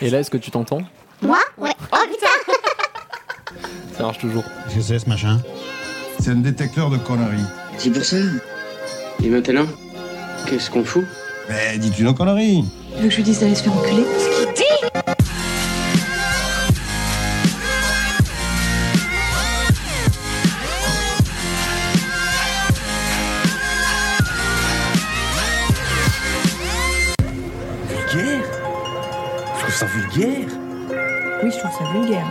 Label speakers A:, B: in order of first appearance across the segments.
A: Et là, est-ce que tu t'entends
B: Moi Ouais. Oh putain
A: Ça marche toujours.
C: Qu'est-ce que c'est ce machin
D: C'est un détecteur de conneries.
E: C'est pour ça. Et maintenant, qu'est-ce qu'on fout
D: Mais dis-tu nos conneries
F: Tu veux que je lui dise d'aller se faire enculer
G: Vulgaire Je trouve ça vulgaire
F: Oui, je trouve ça vulgaire.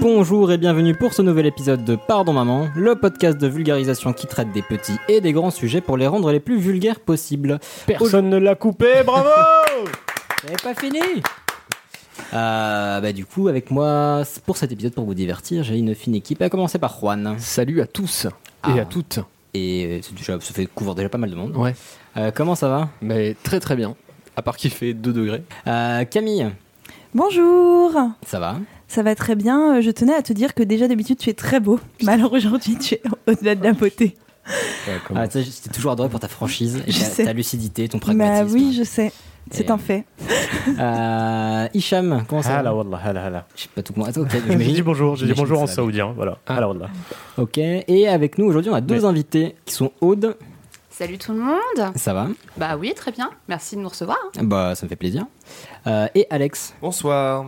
H: Bonjour et bienvenue pour ce nouvel épisode de Pardon Maman, le podcast de vulgarisation qui traite des petits et des grands sujets pour les rendre les plus vulgaires possibles.
I: Personne ne l'a coupé, bravo
H: J'avais pas fini Euh, bah du coup, avec moi, pour cet épisode, pour vous divertir, j'ai une fine équipe, à commencer par Juan.
A: Salut à tous et
H: Ah.
A: à toutes.
H: Et euh, c'est déjà, ça fait couvrir déjà pas mal de monde.
A: Ouais.
H: Euh, comment ça va
A: Mais très très bien. À part qu'il fait 2 degrés.
H: Euh, Camille,
J: Bonjour
H: ça va
J: Ça va très bien. Euh, Je tenais à te dire que déjà d'habitude tu es très beau. Mais alors aujourd'hui tu es au-delà de la beauté.
H: Ah, tu sais, J'étais toujours adoré pour ta franchise, et
J: Je
H: ta,
J: sais.
H: ta lucidité, ton
J: Bah
H: pragmatisme.
J: oui, je sais.
H: Et,
J: C'est un fait.
H: Euh, Hicham, comment
J: Ah,
H: ça
I: Hala
H: va
I: wallah, hala hala.
H: Je sais pas tout comment. Attends, ok, j'imagine-
I: J'ai dit bonjour, j'ai dit
H: j'imagine
I: bonjour
H: que
I: en
H: ça va
I: saoudien, voilà. Hala Ah. wallah.
H: Ok, et avec nous aujourd'hui, on a deux
I: Mais-
H: invités qui sont Aude.
K: Salut tout le monde
H: Ça va
K: Bah oui, très bien. Merci de nous recevoir. hein.
H: Bah, ça me fait plaisir. Euh, et Alex,
G: Bonsoir.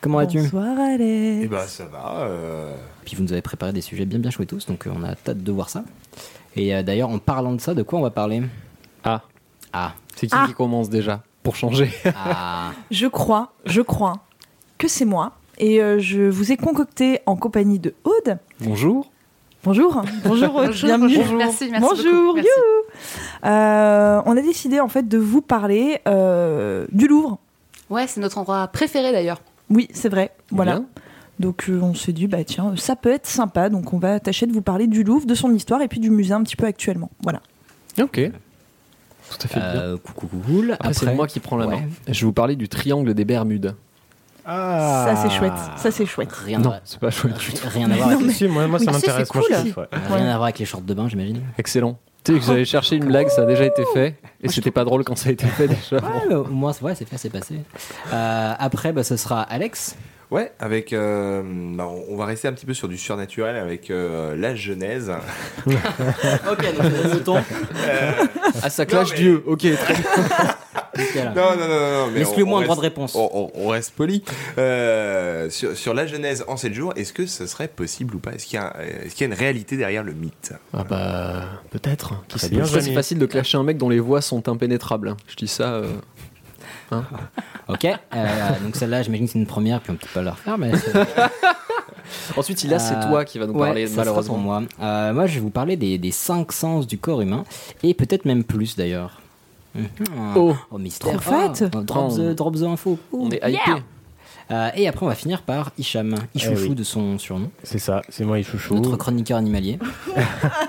H: comment vas-tu
J: Bonsoir Alex.
G: Eh ben ça va. euh,
H: Puis vous nous avez préparé des sujets bien bien chouettes tous, donc euh, on a hâte de voir ça. Et euh, d'ailleurs, en parlant de ça, de quoi on va parler
A: Ah,
H: Ah,
A: c'est qui qui commence déjà Pour changer.
H: ah,
J: Je crois, je crois que c'est moi. Et euh, je vous ai concocté en compagnie de Aude.
A: Bonjour.
J: Bonjour. Bonjour Aude. Bienvenue.
K: bonjour. Merci, merci
J: Bonjour,
K: beaucoup. Merci.
J: Euh, on a décidé en fait de vous parler euh, du Louvre.
K: Ouais, c'est notre endroit préféré d'ailleurs.
J: Oui, c'est vrai. Voilà.
A: Bien.
J: Donc euh, on s'est dit, bah tiens, ça peut être sympa, donc on va tâcher de vous parler du Louvre, de son histoire et puis du musée un petit peu actuellement. Voilà.
A: Ok. Tout à fait bien.
H: euh, coucou, coucou, cool.
A: Après, c'est moi qui prends la main.
H: ouais.
A: Je vais vous parler du triangle des Bermudes.
J: Ça c'est chouette, ça c'est chouette.
H: Rien, à...
A: c'est pas chouette.
H: rien, à voir avec...
J: Non, mais-
I: Ah, Si, moi, moi ça
J: Oui, si,
I: m'intéresse,
J: c'est
I: moi je
J: cool.
I: kiffe. ouais.
H: rien à voir avec les shorts de bain, j'imagine.
A: Excellent. Tu sais que j'avais cherché une blague, ça a déjà été fait. Et c'était pas drôle quand ça a été fait déjà.
J: Ah,
H: Ouais, mais au moins, ouais, c'est fait, c'est passé. Euh, après, bah, ce sera Alex.
G: Ouais, avec. euh, bah, on on va rester un petit peu sur du surnaturel avec euh, la Genèse.
H: ok, donc le temps.
A: Ah, ça
G: clash
A: clash
G: mais-
A: Dieu. Ok, très bien.
G: Non, non, non, non. non, mais
H: Laisse-lui au
G: on-
H: moins
G: on
H: un droit de
G: reste-
H: réponse.
G: On, on- on reste poli. Euh, sur, sur la Genèse en 7 jours, est-ce que ce serait possible ou pas Est-ce qu'il y, a un- est-ce qu'il y a une réalité derrière le mythe
A: Ah bah peut-être. Qui
I: Très
A: sait.
I: bien,
A: Après, c'est
I: Johnny.
A: facile de clasher un mec dont les voix sont impénétrables. Je dis ça. euh,
H: Ok, euh, donc celle-là, j'imagine que c'est une première, puis on peut pas la refaire, mais c'est-
A: Ensuite, il a c'est
H: Euh,
A: toi qui va nous
H: ouais,
A: parler
H: ça sera pour
A: malheureusement.
H: moi. Euh, moi, je vais vous parler des, des cinq sens du corps humain, et peut-être même plus d'ailleurs. Mhm.
A: Oh.
H: mystère.
J: Trop fat.
H: Oh, drop, the, drop the info.
A: On est hypé.
H: Euh, et après, on va finir par Hicham, Ichouchou
I: Eh oui.
H: de son surnom,
I: C'est ça, c'est moi Ichouchou.
H: notre chroniqueur animalier.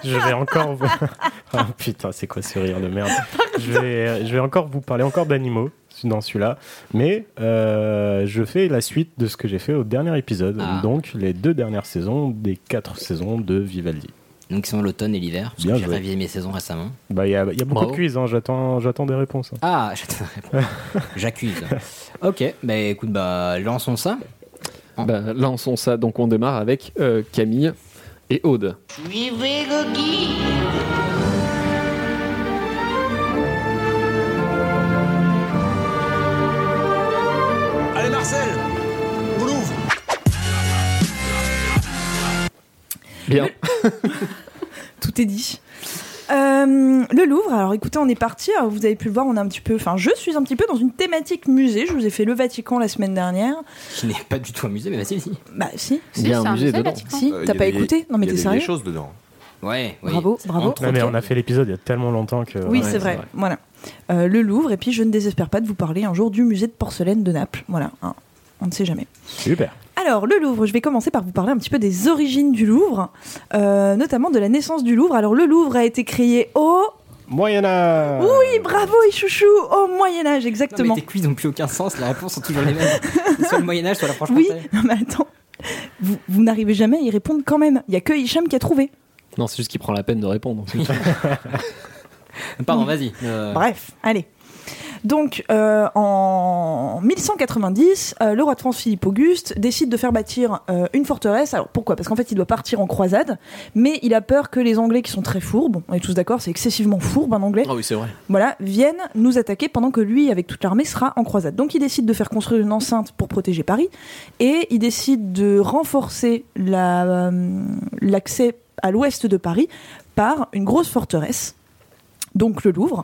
I: Je vais encore. vous- Ah, putain, c'est quoi ce rire de merde je vais, je vais encore vous parler encore d'animaux dans celui-là, mais euh, je fais la suite de ce que j'ai fait au dernier épisode,
H: Ah.
I: donc les deux dernières saisons des quatre saisons de Vivaldi.
H: Donc, ils sont l'automne et l'hiver, parce
I: Bien
H: que j'ai
I: joué.
H: révisé mes saisons récemment.
I: Bah, il y a, il y a beaucoup
A: Bravo.
I: de quiz, hein, j'attends, j'attends des réponses. hein.
H: Ah, j'attends la réponse. J'accuse. ok, bah écoute, bah lançons ça.
A: Bah, lançons ça. Donc on démarre avec euh, Camille et Aude.
B: Suivez le guide
E: Allez Marcel On l'ouvre
A: Bien.
J: Tout est dit. Euh, le Louvre, alors écoutez, on est parti. Alors, vous avez pu le voir, on est un petit peu. Enfin, je suis un petit peu dans une thématique musée. Je vous ai fait le Vatican la semaine dernière.
H: Qui n'est pas du tout amusé, mais vas-y, vas-y.
J: Bah, si.
K: Si,
A: Bien
K: c'est un
A: amusé
K: musée,
A: dedans.
K: Vatican.
J: Si,
G: Euh,
J: t'as
G: il y
J: pas
G: avait-
J: écouté Non, mais
G: il y
J: t'es
G: avait
J: sérieux
G: des choses dedans.
H: Ouais, oui.
J: Bravo, bravo.
H: Entre
I: Non, mais
H: autres,
I: on a fait l'épisode il y a tellement longtemps que.
J: Oui,
I: ouais,
J: c'est vrai. Voilà. Euh, le Louvre, et puis je ne désespère pas de vous parler un jour du musée de porcelaine de Naples. Voilà, hein. on ne sait jamais.
I: Super.
J: Alors, le Louvre, je vais commencer par vous parler un petit peu des origines du Louvre, euh, notamment de la naissance du Louvre. Alors, le Louvre a été créé au.
I: Moyen-Âge
J: Oui, bravo, Ichouchou Au Moyen-Âge,
H: Non, mais
J: exactement.
H: tes quiz n'ont plus aucun sens, les réponses sont toujours les mêmes. C'est soit le Moyen-Âge, soit la France
J: oui,
H: française.
J: non, mais attends. Vous, vous n'arrivez jamais à y répondre quand même. Il n'y a que Hicham qui a trouvé.
A: Non, c'est juste qu'il prend la peine de répondre.
H: Pardon, vas-y. euh,
J: Bref, allez. Donc, euh, en 1190, euh, le roi de France Philippe Auguste décide de faire bâtir euh, une forteresse. Alors pourquoi Parce qu'en fait, il doit partir en croisade, mais il a peur que les Anglais, qui sont très fourbes, on est tous d'accord, c'est excessivement fourbe un Anglais,
A: Ah oui, c'est vrai.
J: voilà, viennent nous attaquer pendant que lui, avec toute l'armée, sera en croisade. Donc il décide de faire construire une enceinte pour protéger Paris et il décide de renforcer la, euh, l'accès à l'ouest de Paris par une grosse forteresse. Donc le Louvre.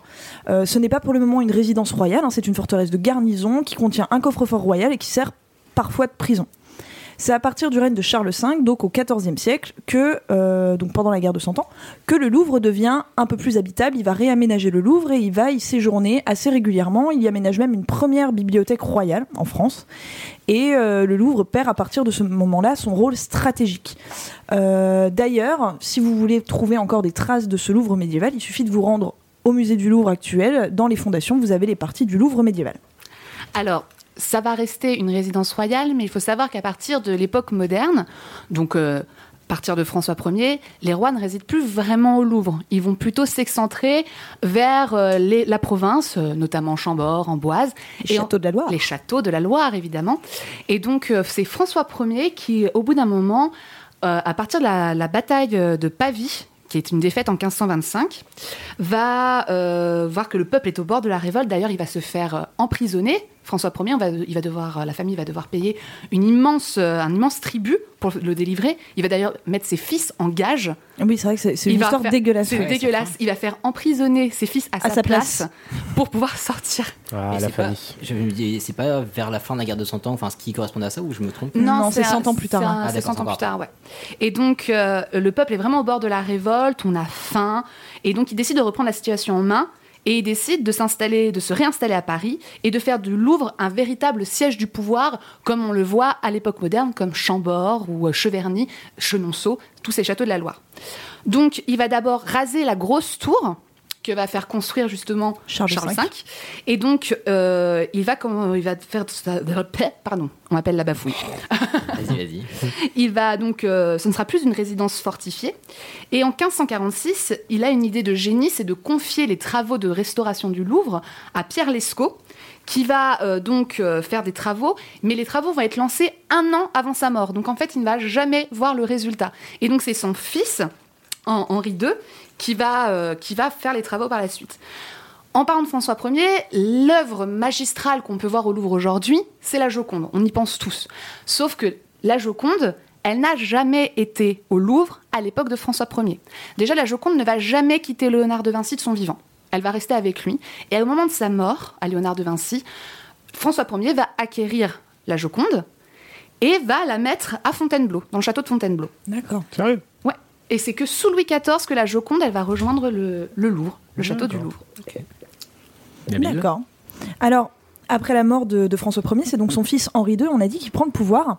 J: Euh, ce n'est pas pour le moment une résidence royale, hein, c'est une forteresse de garnison qui contient un coffre-fort royal et qui sert parfois de prison. C'est à partir du règne de Charles V, donc au XIVe siècle, que, euh, donc pendant la guerre de Cent Ans, que le Louvre devient un peu plus habitable. Il va réaménager le Louvre et il va y séjourner assez régulièrement. Il y aménage même une première bibliothèque royale en France. Et euh, le Louvre perd à partir de ce moment-là son rôle stratégique. Euh, D'ailleurs, si vous voulez trouver encore des traces de ce Louvre médiéval, il suffit de vous rendre au musée du Louvre actuel. Dans les fondations, vous avez les parties du Louvre médiéval.
K: Alors, ça va rester une résidence royale, mais il faut savoir qu'à partir de l'époque moderne, donc euh, à partir de François Ier, les rois ne résident plus vraiment au Louvre. Ils vont plutôt s'excentrer vers euh, les- la province, euh, notamment Chambord, Amboise,
J: Les
K: Et en-
J: châteaux de la Loire.
K: les châteaux de la Loire, évidemment. Et donc, euh, c'est François Ier qui, au bout d'un moment, euh, à partir de la, la bataille euh, de Pavie, qui est une défaite en 1525, va euh, voir que le peuple est au bord de la révolte. D'ailleurs, il va se faire euh, emprisonner. François Ier, on va- il va devoir, euh, la famille va devoir payer une immense, euh, un immense tribut pour le délivrer. Il va d'ailleurs mettre ses fils en gage.
J: Oui, c'est vrai que c'est c'est
K: Il
J: une
K: va
J: histoire
K: faire-
J: dégueulasse.
K: Ah, C'est
J: Ouais,
K: dégueulasse. Il va faire emprisonner ses fils à,
J: À sa place.
K: pour pouvoir sortir.
I: Ah,
H: Et
I: la
H: c'est pas-
I: famille.
H: je me dis, c'est pas vers la fin de la guerre de 100 ans, enfin ce qui correspondait à ça, ou je me trompe
J: Non, c'est
K: un-
J: 100 ans plus tard,
K: c'est
J: hein.
K: un-
H: Ah,
K: C'est
H: d'accord,
K: 100 ans
H: c'est
K: plus
H: encore
K: tard, ouais. Et donc, euh, le peuple est vraiment au bord de la révolte, on a faim, et donc il décide de reprendre la situation en main, et il décide de s'installer, de se réinstaller à Paris, et de faire du Louvre un véritable siège du pouvoir, comme on le voit à l'époque moderne, comme Chambord ou euh, Cheverny, Chenonceau, tous ces châteaux de la Loire. Donc, il va d'abord raser la grosse tour que va faire construire justement
J: Charles
K: Charles,
J: V.
K: V. Et donc, euh, il, va, comment- il va faire... Pardon, on appelle la bafouille.
H: Vas-y, vas-y.
K: Il va donc, euh, ce ne sera plus une résidence fortifiée. Et en 1546, il a une idée de génie, c'est de confier les travaux de restauration du Louvre à Pierre Lescot, qui va euh, donc euh, faire des travaux, mais les travaux vont être lancés un an avant sa mort. Donc en fait, il ne va jamais voir le résultat. Et donc c'est son fils, Hen- Henri II, qui va, euh, qui va faire les travaux par la suite. En parlant de François Ier, l'œuvre magistrale qu'on peut voir au Louvre aujourd'hui, c'est la Joconde. On y pense tous. Sauf que la Joconde, elle n'a jamais été au Louvre à l'époque de François Ier. Déjà, la Joconde ne va jamais quitter Léonard de Vinci de son vivant. Elle va rester avec lui. Et au moment de sa mort, à Léonard de Vinci, François Ier va acquérir la Joconde et va la mettre à Fontainebleau, dans le château de Fontainebleau.
J: D'accord.
I: Sérieux
K: Ouais. Et c'est que sous Louis XIV que la Joconde, elle va rejoindre le, le Louvre, le château du Louvre.
J: D'accord. Alors, après la mort de, de François Ier, c'est donc son fils Henri II, on a dit, qui prend le pouvoir.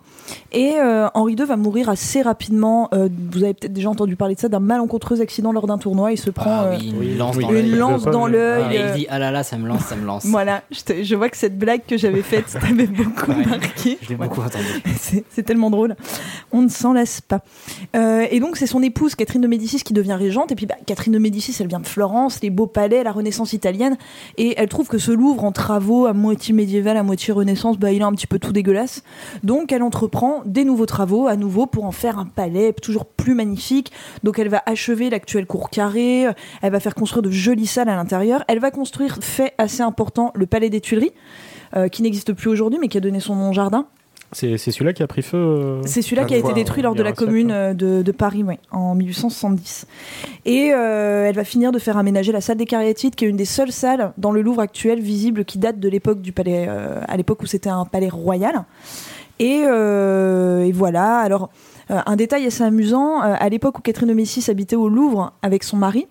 J: Et euh, Henri II va mourir assez rapidement. Euh, vous avez peut-être déjà entendu parler de ça, d'un malencontreux accident lors d'un tournoi. Il se prend
H: Ah
J: euh,
H: oui,
I: oui,
H: une lance
I: oui.
H: dans
I: Une
H: l'œil.
J: une lance
I: pas
J: dans
I: vu.
H: Et
J: l'œil.
H: il
J: euh,
H: dit, ah là là, ça me lance, ça me lance.
J: Voilà, je, te- je vois que cette blague que j'avais faite t'avait beaucoup
H: Ouais.
J: marqué.
H: Je l'ai
J: Ouais.
H: beaucoup entendu.
J: C'est c'est tellement drôle. On ne s'en lasse pas. Euh, et donc, c'est son épouse, Catherine de Médicis, qui devient régente. Et puis, bah, Catherine de Médicis, elle vient de Florence, les beaux palais, la Renaissance italienne. Et elle trouve que ce Louvre, en travaux, à moitié médiéval, à moitié Renaissance, bah, il a un petit peu tout dégueulasse. Donc, elle entreprend des nouveaux travaux, à nouveau, pour en faire un palais toujours plus magnifique. Donc, elle va achever l'actuelle cour carrée. Elle va faire construire de jolies salles à l'intérieur. Elle va construire, fait assez important, le palais des Tuileries, euh, qui n'existe plus aujourd'hui, mais qui a donné son nom au jardin.
I: Ah. C'est c'est celui-là qui a pris feu. euh,
J: C'est celui-là
I: plein
J: qui a
I: de
J: été
I: fois,
J: détruit
I: euh,
J: lors
I: il y
J: de
I: a
J: la
I: un siècle,
J: commune
I: hein.
J: euh, de, de Paris, ouais, en 1870. Et euh, elle va finir de faire aménager la salle des Cariatides, qui est une des seules salles dans le Louvre actuel visible qui date de l'époque du palais, euh, à l'époque où c'était un palais royal. Et, euh, et voilà. Alors, euh, un détail assez amusant euh, à l'époque où Catherine de Médicis habitait au Louvre avec son mari.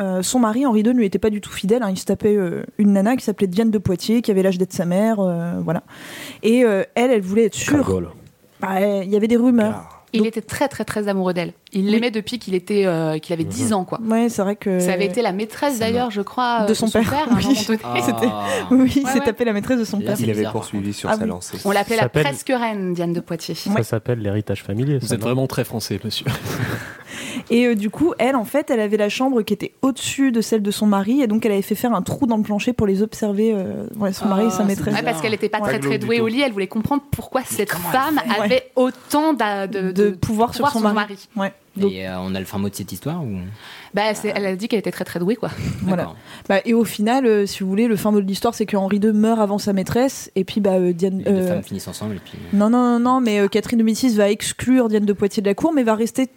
J: euh, son mari, Henri II, ne lui était pas du tout fidèle. hein. Il se tapait euh, une nana qui s'appelait Diane de Poitiers, qui avait l'âge d'être sa mère. euh, voilà. Et euh, elle, elle voulait être sûre
I: Cagole.
J: bah, euh, il y avait des rumeurs.
G: Ah.
K: Il était très très très amoureux d'elle. Il l'aimait depuis qu'il était euh, qu'il avait 10 ans quoi.
J: Ouais, c'est vrai que.
K: Ça avait été la maîtresse d'ailleurs, je crois, euh,
J: Euh, De son père,
K: à un
J: oui.
K: moment donné.
H: Ah.
J: C'était- Oui, il s'est
K: ouais.
J: tapé la maîtresse de son
H: Là,
J: père.
H: c'est
G: Il avait
H: bizarre,
G: poursuivi sur
J: Ah
G: sa
J: oui.
G: lancée.
K: On l'appelait
I: Ça
K: la
I: s'appelle-
K: presque reine Diane de Poitiers.
I: Ça s'appelle l'héritage familier.
A: Vous
I: ça,
A: êtes
I: non
A: vraiment très français, monsieur.
J: Et euh, du coup, elle, en fait, elle avait la chambre qui était au-dessus de celle de son mari, et donc elle avait fait faire un trou dans le plancher pour les observer, euh, ouais, son mari et sa maîtresse.
K: Ouais, parce qu'elle n'était pas
G: Pas
K: très
G: glauque
K: très
G: du
K: douée
G: tout.
K: au lit, elle voulait comprendre pourquoi cette femme
J: fait Ouais.
K: avait autant d'a- de,
J: de, pouvoir sur son mari. Ouais. Donc,
H: Et euh, on a le fin mot de cette histoire ou...
K: Bah, c'est- elle a dit qu'elle était très très douée quoi.
J: Voilà.
H: D'accord.
J: bah, et au final, euh, si vous voulez, le fin mot de l'histoire, c'est que Henri II meurt avant sa maîtresse, et puis bah, euh, Diane.
H: Les deux
J: euh,
H: femmes finissent ensemble et puis.
J: Non, non, non, non, mais euh, Catherine de Médicis va exclure Diane de Poitiers de la cour, mais va rester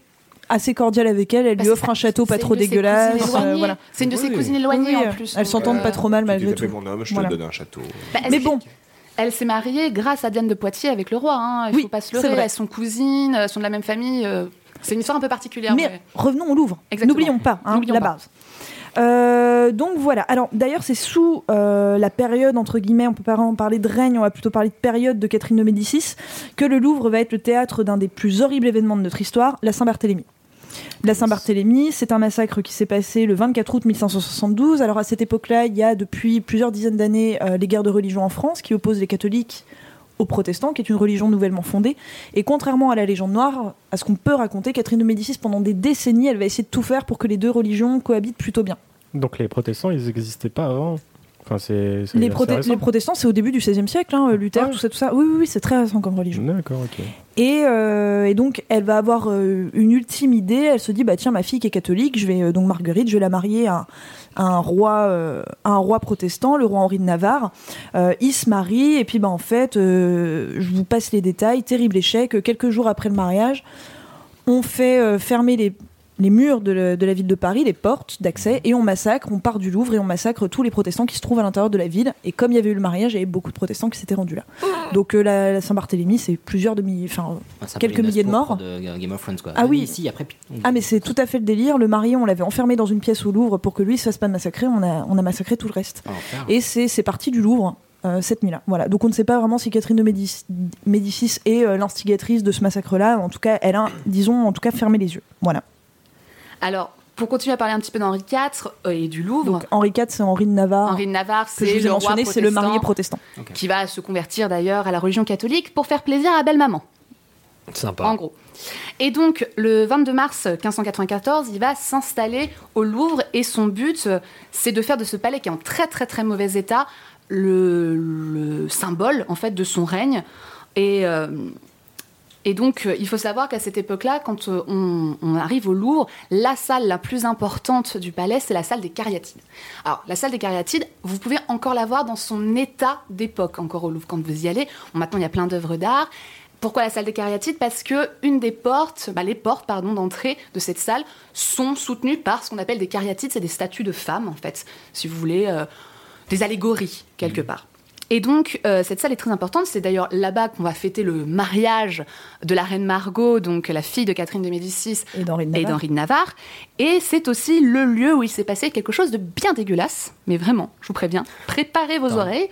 J: assez cordiale avec elle. Elle
K: Parce
J: lui
K: que
J: offre
K: ça-
J: un château pas
K: C'est
J: trop
K: une de ses cousines
J: dégueulasse. euh,
K: éloignées.
J: voilà.
K: C'est une de ses
G: Oui.
K: cousines éloignées
J: Oui,
K: en plus.
J: elles
K: donc,
J: s'entendent
K: euh,
J: pas trop mal
G: Tu t'es
J: malgré
G: tapé
J: tout.
G: mon homme, je
J: Voilà.
G: te donne un château.
K: bah, elle
J: Mais
K: s'est-
J: bon,
K: Elle s'est mariée grâce à Diane de Poitiers avec le roi. Hein. Il
J: Oui,
K: faut pas se
J: c'est
K: leurrer.
J: vrai.
K: Elles sont cousines, elles sont de la même famille. euh, C'est une histoire un peu particulière.
J: mais
K: mais-
J: revenons au Louvre.
K: Exactement.
J: N'oublions pas hein,
K: N'oublions
J: la
K: pas.
J: base. Euh, donc voilà. Alors d'ailleurs, c'est sous euh, la période entre guillemets, on peut pas en parler de règne, on va plutôt parler de période de Catherine de Médicis, que le Louvre va être le théâtre d'un des plus horribles événements de notre histoire, la Saint-Barthélemy. La Saint-Barthélemy, c'est un massacre qui s'est passé le 24 août 1572. Alors à cette époque-là, il y a depuis plusieurs dizaines d'années euh, les guerres de religion en France qui opposent les catholiques aux protestants, qui est une religion nouvellement fondée. Et contrairement à la légende noire, à ce qu'on peut raconter, Catherine de Médicis, pendant des décennies, elle va essayer de tout faire pour que les deux religions cohabitent plutôt bien.
I: Donc les protestants, ils n'existaient pas avant. Enfin, c'est. c'est
J: Les,
I: assez
J: prote-
I: récent. Ah
J: les protestants, c'est au début du XVIe siècle, hein, Luther,
I: Ouais.
J: tout ça, tout ça. Oui, oui, oui, c'est très récent comme religion.
I: D'accord, ok.
J: Et, euh, et donc, elle va avoir euh, une ultime idée. Elle se dit, bah tiens, ma fille qui est catholique, je vais euh, donc Marguerite, je vais la marier à, à un roi, euh, à un roi protestant, le roi Henri de Navarre. Euh, ils se marient et puis bah en fait, euh, je vous passe les détails. Terrible échec. Quelques jours après le mariage, on fait euh, fermer les les murs de, la- de la ville de Paris, les portes d'accès, et on massacre, on part du Louvre et on massacre tous les protestants qui se trouvent à l'intérieur de la ville. Et comme il y avait eu le mariage, il y avait beaucoup de protestants qui s'étaient rendus là. Donc euh, la, la Saint-Barthélemy, c'est plusieurs demi... Enfin,
H: Ah, c'est un peu
J: quelques
H: les
J: milliers de
H: noces
J: morts.
H: pourpres de Game of Thrones quoi.
J: Ah oui.
H: Si après. puis-
J: Ah mais c'est tout à fait le délire. Le mari, on l'avait enfermé dans une pièce au Louvre pour que lui se fasse pas massacrer. On a, on a massacré tout le reste.
H: Ah, l'enfer.
J: Et c'est c'est parti du Louvre euh, cette nuit-là. Voilà. Donc on ne sait pas vraiment si Catherine de Médicis, Médicis est euh, l'instigatrice de ce massacre-là. En tout cas, elle a, disons, en tout cas, fermé les yeux. Voilà.
K: Alors, pour continuer à parler un petit peu d'Henri IV euh, et du Louvre,
J: Donc Henri IV, c'est Henri de Navarre.
K: Henri de Navarre,
J: que je
K: c'est
J: vous ai
K: le roi
J: mentionné, c'est le marié
K: protestant
J: protestant.
K: qui va se convertir d'ailleurs à la religion catholique pour faire plaisir à belle maman. En
A: Sympa.
K: gros. Et donc, le 22 mars 1594, il va s'installer au Louvre et son but, euh, c'est de faire de ce palais qui est en très très très mauvais état le, le symbole en fait de son règne. Et, euh, et donc, euh, il faut savoir qu'à cette époque-là, quand euh, on, on arrive au Louvre, la salle la plus importante du palais, c'est la salle des cariatides. Alors, la salle des cariatides, vous pouvez encore la voir dans son état d'époque, encore au Louvre, quand vous y allez. Bon, maintenant, il y a plein d'œuvres d'art. Pourquoi la salle des cariatides Parce que une des portes, bah, les portes pardon d'entrée de cette salle sont soutenues par ce qu'on appelle des cariatides, c'est des statues de femmes en fait, si vous voulez, euh, des allégories quelque part. Et donc euh, cette salle est très importante. C'est d'ailleurs là-bas qu'on va fêter le mariage de la reine Margot, donc la fille de Catherine de Médicis
J: Et d'Henri de
K: et
J: Navarre.
K: d'Henri de Navarre. Et c'est aussi le lieu où il s'est passé quelque chose de bien dégueulasse. Mais vraiment, je vous préviens, préparez vos oreilles.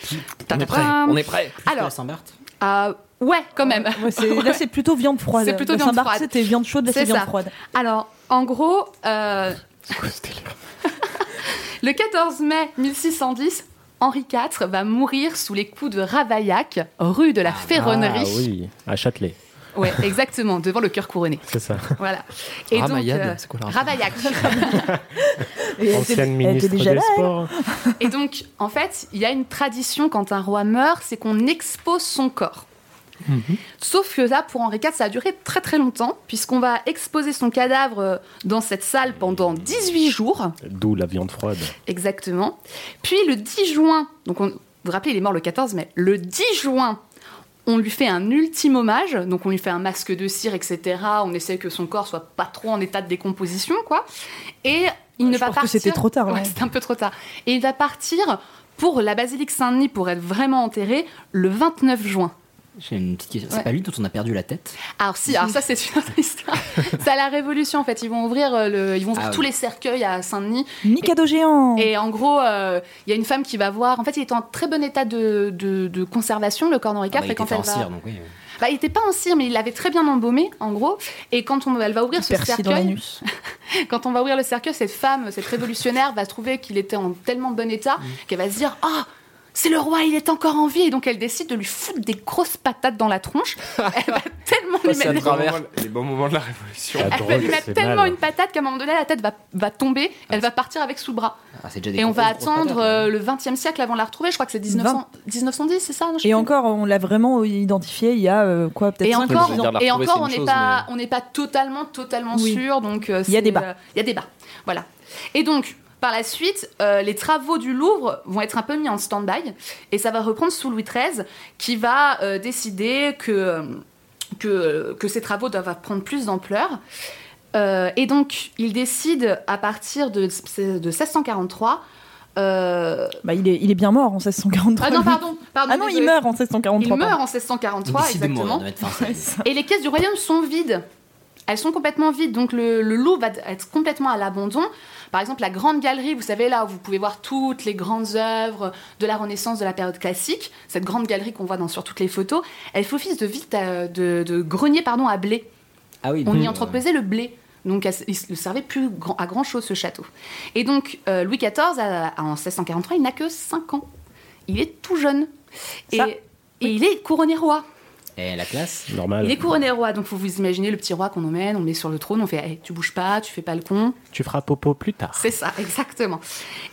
A: On est prêt. On est prêt.
H: Plus que
K: alors-
H: la Saint-Barth.
K: Euh, ouais, quand même.
J: Ouais, c'est- Là, c'est plutôt viande froide.
K: C'est plutôt
J: Le
K: viande
J: Saint-Barth,
K: froide.
J: C'était viande chaude, là, c'est
K: C'est
J: viande
K: ça.
J: froide.
K: Alors, en gros, euh, le 14 mai 1610, Henri IV va mourir sous les coups de Ravaillac, rue de la Ferronnerie.
I: Ah oui, à Châtelet,
K: Ouais, exactement, devant le cœur couronné.
I: c'est ça.
K: Voilà.
A: Ramayad,
K: euh,
A: c'est quoi le rapport
K: Ravaillac.
J: Et elle était-
I: Ancienne
J: elle était
I: ministre
J: déjà
I: des
J: là.
I: Sports.
K: Et donc, en fait, il y a une tradition quand un roi meurt, c'est qu'on expose son corps. Sauf que là, pour Henri IV, ça a duré très très longtemps, puisqu'on va exposer son cadavre euh, dans cette salle pendant 18 jours.
I: D'où la viande froide.
K: Exactement. Puis le 10 juin, donc on, vous vous rappelez, il est mort le 14 mai, le 10 juin, on lui fait un ultime hommage, donc on lui fait un masque de cire, etc. On essaie que son corps soit pas trop en état de décomposition, quoi. Et il
J: Ouais,
K: ne
J: je
K: va
J: pense que
K: partir.
J: c'était trop tard,
K: Ouais,
J: ouais.
K: c'était un peu trop tard. Et il va partir pour la basilique Saint-Denis pour être vraiment enterré le 29 juin.
H: J'ai une petite question.
K: Ouais.
H: C'est pas lui dont on a perdu la tête
K: Alors si, alors ça c'est une autre histoire. c'est à la Révolution en fait. Ils vont ouvrir euh, le, ils vont ouvrir
H: Ah
K: tous
H: oui.
K: les cercueils à Saint-Denis
J: Mikado géant.
K: Et en gros, euh, il y a une femme qui va voir. En fait, il est en très bon état de, de- de conservation, le corps d'Henri IV.
H: Ah bah, Il
K: et
H: était
K: quand
H: fait
K: elle
H: en
K: va...
H: cire, donc oui.
E: euh,
K: Bah, il était pas en cire, mais il l'avait très bien embaumé, en gros. Et quand on, elle va ouvrir ce
J: Percy dans
K: cercueil,
J: l'anus.
K: quand on va ouvrir le cercueil, cette femme, cette révolutionnaire, va trouver qu'il était en tellement bon état
H: Mm.
K: qu'elle va se dire Ah c'est le roi, il est encore en vie. Et donc, elle décide de lui foutre des grosses patates dans la tronche. Elle va tellement lui
A: passer à
K: met-
A: travers.
G: Les bons moments de la Révolution.
I: Ah,
K: elle
I: drôle,
K: va lui
I: c'est
K: mettre tellement
I: mal.
K: une patate qu'à un moment donné, la tête va, va tomber, elle va partir avec sous le bras.
E: Ah, c'est déjà des
K: Et on va
E: grosses patates,
K: attendre
E: hein.
K: euh, le 20e siècle avant de la retrouver. Je crois que c'est 1900 1910, c'est ça non, je sais
J: Et
K: plus.
J: encore, on l'a vraiment identifié il y a euh, quoi, peut-être
K: Et
J: cinq ou
K: encore,
A: je
J: six
A: veux dire,
J: ans.
A: la
K: et
A: retrouver,
K: encore,
A: c'est
K: on
A: une
K: n'est
A: chose,
K: pas, on n'est pas totalement, totalement
J: Oui.
K: sûr. Donc, euh,
J: Il y a débat.
K: Il y a débat. Voilà. Et donc, par la suite, euh, les travaux du Louvre vont être un peu mis en stand-by, et ça va reprendre sous Louis XIII, qui va euh, décider que euh, que euh, que ces travaux doivent prendre plus d'ampleur. Euh, et donc, il décide à partir de, de 1643. euh,
J: Bah, il, est, il est bien mort en 1643.
K: Ah non, pardon, pardon.
J: Ah non, il
K: désolé.
J: meurt en 1643.
K: Il meurt en
E: Décidément,
K: 1643, exactement.
E: on doit être fin, ça.
K: Et les caisses du royaume sont vides. Elles sont complètement vides, donc le, le lot va être complètement à l'abandon. Par exemple, la grande galerie, vous savez là où vous pouvez voir toutes les grandes œuvres de la Renaissance, de la période classique, cette grande galerie qu'on voit dans, sur toutes les photos, elle fait office de, vite à- de, de grenier pardon, à blé.
E: Ah oui,
K: On
E: donc,
K: y
H: Mm.
E: euh,
K: entreposait le blé. Donc, elle- il ne servait plus grand- à grand chose ce château. Et donc, euh, Louis XIV, a- a- en 1643, il n'a que 5 ans. Il est tout jeune. Et,
J: Ça,
K: et il est couronné roi.
E: Et la classe
I: Normal.
K: Il est couronné roi, donc vous vous imaginez le petit roi qu'on emmène, on le met sur le trône, on fait Hey, tu bouges pas, tu fais pas le con.
I: Tu feras popo plus tard.
K: C'est ça, exactement.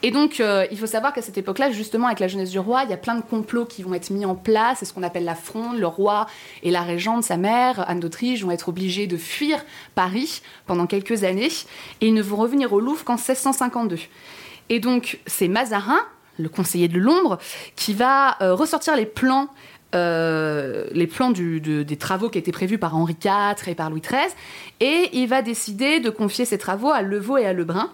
K: Et donc, euh, il faut savoir qu'à cette époque-là, justement, avec la jeunesse du roi, il y a plein de complots qui vont être mis en place. C'est ce qu'on appelle la fronde. Le roi et la régente, sa mère, Anne d'Autriche, vont être obligés de fuir Paris pendant quelques années. Et ils ne vont revenir au Louvre qu'en 1652. Et donc, c'est Mazarin, le conseiller de l'ombre, qui va euh, ressortir les plans. euh, les plans du- de- des travaux qui étaient prévus par Henri IV et par Louis XIII, et il va décider de confier ses travaux à Levaux et à Lebrun,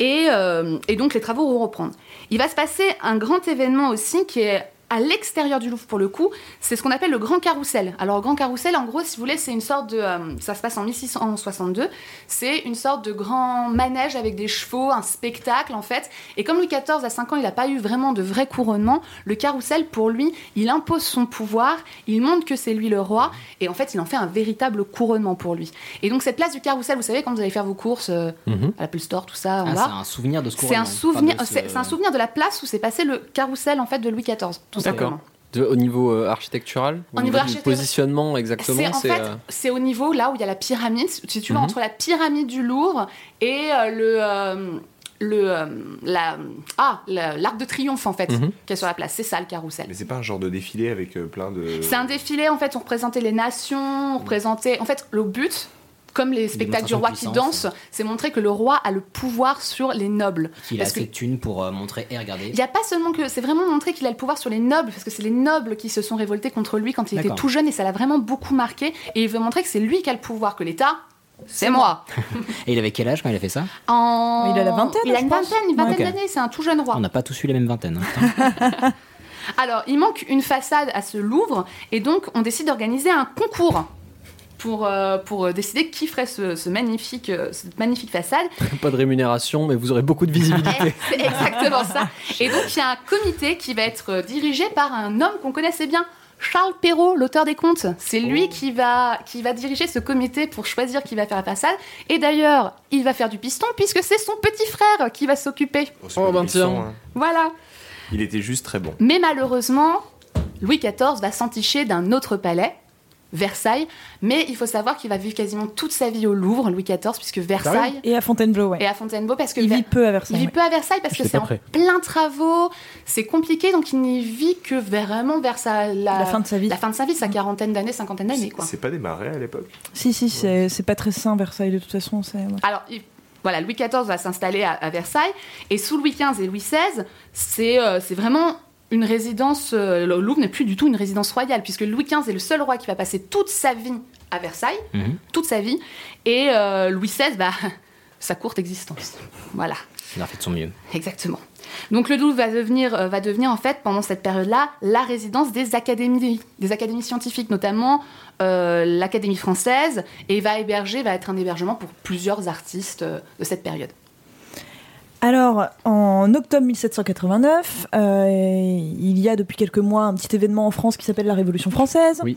K: et, euh, et donc les travaux vont reprendre. Il va se passer un grand événement aussi qui est à l'extérieur du Louvre pour le coup, c'est ce qu'on appelle le Grand Carrousel. Alors le Grand Carrousel, en gros, si vous voulez, c'est une sorte de... euh, ça se passe en 1662, c'est une sorte de grand manège avec des chevaux, un spectacle en fait. Et comme Louis XIV, à 5 ans, il n'a pas eu vraiment de vrai couronnement, le carrousel, pour lui, il impose son pouvoir, il montre que c'est lui le roi, et en fait, il en fait un véritable couronnement pour lui. Et donc cette place du carrousel, vous savez, quand vous allez faire vos courses euh,
A: Mhm.
K: à l'Apple Store, tout ça, en
E: Ah, c'est
K: bas...
E: un souvenir de ce
K: C'est un,
E: couronnement.
K: souvenir,
E: Enfin, de ce-
K: c'est c'est
A: euh,
K: un souvenir de la place où s'est passé le carrousel en fait de Louis XIV. Tout simplement.
A: De- au niveau euh, architectural,
K: Au niveau
A: du
K: architectural.
A: positionnement exactement,
K: C'est en
A: c'est
K: fait,
A: euh,
K: c'est au niveau là où il y a la pyramide. Si tu vas
A: Mhm.
K: entre la pyramide du Louvre et euh, le euh, le euh, la ah la- l'arc de triomphe en fait
A: Mhm.
K: qui est sur la place. C'est ça le carrousel.
G: Mais c'est pas un genre de défilé avec euh, plein de.
K: C'est un défilé, en fait, on représentait les nations, on
A: Mhm.
K: représentait... En fait, le but, comme les spectacles du
E: démonstrations
K: roi
E: de
K: qui
E: puissance.
K: dansent, c'est montrer que le roi a le pouvoir sur les nobles.
E: Qu'il a
K: Parce que-
E: assez de thunes pour euh, montrer et regarder.
K: Il n'y a pas seulement que... C'est vraiment montrer qu'il a le pouvoir sur les nobles, parce que c'est les nobles qui se sont révoltés contre lui quand il était
E: D'accord.
K: tout jeune, et ça l'a vraiment beaucoup marqué. Et il veut montrer que c'est lui qui a le pouvoir, que l'État... C'est moi.
E: Et il avait quel âge quand il a fait ça
K: En-
J: Mais il a la vingtaine,
K: Il a
J: je
K: une
J: pense.
K: vingtaine, une vingtaine
E: Ouais, ok.
K: d'années. C'est un tout jeune roi.
E: On n'a pas tous eu les mêmes vingtaines. hein, putain.
K: Alors, il manque une façade à ce Louvre, et donc on décide d'organiser un concours pour, euh, pour euh, décider qui ferait ce, ce magnifique, euh, cette magnifique façade.
A: pas de rémunération, mais vous aurez beaucoup de visibilité.
K: C'est exactement ça. Et donc, il y a un comité qui va être euh, dirigé par un homme qu'on connaissait bien. Charles Perrault, l'auteur des contes, c'est lui qui va, qui va diriger ce comité pour choisir qui va faire la façade. Et d'ailleurs, il va faire du piston puisque c'est son petit frère qui va s'occuper.
G: Oh, c'est
A: Oh,
G: pas
A: ben
G: du sang,
A: tiens.
G: hein.
K: Voilà.
G: Il était juste très bon.
K: Mais malheureusement, Louis XIV va s'enticher d'un autre palais, Versailles, mais il faut savoir qu'il va vivre quasiment toute sa vie au Louvre, Louis XIV, puisque Versailles
J: Et à Fontainebleau, ouais.
K: et à Fontainebleau, parce que
J: Il
K: Ver-
J: vit peu à
K: il
J: Versailles.
K: vit
J: ouais.
K: peu à Versailles parce que
I: J'étais
K: c'est
I: pas
K: en
I: prêt.
K: plein travaux, c'est compliqué, donc il n'y vit que vraiment vers sa, la,
J: La fin de sa vie. Mm.
K: la fin de sa vie, sa quarantaine d'années, cinquantaine d'années. quoi.
G: C'est pas démarré à l'époque.
J: Si, si, c'est c'est pas très sain, Versailles, de toute façon. c'est- ouais.
K: Alors, il- voilà, Louis XIV va s'installer à, à Versailles, et sous Louis XV et Louis XVI, c'est euh, c'est vraiment une résidence. euh, le Louvre n'est plus du tout une résidence royale, puisque Louis XV est le seul roi qui va passer toute sa vie à Versailles,
E: Mhm.
K: toute sa vie, et euh, Louis XVI, bah, sa courte existence. Voilà.
E: Il a fait de son mieux.
K: Exactement. Donc le Louvre va devenir, euh, va devenir en fait pendant cette période-là la résidence des académies, des académies scientifiques, notamment euh, l'Académie française, et va héberger, va être un hébergement pour plusieurs artistes euh, de cette période.
J: Alors, en octobre 1789, euh, il y a depuis quelques mois un petit événement en France qui s'appelle la Révolution française
A: Oui.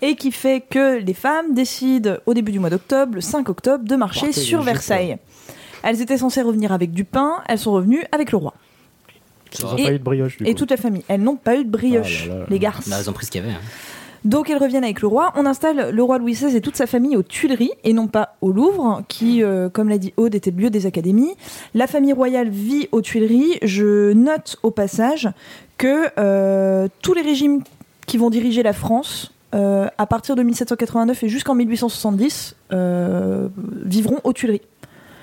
J: et qui fait que les femmes décident au début du mois d'octobre, le 5 octobre, de marcher
I: Partez,
J: sur
I: les jupes,
J: Versailles. Elles étaient censées revenir avec du pain, elles sont revenues avec le roi
I: Ils ont
J: Et-
I: pas eu de brioche du
J: et
I: coup.
J: toute la famille. Elles n'ont pas eu de brioche,
I: Ah là là.
J: les garces.
E: Bah, ils ont pris ce qu'il y avait. hein.
J: Donc elles reviennent avec le roi. On installe le roi Louis XVI et toute sa famille aux Tuileries et non pas au Louvre, qui, euh, comme l'a dit Aude, était le lieu des académies. La famille royale vit aux Tuileries. Je note au passage que euh, tous les régimes qui vont diriger la France euh, à partir de 1789 et jusqu'en 1870 euh, vivront aux Tuileries.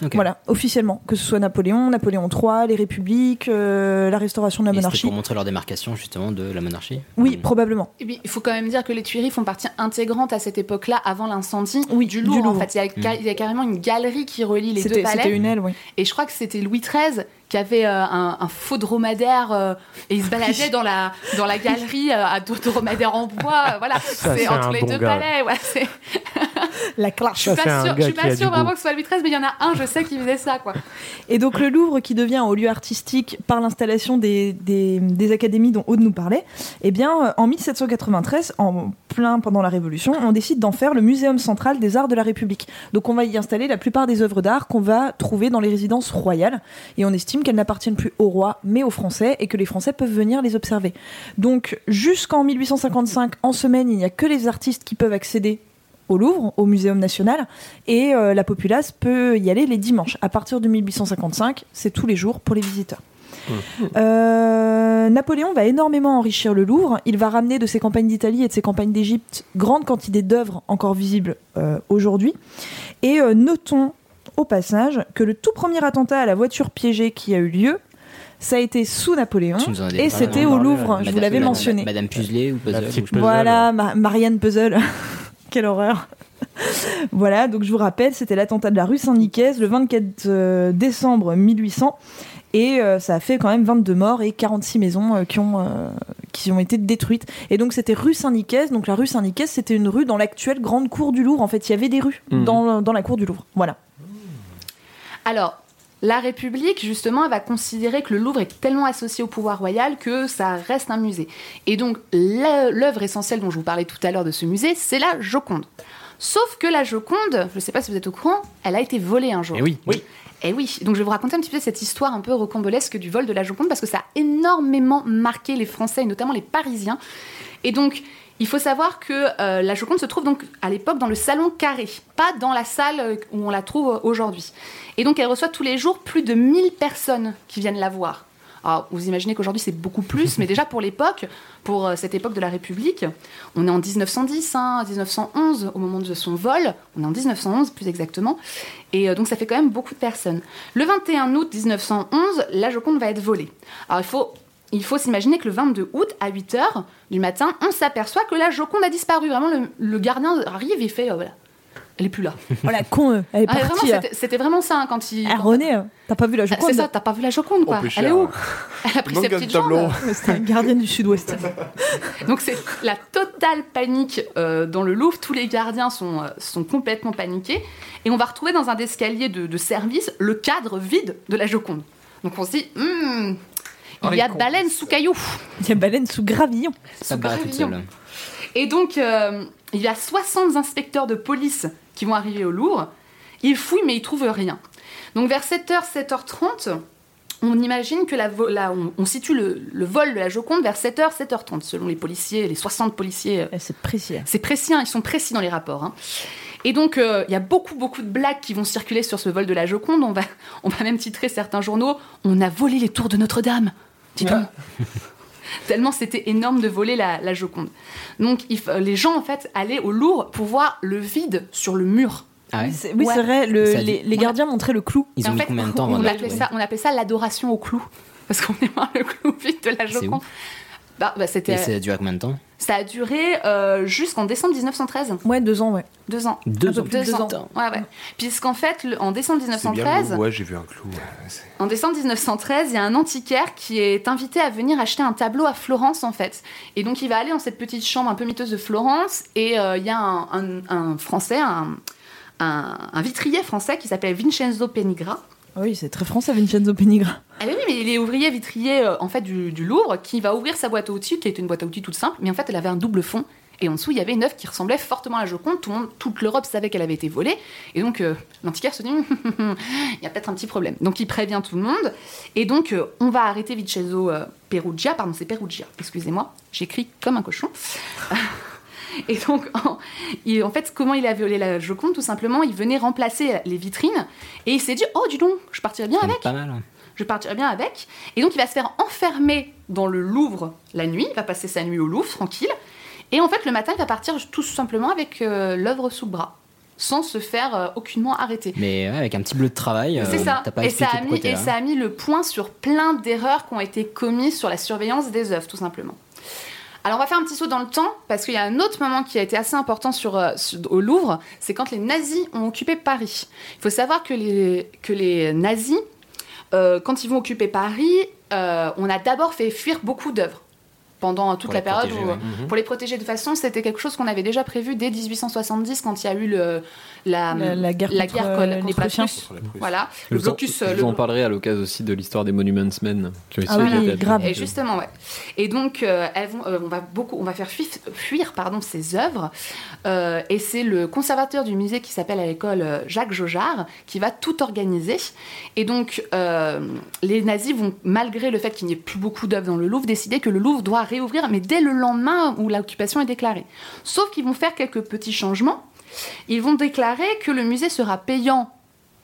H: Ok.
J: Voilà, officiellement, que ce soit Napoléon, Napoléon III, les républiques, euh, la restauration de la
H: Et c'était
J: monarchie.
H: pour montrer leur démarcation justement de la monarchie.
J: Oui,
E: Mhm.
H: Mm.
J: probablement.
K: Et puis, Eh il faut quand même dire que les Tuileries font partie intégrante à cette époque-là, avant l'incendie
J: Oui,
K: du, Louvre.
J: du Louvre.
K: En fait, il y, a, ca- il y a carrément une galerie qui relie les deux
J: C'était
K: palais.
J: c'était une aile, oui.
K: Et je crois que c'était Louis XIII qui avait euh, un, un faux dromadaire euh, et il se baladait dans la dans la galerie euh, à deux dromadaires en bois. euh, voilà,
I: c'est
K: c'est entre
I: un
K: les
I: bon
K: deux
I: gars.
K: palais. ouais, c'est-
J: La clash.
K: je suis
I: Ça, c'est un
K: pas sûre,
I: gars
K: je suis
I: qui
K: pas
I: a
K: sûre
I: du
K: vraiment
I: goût.
K: que ce soit Louis XIII, mais il y en a un, je sais, qui faisait ça, quoi.
J: Et donc le Louvre, qui devient un lieu artistique par l'installation des, des- des académies dont Aude nous parlait, eh bien, euh, en 1793, en plein pendant la Révolution, on décide d'en faire le Muséum central des arts de la République. Donc on va y installer la plupart des œuvres d'art qu'on va trouver dans les résidences royales, et on estime qu'elles n'appartiennent plus au roi, mais aux Français, et que les Français peuvent venir les observer. Donc jusqu'en 1855, en semaine, il n'y a que les artistes qui peuvent accéder au Louvre, au Muséum national, et euh, la populace peut y aller les dimanches. À partir de 1855, c'est tous les jours pour les visiteurs. Euh, Napoléon va énormément enrichir le Louvre. Il va ramener de ses campagnes d'Italie et de ses campagnes d'Égypte grande quantité d'œuvres encore visibles euh, aujourd'hui. Et euh, notons au passage que le tout premier attentat à la voiture piégée qui a eu lieu, ça a été sous Napoléon
H: Tu nous en as dit
J: et
H: pas
E: hein.
J: c'était
I: mal,
J: au
I: on en
H: euh,
J: Louvre.
I: parlait,
J: Je
I: Madame-
J: vous l'avais
H: Madame-
J: mentionné.
H: Madame Puzzlé ou
I: La
H: Puzzle. ou
I: petite
H: je sais pas.
I: puzzle.
J: Voilà, Ma- Marianne Puzzle. Quelle horreur. voilà, donc je vous rappelle, c'était l'attentat de la rue Saint-Nicaise le 24 euh, décembre 1800. Et euh, ça a fait quand même 22 morts et 46 maisons euh, qui, ont, euh, qui ont été détruites. Et donc c'était rue Saint-Nicaise. Donc la rue Saint-Nicaise, c'était une rue dans l'actuelle grande cour du Louvre. En fait, il y avait des rues
A: Mhm.
J: dans, dans la cour du Louvre. Voilà.
K: Alors, la République, justement, elle va considérer que le Louvre est tellement associé au pouvoir royal que ça reste un musée. Et donc, la- l'œuvre essentielle dont je vous parlais tout à l'heure de ce musée, c'est la Joconde. Sauf que la Joconde, je ne sais pas si vous êtes au courant, elle a été volée un jour.
H: Eh oui, oui.
K: Eh oui, donc je vais vous raconter un petit peu cette histoire un peu rocambolesque du vol de la Joconde parce que ça a énormément marqué les Français et notamment les Parisiens. Et donc, il faut savoir que euh, la Joconde se trouve donc à l'époque dans le salon carré, pas dans la salle euh, où on la trouve aujourd'hui. Et donc, elle reçoit tous les jours plus de 1000 personnes qui viennent la voir. Alors, vous imaginez qu'aujourd'hui c'est beaucoup plus, mais déjà pour l'époque, pour euh, cette époque de la République, on est en 1910, hein, 1911 au moment de son vol, on est en 1911 plus exactement, et euh, donc ça fait quand même beaucoup de personnes. Le 21 août 1911, la Joconde va être volée. Alors il faut, il faut s'imaginer que le 22 août à 8h du matin, on s'aperçoit que la Joconde a disparu. Vraiment, le, le gardien arrive et fait, euh, voilà, elle est plus là.
J: Voilà, con, euh, elle est
K: Ah, vraiment,
J: partie. euh.
K: c'était- C'était vraiment ça hein, quand il...
J: Ah,
K: quand- Ah,
J: René, euh, t'as pas vu la
K: c'est ça,
J: Joconde
K: t'as pas vu la Joconde quoi.
G: Oh, plus
K: Elle est
G: cher.
K: où Elle a pris
G: Manque
K: ses
G: de
K: petites
G: tableau.
K: jambes.
J: C'était un gardien du sud-ouest.
K: Donc c'est la totale panique euh, dans le Louvre. Tous les gardiens sont, euh, sont complètement paniqués. Et on va retrouver dans un escalier de, de service le cadre vide de la Joconde. Donc on se dit, Hmm, il y a baleine sous caillou.
J: Il y a baleine sous gravillon.
H: Ça barre toute
K: pavillon.
H: seule.
K: Et donc euh, il y a 60 inspecteurs de police qui vont arriver au Louvre. Ils fouillent mais ils trouvent rien. Donc vers 7h, 7h30, on imagine que la, vo- la- on, on situe le, le vol de la Joconde vers 7h, 7h30, selon les policiers, les 60 policiers euh,
J: Eh, C'est précis. hein.
K: c'est précis, hein, ils sont précis dans les rapports. hein. Et donc, euh, il y a beaucoup, beaucoup de blagues qui vont circuler sur ce vol de la Joconde. On va, on va même titrer certains journaux On a volé les tours de Notre-Dame Dis donc Tellement c'était énorme de voler la, la Joconde. Donc, il fa- les gens, en fait, allaient au Louvre pour voir le vide sur le mur.
H: Ah ouais
J: C'est- Oui,
K: Ouais.
J: c'est vrai, le-
H: Ça dit-
J: les, les gardiens montraient le clou.
H: Ils
K: Et
H: ont
K: en
H: mis
K: fait,
H: combien de temps avant
K: on
H: de la
K: appelait,
H: trouver
K: ça, on appelait ça l'adoration au clou. Parce qu'on aimait le clou vide de la
H: C'est
K: Joconde. Bah, bah,
H: Et
K: c'était,
H: ça a duré combien de temps
K: ça a duré euh, jusqu'en décembre 1913.
J: Ouais, deux ans, ouais.
K: Deux ans.
H: Deux
J: Un peu
H: ans.
J: plus de
K: Deux
J: deux
K: ans.
H: ans.
K: Ouais, ouais. Puisqu'en fait, le- en décembre
G: C'est bien le
K: 1913,
G: mot. Ouais, j'ai vu un clou. ouais, c'est-
K: en décembre 1913, il y a un antiquaire qui est invité à venir acheter un tableau à Florence, en fait. Et donc, il va aller dans cette petite chambre un peu miteuse de Florence, et euh, il y a un, un- un Français, un, un- un vitrier français qui s'appelle Vincenzo Penigra.
J: Ah Oui, c'est très français, Vincenzo Penigra.
K: Ah oui, mais il est ouvrier vitrier euh, en fait du, du Louvre qui va ouvrir sa boîte à outils, qui était une boîte à outils toute simple, mais en fait elle avait un double fond. Et en dessous, il y avait une œuvre qui ressemblait fortement à la Joconde. Tout le monde, toute l'Europe savait qu'elle avait été volée. Et donc, euh, l'antiquaire se dit, Hum, hum, hum, il y a peut-être un petit problème. Donc, il prévient tout le monde. Et donc, euh, on va arrêter Vincenzo euh, Perugia. Pardon, c'est Perugia. Excusez-moi, j'écris comme un cochon. Et donc, en, il- en fait, comment il a violé la Joconde Tout simplement, il venait remplacer les vitrines et il s'est dit Oh, dis donc, je partirais bien avec
H: Pas
E: hein.
H: mal.
K: je partirai bien avec. Et donc il va se faire enfermer dans le Louvre la nuit, il va passer sa nuit au Louvre tranquille. Et en fait le matin il va partir tout simplement avec euh, l'œuvre sous le bras, sans se faire euh, aucunement arrêter.
H: Mais ouais, avec un petit bleu de travail, euh,
K: C'est ça.
H: t'as pas
K: Et ça,
H: expliqué hein.
K: a mis,
H: pourquoi t'es
K: et
H: là.
K: ça a mis le point sur plein d'erreurs qui ont été commises sur la surveillance des œuvres, tout simplement. Alors on va faire un petit saut dans le temps, parce qu'il y a un autre moment qui a été assez important sur, euh, sur- au Louvre, c'est quand les nazis ont occupé Paris. Il faut savoir que les, que les nazis, euh, quand ils vont occuper Paris, euh, on a d'abord fait fuir beaucoup d'œuvres pendant toute
H: Pour
K: la
H: les
K: période
H: protéger,
K: où, euh,
H: ouais. Mhm.
K: pour les protéger de toute façon c'était quelque chose qu'on avait déjà prévu dès 1870 quand il y a eu le, la,
J: La- la guerre contre,
K: contre,
J: euh, les
K: la
J: Prussiens.
K: Prusse.
G: Sur la Prusse.
K: Voilà,
A: Je
K: le
A: vous en-
K: blocus. euh,
A: Je
K: le-
A: vous en parlerai à l'occasion aussi de l'histoire des Monuments Men. qui ont
K: Ah
A: essayé
J: oui,
A: d'être-
J: grave.
K: Et justement, ouais. Et donc, euh, elles vont, euh, on va beaucoup, on va faire fuir, fuir, pardon, ces œuvres. Euh, et c'est le conservateur du musée qui s'appelle à l'école euh, Jacques Jaujard qui va tout organiser. Et donc, euh, les nazis vont, malgré le fait qu'il n'y ait plus beaucoup d'œuvres dans le Louvre, décider que le Louvre doit réouvrir, mais dès le lendemain où l'occupation est déclarée. Sauf qu'ils vont faire quelques petits changements. Ils vont déclarer que le musée sera payant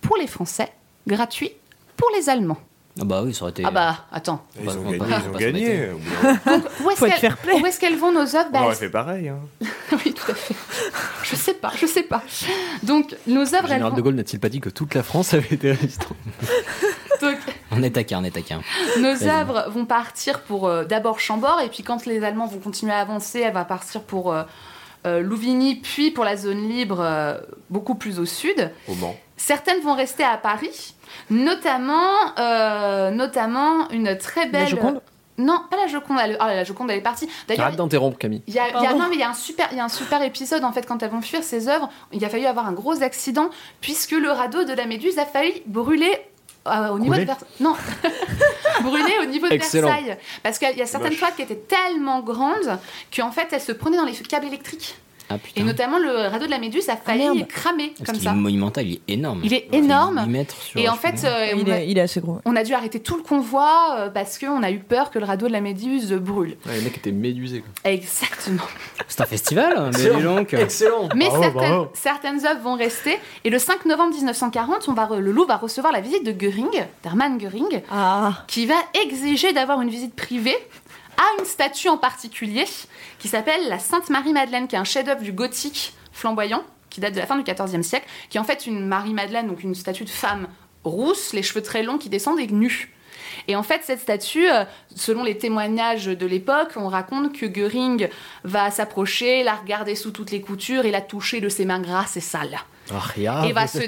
K: pour les Français, gratuit pour les Allemands.
H: Ah bah oui, ça aurait été.
K: Ah bah, attends.
G: Ils ont
H: On va-
G: gagné,
H: on va- on
G: ils ont
H: va
G: gagné.
H: s'embêter.
G: Au bout d'un moment,
K: Où est-ce
J: euh, Faut être
K: qu'elles-
J: fair play.
K: où est-ce qu'elles vont nos œuvres
G: On
K: Bah,
G: aurait
K: elles-
G: fait pareil. hein.
K: Oui, tout à fait. Je sais pas, je sais pas. Donc, nos
A: Le
K: œuvres, elles
A: général de
K: vont...
A: Gaulle n'a-t-il pas dit que toute la France avait été résistante
K: donc,
H: On est taquin, on est taquin.
K: nos œuvres vont partir pour euh, d'abord Chambord, et puis quand les Allemands vont continuer à avancer, elle va partir pour euh, euh, Louvigny, puis pour la zone libre, euh, beaucoup plus au sud.
G: Au Mans.
K: Certaines vont rester à Paris, notamment, euh, notamment une très belle.
J: Joconde
K: Non, pas la Joconde. Elle... Ah, la Joconde, elle est partie. D'ailleurs,
A: Arrête d'interrompre, Camille.
K: Il y a, il y a-
J: Pardon.
K: non, mais il y a un super, il y a un super épisode en fait quand elles vont fuir ces œuvres. Il a fallu avoir un gros accident puisque le radeau de la Méduse a failli brûler. euh, au niveau
I: Couler
K: de Vers- non brûler au niveau de
A: Excellent.
K: Versailles parce qu'il y a certaines
G: Dommage.
K: toiles qui étaient tellement grandes qu'en fait elles se prenaient dans les câbles électriques
H: Ah
K: et
H: putain.
K: notamment le radeau de la Méduse a failli
J: Ah, merde.
K: cramer
H: Parce
K: comme
H: qu'il
K: ça
H: est monumental, il est énorme.
K: il est
H: Il
K: énorme
H: est 10 mètres sur-
K: et en
H: je sais
K: fait
H: pas.
K: euh, on
J: Il
K: a-
J: est, il est assez gros.
K: on a dû arrêter tout le convoi euh, parce qu'on a eu peur que le radeau de la Méduse brûle
A: Ouais, le mec était médusé. quoi.
K: exactement
H: C'est un festival, hein, mais dis donc.
A: Excellent
K: Mais
I: Bravo,
K: certaines,
I: bravo.
K: certaines œuvres vont rester. Et le 5 novembre 1940, on va re- le Louvre va recevoir la visite de Göring, d'Hermann Göring,
J: Ah,
K: qui va exiger d'avoir une visite privée à une statue en particulier qui s'appelle la Sainte Marie-Madeleine, qui est un chef-d'œuvre du gothique flamboyant qui date de la fin du XIVe siècle, qui est en fait une Marie-Madeleine, donc une statue de femme rousse, les cheveux très longs qui descendent et nue. Et en fait, cette statue, euh, selon les témoignages de l'époque, on raconte que Göring va s'approcher, la regarder sous toutes les coutures et la toucher de ses mains grasses et sales.
A: Aria,
I: Ah,
K: Et va se dire-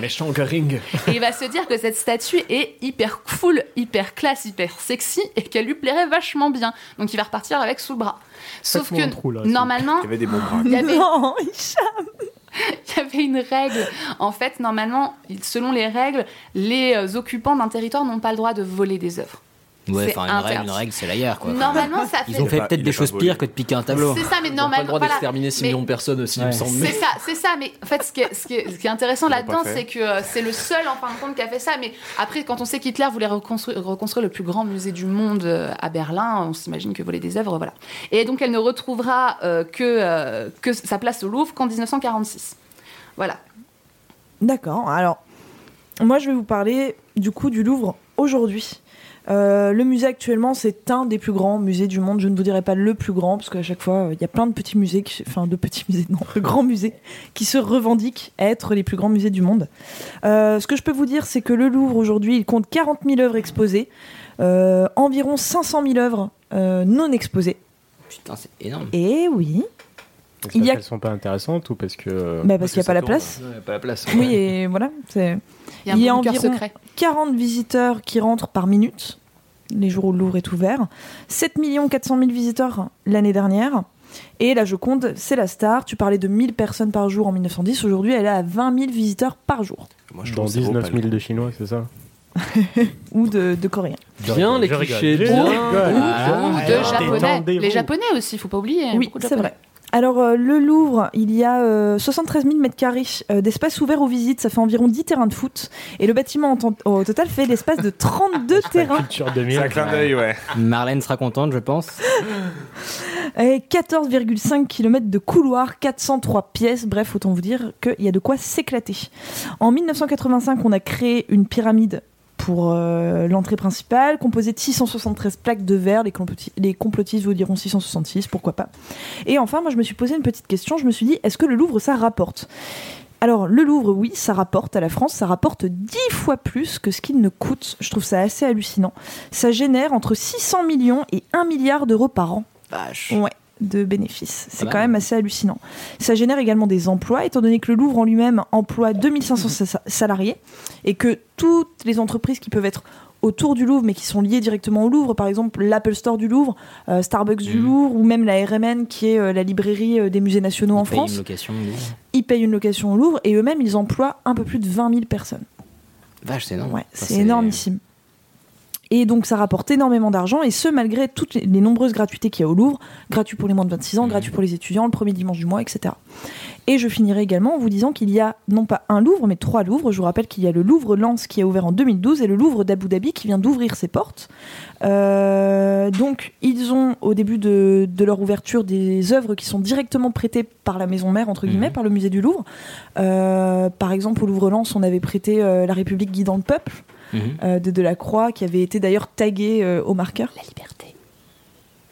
A: méchant Göring
K: Et il va se dire que cette statue est hyper cool, hyper classe, hyper sexy et qu'elle lui plairait vachement bien. Donc il va repartir avec sous le bras. Sauf
I: Faites-moi
K: que
I: un trou, là,
K: normalement,
G: Il y avait des bons bras.
K: il y avait,
J: non, il chante.
K: il y avait une règle. En fait, normalement, selon les règles, les euh, occupants d'un territoire n'ont pas le droit de voler des œuvres.
H: Ouais,
K: c'est
H: enfin, une règle,
K: interdit.
H: une règle, c'est la guerre, quoi.
K: Normalement, ça
H: Ils ont
K: fait.
G: Il
H: fait
G: a pas-
H: peut-être
G: il
H: des
G: a pas
H: choses
G: volé.
H: pires que de piquer un tableau.
K: C'est ça, mais
A: On n'a pas le
K: normalement.
A: droit
K: voilà.
A: d'exterminer 6
K: Mais-
A: millions de personnes aussi, il
H: Ouais.
A: me semble.
K: C'est ça, c'est ça. Mais en fait, ce qui est, ce qui est- ce qui est intéressant
G: Ils l'ont
K: là-dedans,
G: pas fait.
K: c'est que euh, c'est le seul, en fin de compte, qui a fait ça. Mais après, quand on sait qu'Hitler voulait reconstruire, reconstruire le plus grand musée du monde euh, à Berlin, on s'imagine que voler des œuvres, voilà. Et donc, elle ne retrouvera euh, que, euh, que sa place au Louvre qu'en 1946. Voilà.
J: D'accord. Alors, moi, je vais vous parler du coup du Louvre aujourd'hui. Euh, le musée actuellement, c'est un des plus grands musées du monde. Je ne vous dirai pas le plus grand, parce qu'à chaque fois, euh, il y a plein de petits musées, qui- enfin de petits musées, non, de grands musées, qui se revendiquent être les plus grands musées du monde. Euh, ce que je peux vous dire, c'est que le Louvre aujourd'hui, il compte 40 000 œuvres exposées, euh, environ 500 000 œuvres euh, non exposées.
H: Putain, c'est énorme.
J: Et oui,
I: Parce
J: Il y a-
I: qu'elles sont pas intéressantes ou parce que. euh,
J: bah, parce qu'il n'y a pas la
G: tourne.
J: place.
A: Non, il y a pas la place.
I: hein.
J: Oui, et voilà, c'est.
K: Il y a un bunker secret.
J: 40 visiteurs qui rentrent par minute, les jours où le Louvre est ouvert, 7 400 000 visiteurs l'année dernière. Et la Joconde, c'est la star. Tu parlais de 1000 personnes par jour en 1910. Aujourd'hui, elle est à 20 000 visiteurs par jour.
G: Moi, je
I: Dans
G: trouve que ça vaut
I: 19
G: pas
I: 000
G: le
I: de Chinois, c'est ça
J: Ou de, de Coréens.
I: Je
A: Bien
I: rigole,
A: les
I: je
A: clichés,
I: rigole.
A: bien.
I: Je rigole.
H: Voilà.
K: Ou
H: Ah,
K: de
H: alors,
K: japonais.
I: détendez-vous.
K: Les japonais aussi, faut pas oublier. il y a
J: Oui,
K: beaucoup de
J: c'est
K: Japonais.
J: vrai. Alors, euh, le Louvre, il y a euh, 73 000 mètres carrés euh, d'espace ouvert aux visites. Ça fait environ 10 terrains de foot. Et le bâtiment, en tant- au total, fait l'espace de
I: Ah,
J: 32 terrains.
I: Culture 2000.
G: C'est un clin d'œil, ouais.
H: Marlène sera contente, je pense.
J: Euh, Et 14,5 km de couloirs, 403 pièces, bref, autant vous dire qu'il y a de quoi s'éclater. En 1985, on a créé une pyramide pour euh, l'entrée principale, composée de 673 plaques de verre. Les, comploti- les complotistes vous diront 666, pourquoi pas. Et enfin, moi, je me suis posé une petite question. Je me suis dit, est-ce que le Louvre, ça rapporte alors, le Louvre, oui, ça rapporte à la France, ça rapporte 10 fois plus que ce qu'il ne coûte. Je trouve ça assez hallucinant. Ça génère entre 600 millions et 1 milliard d'euros par an.
H: Vache.
J: Ouais, de bénéfices. C'est
H: Ah bah.
J: quand même assez hallucinant. Ça génère également des emplois, étant donné que le Louvre en lui-même emploie 2500 sa- salariés et que toutes les entreprises qui peuvent être autour du Louvre, mais qui sont liées directement au Louvre, par exemple l'Apple Store du Louvre, euh, Starbucks du
H: Mhm.
J: Louvre, ou même la RMN, qui est euh, la librairie euh, des musées nationaux en
H: Ils payent
J: France,
H: une location.
J: ils payent une location au Louvre et eux-mêmes, ils emploient un peu plus de 20 000 personnes.
H: Vache, Ah, c'est énorme.
J: Ouais,
H: Enfin,
J: c'est énormissime. Et donc ça rapporte énormément d'argent, et ce malgré toutes les, les nombreuses gratuités qu'il y a au Louvre, gratuit pour les moins de 26 ans,
H: Mhm.
J: gratuit pour les étudiants, le premier dimanche du mois, etc. Et je finirai également en vous disant qu'il y a non pas un Louvre, mais trois Louvres. Je vous rappelle qu'il y a le Louvre Lens qui a ouvert en 2012 et le Louvre d'Abu Dhabi qui vient d'ouvrir ses portes. Euh, donc ils ont au début de, de leur ouverture des œuvres qui sont directement prêtées par la maison mère, entre guillemets,
H: Mhm.
J: par le musée du Louvre. Euh, par exemple au Louvre Lens, on avait prêté euh, La République guidant le peuple
H: Mhm.
J: euh, de Delacroix, qui avait été d'ailleurs tagué euh, au marqueur,
K: La liberté,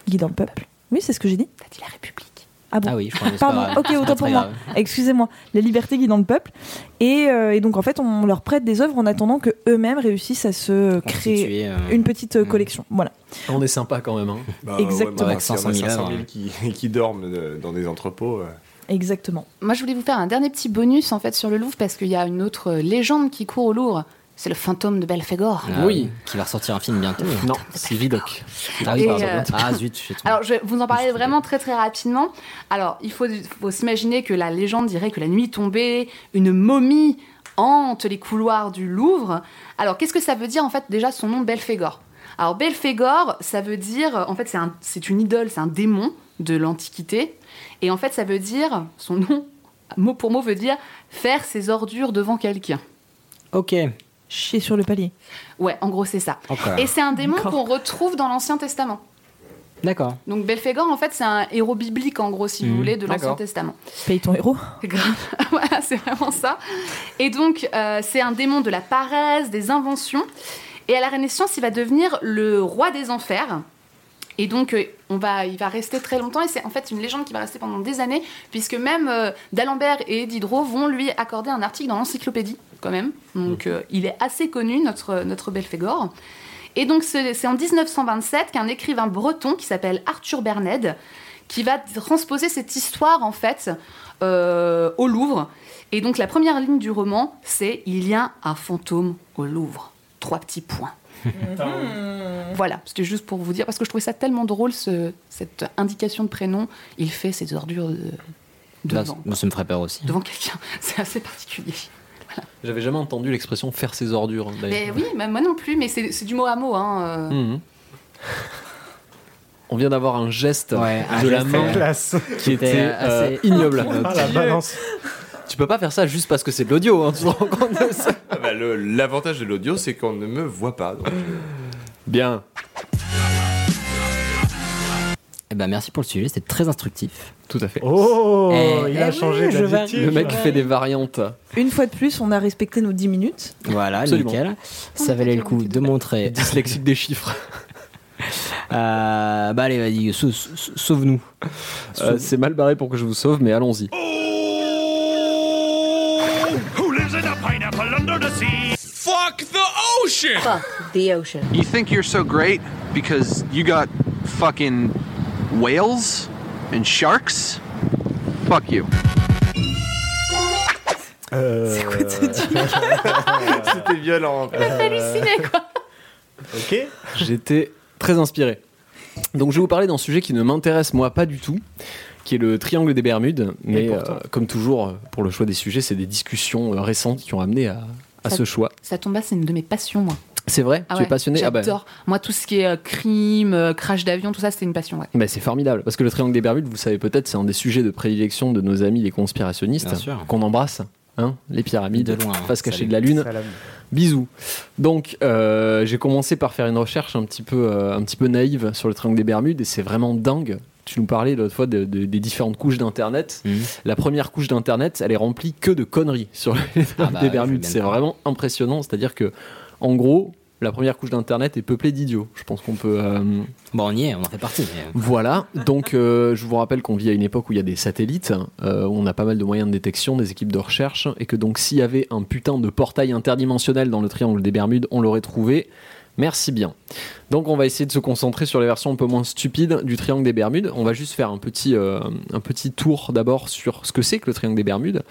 J: guidant le peuple. Oui, c'est ce que j'ai dit.
K: t'as dit la République.
J: Ah bon
H: Ah oui, je crois que c'est
J: Pardon,
H: pas grave.
J: ok,
H: C'est
J: autant
H: pas
J: pour
H: très
J: moi.
H: grave.
J: Excusez-moi, la liberté guidant le peuple. Et, euh, et donc en fait, on leur prête des œuvres en attendant que eux-mêmes réussissent à se euh, créer
H: Constituer, euh,
J: une petite euh,
H: Mm.
J: collection. Voilà.
A: On est sympa quand même. hein.
G: Bah,
J: Exactement.
G: ouais, mais
H: Avec
G: s'il y en
H: 500
G: a
H: 000 œuvres.
G: qui, qui dorment euh, dans des entrepôts. euh,
J: Exactement.
K: Moi, je voulais vous faire un dernier petit bonus en fait sur le Louvre parce qu'il y a une autre euh, légende qui court au Louvre. C'est le fantôme de Belphégor.
H: Ah
A: Oui.
H: Qui va ressortir un film bientôt.
A: Non, c'est Vidoc.
H: Ah oui,
K: Et,
H: pardon.
K: euh,
H: Ah zut, je suis tombé.
K: Alors, je vais vous en parler vraiment très très rapidement. Alors, il faut, faut s'imaginer que la légende dirait que la nuit tombée, une momie hante les couloirs du Louvre. Alors, qu'est-ce que ça veut dire en fait déjà son nom Belphégor Alors, Belphégor, ça veut dire, en fait, c'est un- c'est une idole, c'est un démon de l'Antiquité. Et en fait, ça veut dire, son nom, mot pour mot, veut dire faire ses ordures devant quelqu'un.
H: Ok.
J: Chier sur le palier.
K: Ouais, en gros, c'est ça.
H: Encore.
K: Et c'est un démon
J: D'accord.
K: qu'on retrouve dans l'Ancien Testament.
H: D'accord.
K: Donc Belphégor, en fait, c'est un héros biblique, en gros, si
H: Mhm.
K: vous voulez, de l'Ancien
H: D'accord.
K: Testament.
J: Paye ton héros.
K: Grave. voilà, c'est vraiment ça. Et donc, euh, c'est un démon de la paresse, des inventions. Et à la Renaissance, il va devenir le roi des enfers. Et donc, euh, on va, il va rester très longtemps. Et c'est en fait une légende qui va rester pendant des années, puisque même euh, D'Alembert et Diderot vont lui accorder un article dans l'encyclopédie, quand même. Donc, euh, il est assez connu, notre, notre Belphégor. Et donc, c'est c'est en 1927 qu'un écrivain breton qui s'appelle Arthur Berned, qui va transposer cette histoire, en fait, euh, au Louvre. Et donc la première ligne du roman, c'est Il y a un fantôme au Louvre. Trois petits points. Voilà, c'était juste pour vous dire, parce que je trouvais ça tellement drôle, ce- cette indication de prénom. Il fait ses ordures de-
H: Là,
K: devant,
H: ça me ferait peur aussi.
K: devant quelqu'un. C'est assez particulier.
A: J'avais jamais entendu l'expression faire ses ordures. d'ailleurs.
K: Mais oui, bah, moi non plus, mais c'est c'est du mot à mot. Hein. euh.
A: Mhm. On vient d'avoir un geste
H: Ouais, un
A: de la
H: geste,
A: main
H: euh,
I: Classe.
A: qui était
H: C'était
A: euh,
H: assez-
A: ignoble.
I: Ah, la balance.
A: Tu peux pas faire ça juste parce que c'est de l'audio, hein, tu te rends compte de ça
G: Ah bah, le- L'avantage de l'audio, c'est qu'on ne me voit pas. donc, euh,
A: Bien.
H: Eh ben merci pour le sujet, c'était très instructif.
A: Tout à fait.
I: Oh,
H: Eh,
I: il
H: eh
I: a
H: oui,
I: changé
H: je vais
I: d'adjectif.
A: Le mec fait des variantes.
J: Une fois de plus, on a respecté nos 10 minutes.
H: Voilà,
A: Absolument.
H: nickel. Ça valait le coup de montrer.
A: Dyslexique des chiffres.
H: Euh, bah allez, vas-y, sau- sau- sauve-nous.
A: Euh, c'est mal barré pour que je vous sauve, mais allons-y.
F: The Ocean.
C: You think you're so great because you got fucking whales and sharks? Fuck you.
I: Euh,
G: C'était violent.
K: Halluciné, quoi.
I: ok.
A: J'étais très inspiré. Donc je vais vous parler d'un sujet qui ne m'intéresse moi pas du tout, qui est le triangle des Bermudes. Mais
I: pourtant.
A: euh, comme toujours, euh, pour le choix des sujets, c'est des discussions euh, récentes qui ont amené à, à
K: Ça-
A: ce choix.
K: Ça tombe bas, c'est une de mes passions, moi.
A: C'est vrai
K: Ah
A: Tu es
K: ouais,
A: passionné Ah bah,
K: J'adore. Moi, tout ce qui est euh, crime, euh, crash d'avion, tout ça, c'est une passion, ouais.
A: bah, c'est formidable, parce que le triangle des Bermudes, vous le savez peut-être, c'est un des sujets de prédilection de nos amis les conspirationnistes,
H: Bien sûr.
A: qu'on embrasse. Hein, les pyramides,
H: De loin, hein.
A: face cachée
H: Salut.
A: de la lune.
I: Salam.
A: Bisous. Donc, euh, j'ai commencé par faire une recherche un petit peu, euh, un petit peu naïve sur le triangle des Bermudes et c'est vraiment dingue. Tu- tu nous parlais l'autre fois de- de- des différentes couches d'Internet.
H: Mhm.
A: La première couche d'Internet, elle est remplie que de conneries sur les
H: Ah bah,
A: des
H: je
A: Bermudes.
H: veux
A: C'est
H: bien le
A: vraiment impressionnant. C'est-à-dire que, en gros, la première couche d'Internet est peuplée d'idiots. Je pense qu'on peut. euh,
H: Bon, on y est, on en fait partie.
A: Voilà. Donc, euh, je vous rappelle qu'on vit à une époque où il y a des satellites, euh, où on a pas mal de moyens de détection, des équipes de recherche, et que donc, s'il y avait un putain de portail interdimensionnel dans le triangle des Bermudes, on l'aurait trouvé. Merci bien. Donc on va essayer de se concentrer sur les versions un peu moins stupides du triangle des Bermudes. On va juste faire un petit, euh, un petit tour d'abord sur ce que c'est que le triangle des Bermudes.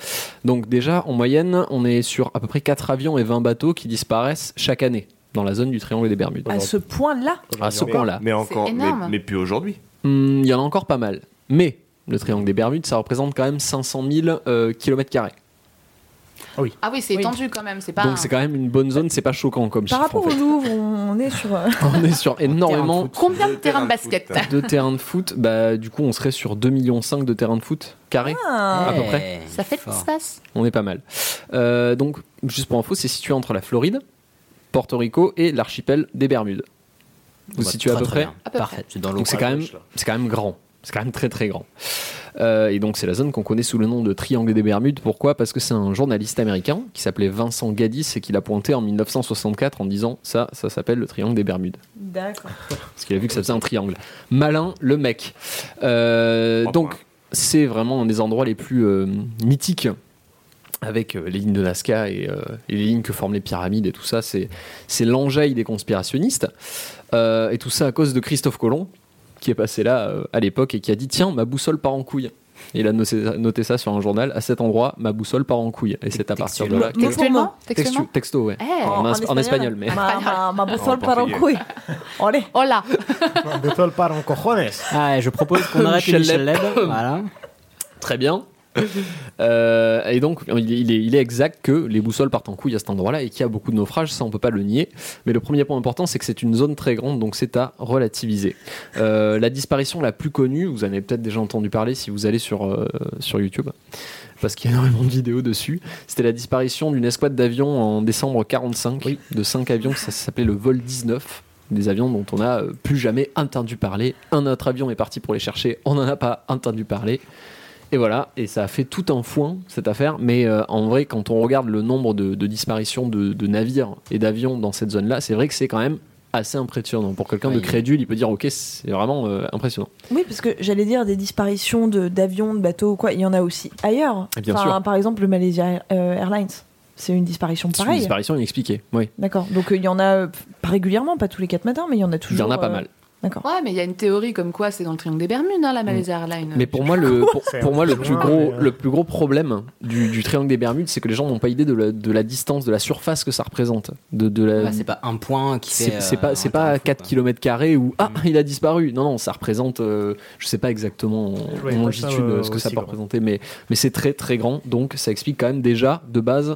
A: Donc déjà, en moyenne, on est sur à peu près 4 avions et 20 bateaux qui disparaissent chaque année dans la zone du triangle des Bermudes.
J: À ce point-là
A: À ce point-là.
G: Mais encore, mais,
J: énorme.
G: mais plus aujourd'hui.
A: Hmm, Il y en a encore pas mal. Mais le triangle des Bermudes, ça représente quand même 500 000 km
K: Ah oui, c'est étendu quand même, c'est pas.
A: Donc c'est quand même une bonne zone, c'est pas choquant comme
J: Par
A: chiffre. en
J: rapport au
A: fait.
J: Louvre, on est sur. euh,
A: On est sur énormément
K: Combien de terrains de basket
A: de terrains de foot. Bah, du coup, on serait sur 2,5 millions de terrains de foot carrés,
J: Ah.
A: à peu près.
K: Ça fait de l'espace.
A: On est pas mal. Euh, donc, juste pour info, c'est situé entre la Floride, Porto Rico et l'archipel des Bermudes. Vous
H: Bah,
A: situez à
H: très,
A: peu
H: très
A: près
H: bien. À peu Parfait, près. c'est dans
A: Donc c'est
H: l'eau,
A: quand
H: la
A: même,
H: gauche, là.
A: c'est quand même grand. C'est quand même très très grand. Euh, et donc c'est la zone qu'on connaît sous le nom de Triangle des Bermudes. Pourquoi Parce que c'est un journaliste américain qui s'appelait Vincent Gaddis et qui l'a pointé en 1964 en disant ça, ça s'appelle le Triangle des Bermudes.
J: D'accord.
A: Parce qu'il a vu que ça faisait un triangle. Malin, le mec. Euh, donc, c'est vraiment un des endroits les plus euh, mythiques. Avec euh, les lignes de Nazca et, euh, et les lignes que forment les pyramides et tout ça, c'est c'est l'enjaille des conspirationnistes. Euh, et tout ça à cause de Christophe Colomb, qui est passé là euh, à l'époque et qui a dit Tiens, ma boussole part en couille. Et il a noté, noté ça sur un journal à cet endroit, ma boussole part en couille. Et c'est à partir de là. que-
K: Textuellement
A: Textu-
K: Textuellement
A: Texto, ouais.
K: Eh.
A: en, es- en espagnol, mais.
J: Ma, ma, ma boussole
A: En
J: part en
A: portugais.
J: couille. Allez.
K: Hola.
I: part en cojones.
H: Ah, je propose qu'on arrête
A: Michel
H: Michel
A: Leb.
H: Leb. Voilà.
A: Très bien. Euh, et donc, il il est, il est exact que les boussoles partent en couille à cet endroit-là et qu'il y a beaucoup de naufrages, ça on peut pas le nier. Mais le premier point important, c'est que c'est une zone très grande, donc c'est à relativiser. Euh, la disparition la plus connue, vous en avez peut-être déjà entendu parler si vous allez sur, euh, sur YouTube, parce qu'il y a énormément de vidéos dessus, c'était la disparition d'une escouade d'avions en décembre 45, de 5 avions, ça s'appelait le vol 19 des avions dont on n'a euh, plus jamais entendu parler. Un autre avion est parti pour les chercher, on n'en a pas entendu parler. Et voilà, et ça a fait tout un foin, cette affaire. Mais euh, en vrai, quand on regarde le nombre de, de disparitions de, de navires et d'avions dans cette zone-là, c'est vrai que c'est quand même assez impressionnant. Pour quelqu'un de crédule, il peut dire, ok, c'est vraiment euh, impressionnant.
J: Oui, parce que j'allais dire des disparitions de- d'avions, de, bateaux ou quoi, il y en a aussi ailleurs.
A: Et Ah, bien sûr.
J: Par exemple, le Malaysia euh, Airlines, c'est une disparition
A: C'est une
J: pareille.
A: disparition inexpliquée, oui.
J: D'accord. Donc euh, il y en a euh, pas régulièrement, pas tous les 4 matins, mais il y en
A: Il
J: a
A: y
J: toujours.
A: en a pas
J: euh,
A: mal.
J: D'accord.
K: Ouais, mais il y a une théorie comme quoi c'est dans le triangle des Bermudes, hein, la Malaysia
I: Ah,
K: Airlines.
A: Mm. Mais pour moi, le, pour,
K: C'est
A: pour moi, le, plus,
K: loin,
A: gros,
K: mais,
I: euh,
A: le plus gros problème du, du triangle des Bermudes, c'est que les gens n'ont pas idée de la, de la distance, de la surface que ça représente. De, de la,
H: Ouais, Bah, c'est pas un point qui fait.
A: C'est c'est
H: euh,
A: pas, c'est pas 4 km où ah,
I: Mm.
A: il a disparu. Non, non, ça représente, euh, je sais pas exactement en
I: Ouais,
A: en
I: moi, ça,
A: longitude
I: euh,
A: ce que ça
I: aussi
A: peut
I: grand.
A: représenter, mais, mais c'est très très grand. Donc ça explique quand même déjà de base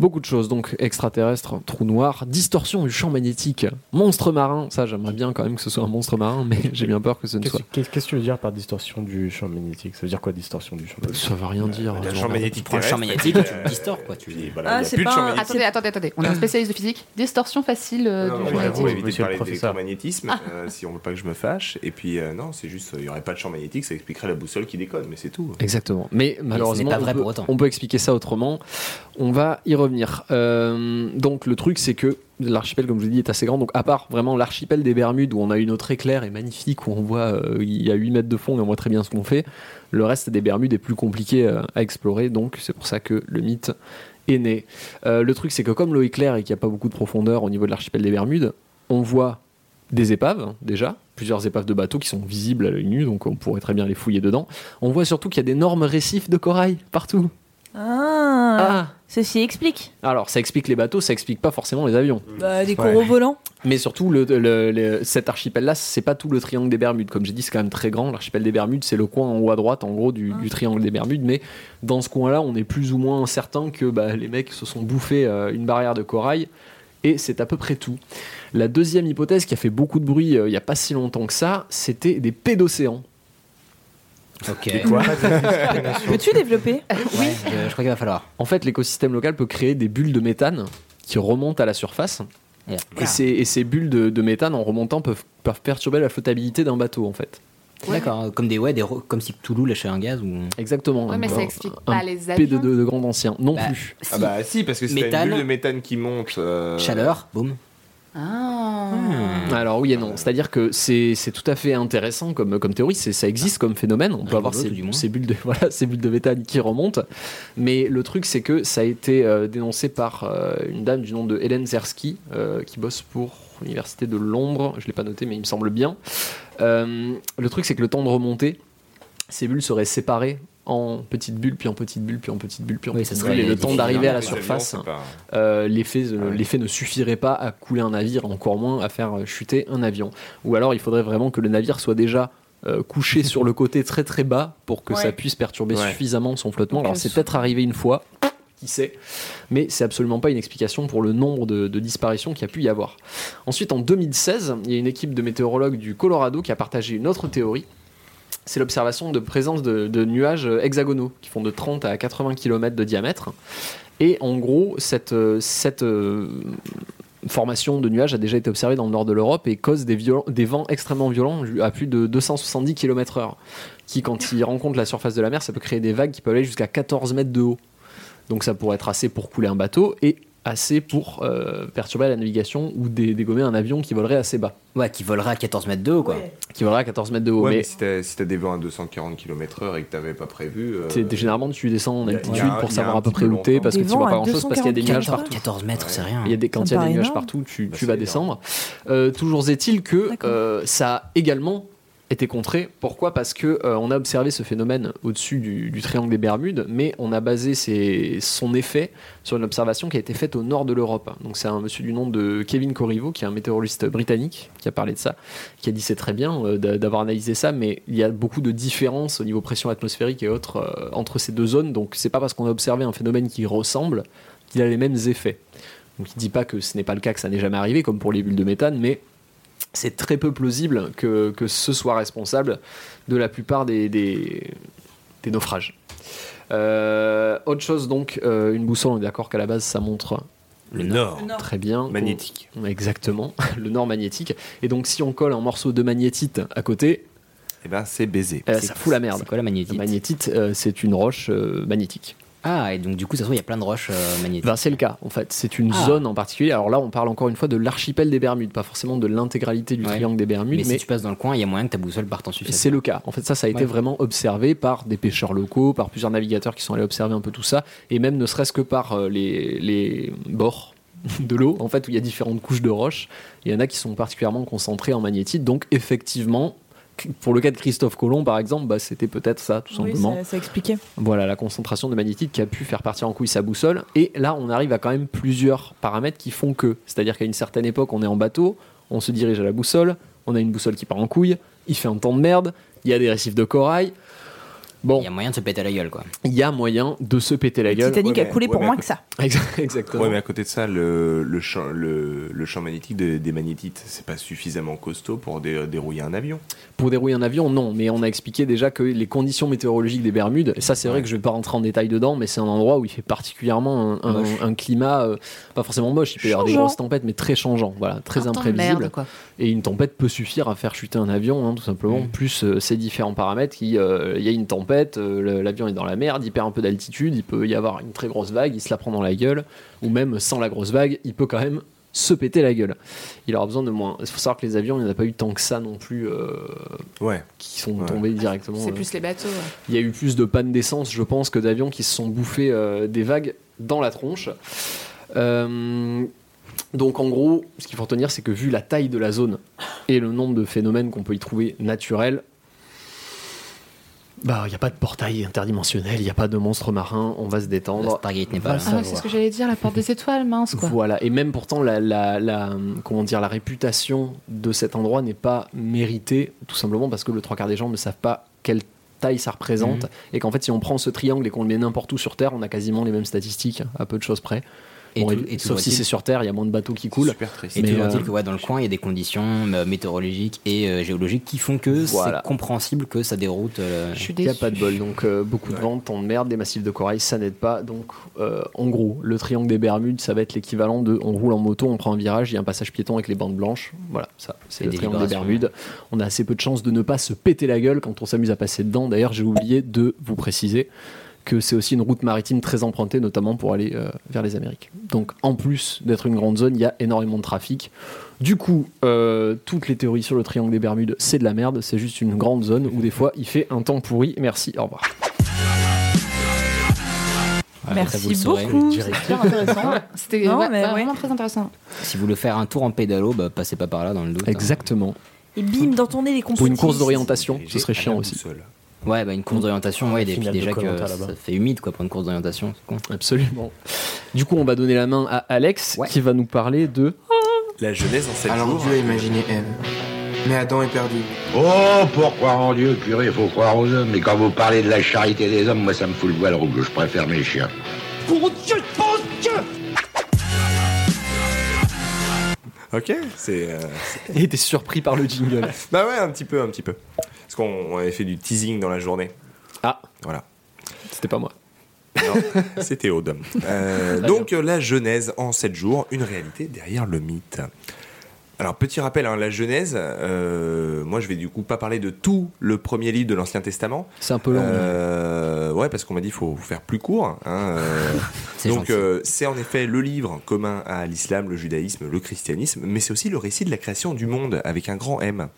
A: beaucoup de choses. Donc extraterrestre, trou noir, distorsion du champ magnétique, monstre marin. Ça, j'aimerais bien quand même que ce soit un monstre marin, mais j'ai bien peur que ce ne
I: Qu'est-ce
A: soit.
I: qu'est-ce que tu veux dire par distorsion du champ magnétique Ça veut dire quoi, distorsion du champ magnétique
A: Ça veut rien dire.
I: Le
A: je
I: champ
A: regarde.
I: magnétique
H: Tu prends le champ
I: terrestre,
H: magnétique,
I: et
H: tu
I: puis,
H: le
I: euh,
H: distors, quoi. Tu dis,
G: voilà,
K: Ah,
G: il y a
K: c'est
G: plus de
K: pas
G: champ
K: un-
G: magnétique.
K: Attendez, attendez, attendez. On est un spécialiste de physique. Distorsion facile euh,
G: Non,
K: du
G: non,
K: champ
G: mais
K: magnétique.
G: vous évitez de
I: monsieur le
G: parler
I: professeur.
G: d'électromagnétisme, euh, si on veut pas que je me fâche. Et puis, euh, non, c'est juste, euh, il n'y aurait pas de champ magnétique, ça expliquerait la boussole qui déconne, mais c'est tout.
A: Exactement. hein. Mais malheureusement,
H: pas vrai
A: on, peut,
H: pour autant.
A: on peut expliquer ça autrement. On va y revenir. Euh, donc le truc, c'est que l'archipel, comme je vous l'ai dit, est assez grand. Donc à part vraiment l'archipel des Bermudes, où on a une eau très claire et magnifique, où on voit, euh, il y a 8 mètres de fond et on voit très bien ce qu'on fait, le reste des Bermudes est plus compliqué euh, à explorer. Donc c'est pour ça que le mythe est né. Euh, le truc, c'est que comme l'eau est claire et qu'il n'y a pas beaucoup de profondeur au niveau de l'archipel des Bermudes, on voit des épaves hein, déjà, plusieurs épaves de bateaux qui sont visibles à l'œil nu, donc on pourrait très bien les fouiller dedans. On voit surtout qu'il y a d'énormes récifs de corail partout.
J: Ah, Ceci explique.
A: Alors ça explique les bateaux, ça explique pas forcément les avions.
G: Hmm.
J: Bah, des
A: Ouais.
J: coraux volants.
A: Mais surtout, le, le- le- cet archipel-là, c'est pas tout le triangle des Bermudes. Comme j'ai dit, c'est quand même très grand. L'archipel des Bermudes, c'est le coin en haut à droite, en gros, du, du triangle des Bermudes. Mais dans ce coin-là, on est plus ou moins certain que bah, les mecs se sont bouffés euh, une barrière de corail. Et c'est à peu près tout. La deuxième hypothèse qui a fait beaucoup de bruit euh, il y a pas si longtemps que ça, c'était des pédocéans.
H: Ok.
J: Peux-tu développer
H: Ouais, je, je crois qu'il va falloir.
A: En fait, l'écosystème local peut créer des bulles de méthane qui remontent à la surface. Et ces, et ces bulles de, de méthane, en remontant, peuvent, peuvent perturber la flottabilité d'un bateau, en fait.
H: D'accord, comme des ouais, des ro- comme si Toulouse lâchait un gaz ou.
A: Exactement.
K: Ouais, mais ça
A: un-
K: explique
A: un
K: pas les
A: P de,
K: avions.
A: de, de grand ancien, non
H: Bah,
A: plus.
H: si.
G: Ah bah si, parce que si t'as
H: Méthane.
G: une bulle de méthane qui monte. euh,
H: Chaleur, boum.
K: Ah.
H: Hmm.
A: Alors oui et non, c'est-à-dire que c'est c'est tout à fait intéressant comme, comme théorie, c'est- ça existe comme phénomène, on peut
H: Ah, Rigolo,
A: avoir ces,
H: tout du moins.
A: ces bulles de, voilà, ces bulles de méthane qui remontent, mais le truc c'est que ça a été euh, dénoncé par euh, une dame du nom de Hélène Zerski, euh, qui bosse pour l'université de Londres, je l'ai pas noté mais il me semble bien. Euh, le truc c'est que le temps de remontée, ces bulles seraient séparées en petites bulles, puis en petites bulles, puis en petites bulles, puis en
H: Oui, ça
A: petites
H: serait
A: bulles, et le
H: difficile, hein,
A: temps d'arriver à la
G: non, les avions,
A: surface...
G: c'est pas-
A: Euh, l'effet euh,
G: Ah oui.
A: l'effet ne suffirait pas à couler un navire, encore moins à faire euh, chuter un avion. Ou alors il faudrait vraiment que le navire soit déjà euh, couché sur le côté très très bas pour que
K: Ouais.
A: ça puisse perturber
G: Ouais.
A: suffisamment son flottement.
K: Donc,
A: Alors
K: euh,
A: c'est
K: sous-
A: peut-être arrivé une fois, qui sait, mais c'est absolument pas une explication pour le nombre de, de disparitions qu'il y a pu y avoir. Ensuite en 2016, il y a une équipe de météorologues du Colorado qui a partagé une autre théorie c'est l'observation de présence de, de nuages euh, hexagonaux qui font de 30 à 80 km de diamètre. Et en gros, cette, euh, cette euh, formation de nuages a déjà été observée dans le nord de l'Europe et cause des, viol- des vents extrêmement violents ju- à plus de 270 km/h, qui, quand ils rencontrent la surface de la mer, ça peut créer des vagues qui peuvent aller jusqu'à 14 mètres de haut. Donc ça pourrait être assez pour couler un bateau et assez pour euh, perturber la navigation ou dé- dégommer un avion qui volerait assez bas,
H: Ouais, qui volera à 14 mètres de haut, quoi.
A: qui volerait à 14 mètres de haut.
G: Ouais, mais,
A: mais
G: si t'as si t'as des vents à 240 km/h et que t'avais pas prévu. euh,
A: t'es- t'es- généralement, tu descends en
G: y a-
A: altitude
G: y a un-
A: pour
G: y a
A: savoir
G: un
A: à peu
G: petit
A: près
G: peu
A: où t'es
G: longtemps.
A: parce que
J: Des
A: tu vois
J: vents
A: pas
J: à
A: grand chose parce qu'il y a des
J: 240
A: nuages
J: km/h.
A: partout.
H: 14 mètres, c'est rien.
A: Il y a des, quand
J: Ça me
A: il y a des
J: paraît
A: nuages
J: énorme.
A: partout, tu,
G: hein. Bah,
A: tu
G: c'est
A: vas
G: énorme.
A: descendre. Euh, toujours est-il que
J: D'accord.
A: euh, ça a également été contré. Pourquoi Parce que euh, on a observé ce phénomène au-dessus du, du triangle des Bermudes, mais on a basé ses- son effet sur une observation qui a été faite au nord de l'Europe. Donc c'est un monsieur du nom de Kevin Corriveau, qui est un météorologiste britannique, qui a parlé de ça, qui a dit c'est très bien euh, d'a- d'avoir analysé ça, mais il y a beaucoup de différences au niveau pression atmosphérique et autres euh, entre ces deux zones. Donc c'est pas parce qu'on a observé un phénomène qui ressemble qu'il a les mêmes effets. Donc il dit pas que ce n'est pas le cas, que ça n'est jamais arrivé, comme pour les bulles de méthane, mais c'est très peu plausible que, que ce soit responsable de la plupart des, des, des naufrages. Euh, autre chose donc, euh, une boussole, on est d'accord qu'à la base ça montre
G: Le Nord.
A: très bien.
G: Magnétique.
A: Exactement, le nord magnétique. Et donc si on colle un morceau de magnétite à côté,
G: Et ben c'est baisé.
A: euh,
H: Bah, C'est-
A: ça fout la merde.
H: C'est quoi la
A: La
H: magnétite
A: magnétite, euh, c'est une roche euh, magnétique.
H: Ah, et donc du coup, ça se trouve, il y a plein de roches euh, magnétiques.
A: Ben, c'est le cas, en fait. C'est une
H: Ah.
A: zone en particulier. Alors là, on parle encore une fois de l'archipel des Bermudes, pas forcément de l'intégralité du
H: Ouais.
A: triangle des Bermudes,
H: mais
A: mais,
H: si tu passes dans le coin, il y a moyen que ta boussole parte en sucette.
A: c'est le cas. En fait, ça, ça a été
H: Ouais.
A: vraiment observé par des pêcheurs locaux, par plusieurs navigateurs qui sont allés observer un peu tout ça, et même ne serait-ce que par euh, les, les bords de l'eau, en fait, où il y a différentes couches de roches. Il y en a qui sont particulièrement concentrées en magnétite. Donc, effectivement, pour le cas de Christophe Colomb, par exemple, bah, c'était peut-être ça, tout
J: Oui,
A: simplement.
J: ça, ça expliquait.
A: Voilà, la concentration de magnétite qui a pu faire partir en couille sa boussole. Et là, on arrive à quand même plusieurs paramètres qui font que. C'est-à-dire qu'à une certaine époque, on est en bateau, on se dirige à la boussole, on a une boussole qui part en couille, il fait un temps de merde, il y a des récifs de corail.
H: Il
A: Bon,
H: y a moyen de se péter la gueule, quoi.
A: il y a moyen de se péter la gueule.
J: Titanic
G: ouais,
J: a coulé
G: mais-
J: pour
G: ouais,
J: moins
G: mais-
J: que ça.
A: Exa- Exactement.
G: Ouais, mais à côté de ça, le, le, champ, le, le champ magnétique de- des magnétites, c'est pas suffisamment costaud pour dé- dérouiller un avion.
A: Pour dérouiller un avion, non, mais on a expliqué déjà que les conditions météorologiques des Bermudes, et ça c'est vrai que je vais pas rentrer en détail dedans, mais c'est un endroit où il fait particulièrement un, un-
H: Moche.
A: un climat, euh, pas forcément moche, il peut y avoir des
J: Changeant.
A: grosses tempêtes, mais très changeant, voilà, très
K: Un temps de
A: imprévisible.
K: merde, quoi.
A: Et une tempête peut suffire à faire chuter un avion, hein, tout simplement, plus euh, ces différents paramètres. qui, euh, Il y a une tempête, euh, le- l'avion est dans la merde, il perd un peu d'altitude, il peut y avoir une très grosse vague, il se la prend dans la gueule, ou même sans la grosse vague, il peut quand même se péter la gueule. Il aura besoin de moins. Il faut savoir que les avions, il n'y en a pas eu tant que ça non plus euh,
G: Ouais.
A: qui sont
G: Ouais.
A: tombés directement.
K: C'est
A: euh.
K: plus les bateaux. ouais.
A: Il y a eu plus de pannes d'essence, je pense, que d'avions qui se sont bouffés euh, des vagues dans la tronche. Euh, donc en gros, ce qu'il faut retenir, c'est que vu la taille de la zone et le nombre de phénomènes qu'on peut y trouver naturels, bah il n'y a pas de portail interdimensionnel, il n'y a pas de monstre marin, on va se
H: La
A: détendre.
H: Stargate n'est pas
A: va
H: là.
K: Ah ouais, c'est ce que j'allais dire, la porte des étoiles, mince quoi.
A: Voilà, et même pourtant, la, la- la- comment dire, la réputation de cet endroit n'est pas méritée, tout simplement parce que le trois quarts des gens ne savent pas quelle taille ça représente, et qu'en fait, si on prend ce triangle et qu'on le met n'importe où sur Terre, on a quasiment les mêmes statistiques, à peu de choses près. Bon, et-
H: tout- et tout
A: sauf si
H: va-t-il-
A: c'est sur Terre, il y a moins de bateaux qui coulent.
H: Et
A: Mais,
H: toujours
A: euh,
H: est-il que ouais, dans le coin, il y a des conditions euh, météorologiques et euh, géologiques qui font que
A: Voilà.
H: c'est compréhensible que ça déroute. euh,
A: Il n'y a pas de bol, donc euh, beaucoup de vent, tant de merde, des massifs de corail, ça n'aide pas. Donc, euh, en gros, le triangle des Bermudes, ça va être l'équivalent de on roule en moto, on prend un virage, il y a un passage piéton avec les bandes blanches. Voilà, ça, c'est
H: Et
A: le
H: des
A: triangle des
H: vibrations.
A: Bermudes. On a assez peu de chances de ne pas se péter la gueule quand on s'amuse à passer dedans. D'ailleurs, j'ai oublié de vous préciser que c'est aussi une route maritime très empruntée, notamment pour aller euh, vers les Amériques. Donc, en plus d'être une grande zone, il y a énormément de trafic. Du coup, euh, toutes les théories sur le triangle des Bermudes, c'est de la merde. C'est juste une grande zone où des fois, il fait un temps pourri. Merci, au revoir.
H: Ah, ça, vous le
J: Merci
H: saurez.
J: beaucoup.
H: Je dirais.
J: C'est super intéressant.
K: C'était
J: Non,
K: ouais,
J: mais
K: ouais,
J: ouais.
K: vraiment très intéressant.
H: Si vous voulez faire un tour en pédalo, bah, passez pas par là dans le doute.
A: Exactement.
J: Et bim, dans ton nez, les
A: Pour une course
J: consultistes.
A: d'orientation, ce serait chiant aussi.
H: Ouais, bah une course d'orientation, ouais, et puis
I: finale de
H: déjà que
I: Koh-Lanta, là-bas.
H: ça fait humide quoi pour une course d'orientation, c'est con.
A: Absolument. Du coup, on va donner la main à Alex qui va nous parler de.
G: La jeunesse en 7
E: Alors
G: jours.
E: Dieu a imaginé Ève, mais Adam est perdu.
L: Oh, pour croire en Dieu, curé, il faut croire aux hommes. Mais quand vous parlez de la charité des hommes, moi, ça me fout le voile rouge. Je préfère mes chiens.
B: Pour Dieu, pour Dieu
G: Ok, c'est. euh, c'est-
A: Et t'es surpris par le jingle.
G: bah ouais, un petit peu, un petit peu. Parce qu'on on avait fait du teasing dans la journée.
A: Ah.
G: Voilà.
A: C'était pas moi.
G: Non, c'était Aude. Euh, donc, euh, la Genèse en 7 jours, une réalité derrière le mythe. Alors, petit rappel, hein, la Genèse, euh, moi je vais du coup pas parler de tout le premier livre de l'Ancien Testament.
A: C'est un peu long,
G: Euh, ouais, parce qu'on m'a dit qu'il faut faire plus court. hein, euh,
A: C'est
G: donc,
A: gentil.
G: euh, c'est en effet le livre commun à l'islam, le judaïsme, le christianisme, mais c'est aussi le récit de la création du monde avec un grand M.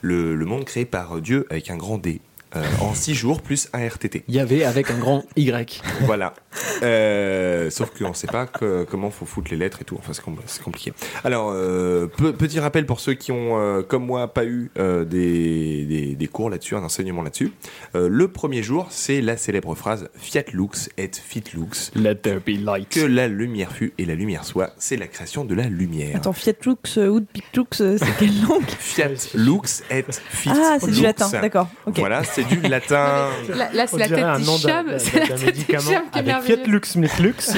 G: Le, le monde créé par Dieu avec un grand D. euh, en 6 jours plus un RTT.
A: Il y avait avec un grand Y.
G: Voilà. Euh, sauf qu'on ne sait pas que- comment faut foutre les lettres et tout. Enfin, c'est com- c'est compliqué. Alors, euh, pe- petit rappel pour ceux qui ont, euh, comme moi, pas eu euh, des, des- des cours là-dessus, un enseignement là-dessus. Euh, le premier jour, c'est la célèbre phrase Fiat lux et fit lux.
A: Let there be light.
G: Que la lumière fut et la lumière soit. C'est la création de la lumière.
J: Attends, Fiat Lux, euh, ou de Pic Lux, euh, c'est quelle langue
G: Fiat lux et fit
J: Ah, c'est du
G: lux.
J: latin, d'accord, ok.
G: Voilà, c'est du latin.
K: Là, là, c'est
I: On
K: la
I: dirait
K: tête
I: un
K: du
I: nom d'un-
K: cham,
I: d'un-
K: c'est la
I: d'un
K: tête du
I: médicament.
K: cham qui est
I: Avec Fiat
K: merveilleux.
I: Lux Metlux.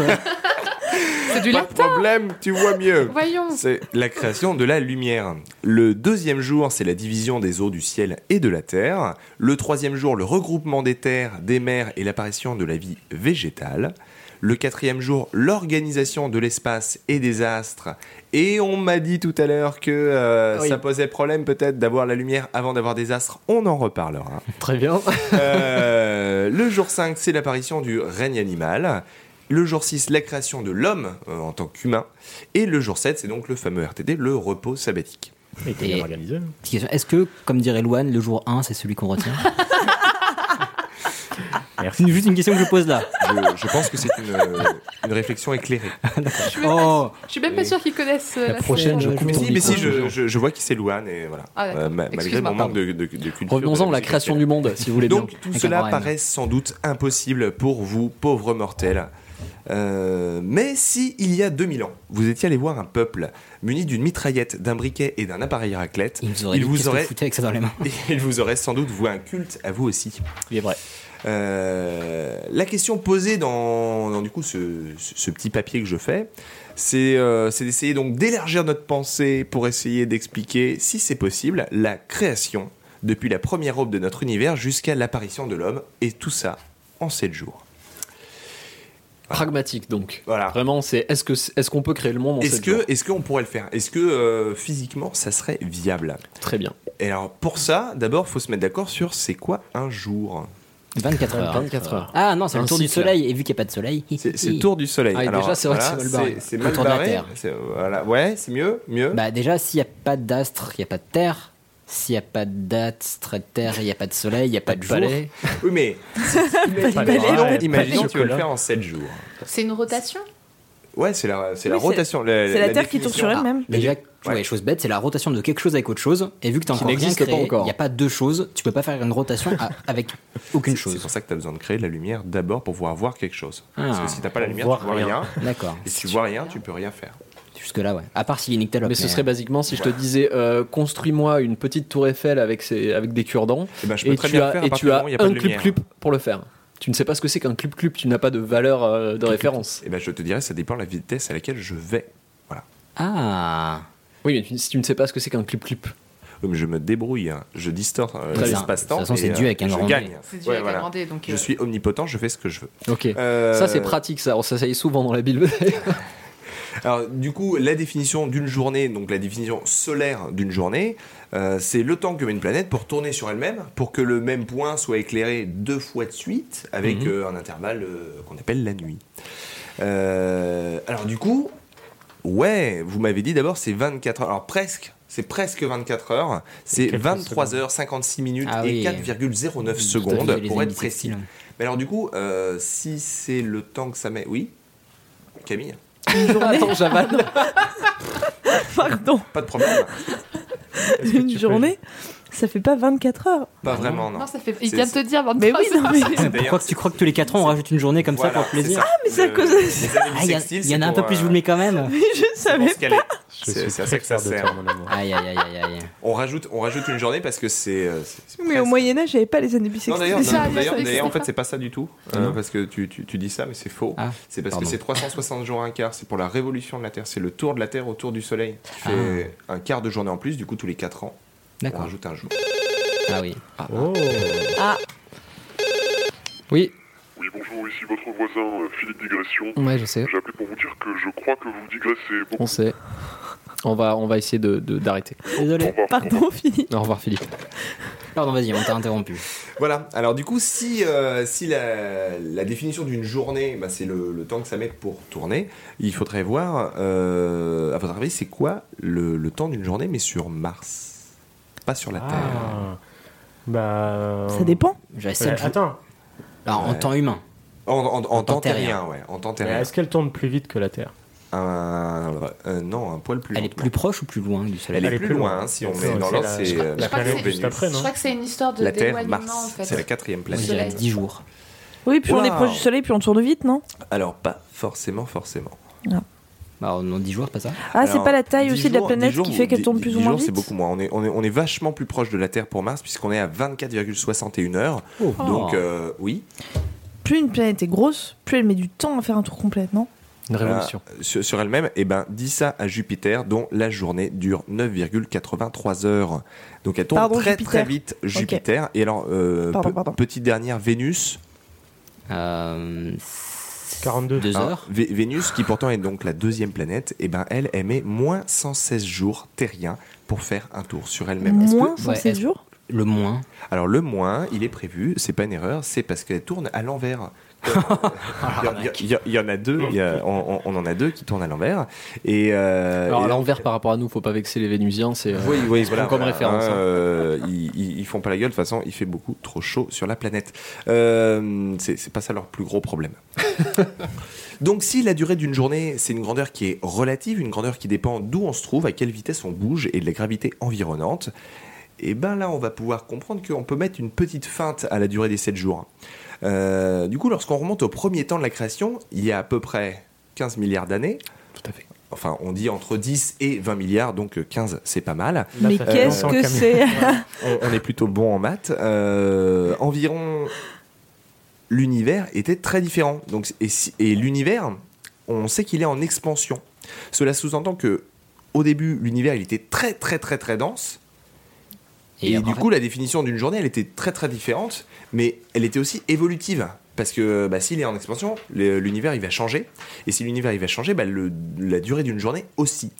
K: C'est du
G: Pas de problème, tu vois mieux.
K: Voyons.
G: C'est la création de la lumière. Le deuxième jour, c'est la division des eaux du ciel et de la terre. Le troisième jour, le regroupement des terres, des mers et l'apparition de la vie végétale. Le quatrième jour, l'organisation de l'espace et des astres. Et on m'a dit tout à l'heure que euh,
A: Oui.
G: ça posait problème peut-être d'avoir la lumière avant d'avoir des astres. On en reparlera.
A: Très bien.
G: Euh, le jour 5, c'est l'apparition du règne animal. Le jour 6, la création de l'homme euh, en tant qu'humain. Et le jour 7, c'est donc le fameux RTD, le repos sabbatique.
I: Et t'es
H: Et-
I: bien organisé.
H: Petite question, Est-ce que, comme dirait Louane, le jour 1, c'est celui qu'on retient
I: Merci.
H: C'est juste une question que je pose là.
G: Je, je pense que c'est une, euh, une réflexion éclairée.
K: Je suis même
H: Oh
K: pas- je suis même pas sûr qu'ils connaissent euh,
A: La prochaine, je coupe
G: Mais
A: ton
G: si, mais si,
A: micro.
G: je, je- je vois qui c'est Louane et voilà.
K: Ah, d'accord.
G: Euh, ma- malgré
K: Excuse-moi,
G: mon manque de, de- de culture.
A: Revenons-en à la création du monde, si vous voulez bien.
G: Donc tout
H: Avec un
G: cela
H: grand M.
G: paraît sans doute impossible pour vous, pauvres mortels. Euh, mais si, il y a 2000 ans, vous étiez allé voir un peuple muni d'une mitraillette, d'un briquet et d'un appareil raclette,
H: Il vous aurait dit,
G: vous
H: qu'est-ce que
G: aurait-
H: vous foutez avec ça dans les mains
G: il vous aurait sans doute voué un culte à vous aussi.
A: Il est vrai.
G: Euh, la question posée dans, dans, du coup ce, ce- ce petit papier que je fais, c'est euh, c'est d'essayer donc d'élargir notre pensée pour essayer d'expliquer, si c'est possible, la création depuis la première aube de notre univers jusqu'à l'apparition de l'homme, et tout ça en 7 jours.
A: Pragmatique donc.
G: Voilà.
A: Vraiment, c'est est-ce que est-ce qu'on peut créer le monde en
G: Ah. Est-ce
A: sept jours
G: que est-ce qu'on pourrait le faire Est-ce que euh, physiquement ça serait viable
A: Très bien.
G: Et alors pour ça, d'abord faut se mettre d'accord sur c'est quoi un jour.
H: 24 heures.
A: 24 heures.
H: Ah non, c'est
A: Un
H: le tour du
A: cycle.
H: soleil, et vu qu'il n'y a pas de soleil.
G: C'est c'est le tour du soleil.
A: Ah, et déjà, c'est vrai que c'est mal barré.
G: c'est- c'est
H: Le
G: mal
H: tour de la
G: barré.
H: Terre.
G: C'est- voilà. Ouais, c'est mieux, mieux.
H: Bah déjà, s'il n'y a pas d'astre, il n'y a pas de terre. S'il n'y a pas d'astre, de terre, il n'y a pas de soleil, il n'y a pas de jour.
A: Palais.
G: Oui, mais
I: Pas
G: imagine-
I: de bras, pas
G: imagine
I: de
G: tu veux le
I: chocolat.
G: faire en 7 jours.
K: C'est une rotation
G: Ouais, c'est la, c'est la
J: Oui, c'est-
G: rotation. La,
J: C'est la, Terre qui tourne
G: définition.
J: sur elle-même.
H: Déjà, tu vois,
G: Ouais.
H: les choses bêtes, c'est la rotation de quelque chose avec autre chose. Et vu que tu encore rien
A: n'existe pas
H: créé,
A: encore.
H: il n'y a pas deux choses. Tu peux pas faire une rotation à- avec aucune
G: C'est
H: chose.
G: pour ça que tu as besoin de créer de la lumière d'abord pour pouvoir voir quelque chose.
H: Ah.
G: Parce que si t'as pas la
I: Pour
G: lumière,
I: voir
G: tu vois rien.
I: rien.
H: D'accord.
G: Et si tu vois rien, tu peux rien faire.
H: Jusque-là, ouais. À part s'il y a une nictalope,
A: Mais ce serait basiquement si je te disais euh, construis-moi une petite tour Eiffel avec, ses, avec des cure-dents
G: Eh ben, je peux
A: et
G: très
A: tu
G: bien
A: as,
G: le faire à
A: et
G: partir
A: tu
G: du
A: as
G: moment où il y a pas
A: un
G: de lumière.
A: clip-clip pour le faire. tu ne sais pas ce que c'est qu'un club-club, tu n'as pas de valeur euh, de référence.
G: Et ben, je te dirais, ça dépend de la vitesse à laquelle je vais. Voilà.
H: Ah
A: Oui, mais tu- si tu ne sais pas ce que c'est qu'un clip-clip.
G: Donc, je me débrouille, hein. je distors euh,
A: Très bien.
G: l'espace-temps.
H: De toute façon, c'est
G: et,
H: dû avec un
G: je
H: grand D.
G: gagne.
K: C'est dû avec un grand D, donc,
G: Je
K: euh,
G: suis omnipotent, je fais ce que je veux.
A: Ok.
G: Euh,
A: Ça, c'est pratique, ça. On s'essaye souvent dans la Bible.
G: Alors, du coup, la définition d'une journée, donc la définition solaire d'une journée, euh, c'est le temps que met une planète pour tourner sur elle-même, pour que le même point soit éclairé deux fois de suite, avec
A: Mhm.
G: euh, un intervalle euh, qu'on appelle la nuit. Euh, alors, du coup, ouais, vous m'avez dit d'abord c'est 24 heures. Alors, presque. C'est presque 24 heures, c'est
I: quelques
G: 23
I: secondes.
G: heures 56 minutes
H: Ah oui.
G: et 4,09
H: Tout à
G: secondes
H: fait, les
G: pour être
H: amis, c'est
G: précis.
H: stylé.
G: Mais alors du coup, euh, si c'est le temps que ça met, oui, Camille,
A: Attends, j'avale.
G: Ah.
J: Pardon,
G: pas de problème.
I: Est-ce que
J: une
I: tu peux-
J: journée, ça fait pas 24 heures.
G: Pas vraiment, Ah, non.
K: Non, ça fait. Il
G: C'est-
K: vient de te dire 23
J: Mais oui, non, mais.
G: C'est d'ailleurs-
H: Pourquoi que tu crois que tous les 4 ans on rajoute une journée comme ça pour
G: Voilà,
H: le plaisir
G: Ah,
J: mais c'est à cause de ça.
H: Ah, Il y, a- il y en a un peu
G: euh,
H: plus, je vous le mets quand même.
J: Mais je savais.
I: Je
G: C'est
I: suis
G: c'est à
I: très
G: ça que ça
I: fier de
G: sert.
I: toi, mon amour.
H: Aïe aïe aïe aïe aïe.
G: On rajoute, on rajoute une journée parce que c'est. euh, c'est- c'est
J: Mais au
G: presque-
J: Moyen-Âge, j'avais pas les années
G: Non,
J: bissextiles.
G: d'ailleurs,
K: c'est ça,
G: non, d'ailleurs,
K: c'est
G: d'ailleurs, en
K: ça.
G: fait, c'est pas ça du tout. euh, parce que tu, tu- tu dis ça, mais c'est faux.
H: Ah,
G: c'est parce
H: pardon.
G: que c'est 360 jours un quart. C'est pour la révolution de la Terre. C'est le tour de la Terre autour du Soleil. Tu fais un quart de journée en plus, du coup, tous les 4 ans, on
H: Ah. D'accord.
G: rajoute un jour.
H: Ah oui.
I: Oh,
A: Oui,
M: Oui, bonjour, ici votre voisin, euh, Philippe Digression.
A: ouais, je sais.
M: J'ai appelé pour vous dire que je crois que vous digressez beaucoup.
A: On sait. On va, on va essayer de- de- d'arrêter.
H: Désolé.
J: Pardon, Philippe.
A: Au revoir, Philippe.
H: Pardon, vas-y, on t'a interrompu.
G: Voilà, alors du coup, si, euh, si la, la définition d'une journée, bah, c'est le, le temps que ça met pour tourner, il faudrait voir, euh, à votre avis, c'est quoi le, le temps d'une journée, mais sur Mars Pas sur la Terre.
I: ah. Bah.
J: Ça dépend.
H: J'avais
I: Euh,
H: sept jours.
I: attends,
H: Alors, en
G: Ouais.
H: temps humain.
G: En, en- en
H: temps
G: temps
H: terrien.
G: terrien, ouais, en temps
I: mais
G: terrien.
I: est-ce qu'elle tourne plus vite que la Terre
G: Un- euh, non, un poil plus
H: Elle est
G: lentement.
H: plus proche ou plus loin du soleil
G: Elle est plus loin, hein, si on
I: Donc,
G: met dans
I: c'est
G: l'ordre,
I: la-
G: c'est,
I: je crois-
G: euh,
I: la
K: je crois que
I: planète
K: c'est-
I: juste après,
K: Je
I: non
K: crois que c'est une histoire de
G: La Terre,
K: d'éloignement en
G: Mars,
K: fait.
G: c'est la quatrième
H: Oui,
G: planète.
H: Il reste 10 jours.
J: Oui, puis on est
G: Waouh.
J: proche du soleil, puis on tourne vite, non
G: Alors, pas forcément, forcément.
H: Bah, en en 10 jours, c'est pas ça
J: Ah, c'est
G: Alors,
J: pas la taille
G: 10
J: aussi de la
G: jours- 10
J: planète
G: jours,
J: qui fait qu'elle
G: 10
J: tourne plus
G: 10
J: ou moins
G: jours, c'est
J: vite
G: beaucoup moins. On est, on, est, on est vachement plus proche de la Terre pour Mars, puisqu'on est à 24,61 heures.
J: Oh.
H: Oh.
G: Donc, euh, oui.
J: Plus une planète est grosse, plus elle met du temps à faire un tour complet, non
A: Une
G: Euh,
A: révolution.
G: sur sur elle-même, eh ben, dis ça à Jupiter, dont la journée dure 9,83 heures. Donc, elle tourne
J: Pardon,
G: très
J: Jupiter.
G: très vite, Jupiter. Et alors, euh,
J: Pardon,
G: pe-
J: pardon.
G: petite dernière, Vénus.
H: Euh,
I: 42.
H: 2
G: Hein,
A: Ah.
H: heures.
G: Vé- Vénus, qui pourtant est donc la deuxième planète, eh ben, elle, elle met moins 116 jours terriens pour faire un tour sur elle-même.
J: Moins
H: ouais,
J: 107
H: est-ce-
J: jours
H: Le moins.
G: Alors le moins, il est prévu, c'est pas une erreur, c'est parce qu'elle tourne à l'envers. Il y a- il y, a- il y en a deux, il y a- on, on- on en a deux qui tournent à l'envers. Et, euh,
A: Alors,
G: et-
A: à l'envers par rapport à nous, faut pas vexer les Vénusiens. C'est. euh,
G: oui, oui, voilà,
A: comme
G: voilà,
A: référence,
G: hein,
A: hein.
G: euh, ils, ils- ils font pas la gueule, de toute façon, il fait beaucoup trop chaud sur la planète. Euh, c'est c'est pas ça leur plus gros problème. Donc si la durée d'une journée, c'est une grandeur qui est relative, une grandeur qui dépend d'où on se trouve, à quelle vitesse on bouge et de la gravité environnante, et ben là on va pouvoir comprendre qu'on peut mettre une petite feinte à la durée des 7 jours. Euh, du coup, lorsqu'on remonte au premier temps de la création, il y a à peu près 15 milliards d'années. Tout à fait. Enfin, on dit entre 10 et 20 milliards, donc euh, 15, c'est pas mal.
J: Mais
I: ça fait
J: qu'est-ce
I: longtemps,
J: que
I: Camille.
J: c'est
G: On, on est plutôt bon en maths. Euh, environ, l'univers était très différent. Donc, et si- et l'univers, on sait qu'il est en expansion. Cela sous-entend que, au début, l'univers il était très très très très dense. Et,
H: après-
G: du coup, la définition d'une journée, elle était très très différente, mais elle était aussi évolutive. Parce que bah, s'il est en expansion, le- l'univers il va changer. Et si l'univers il va changer, bah, le- la durée d'une journée aussi.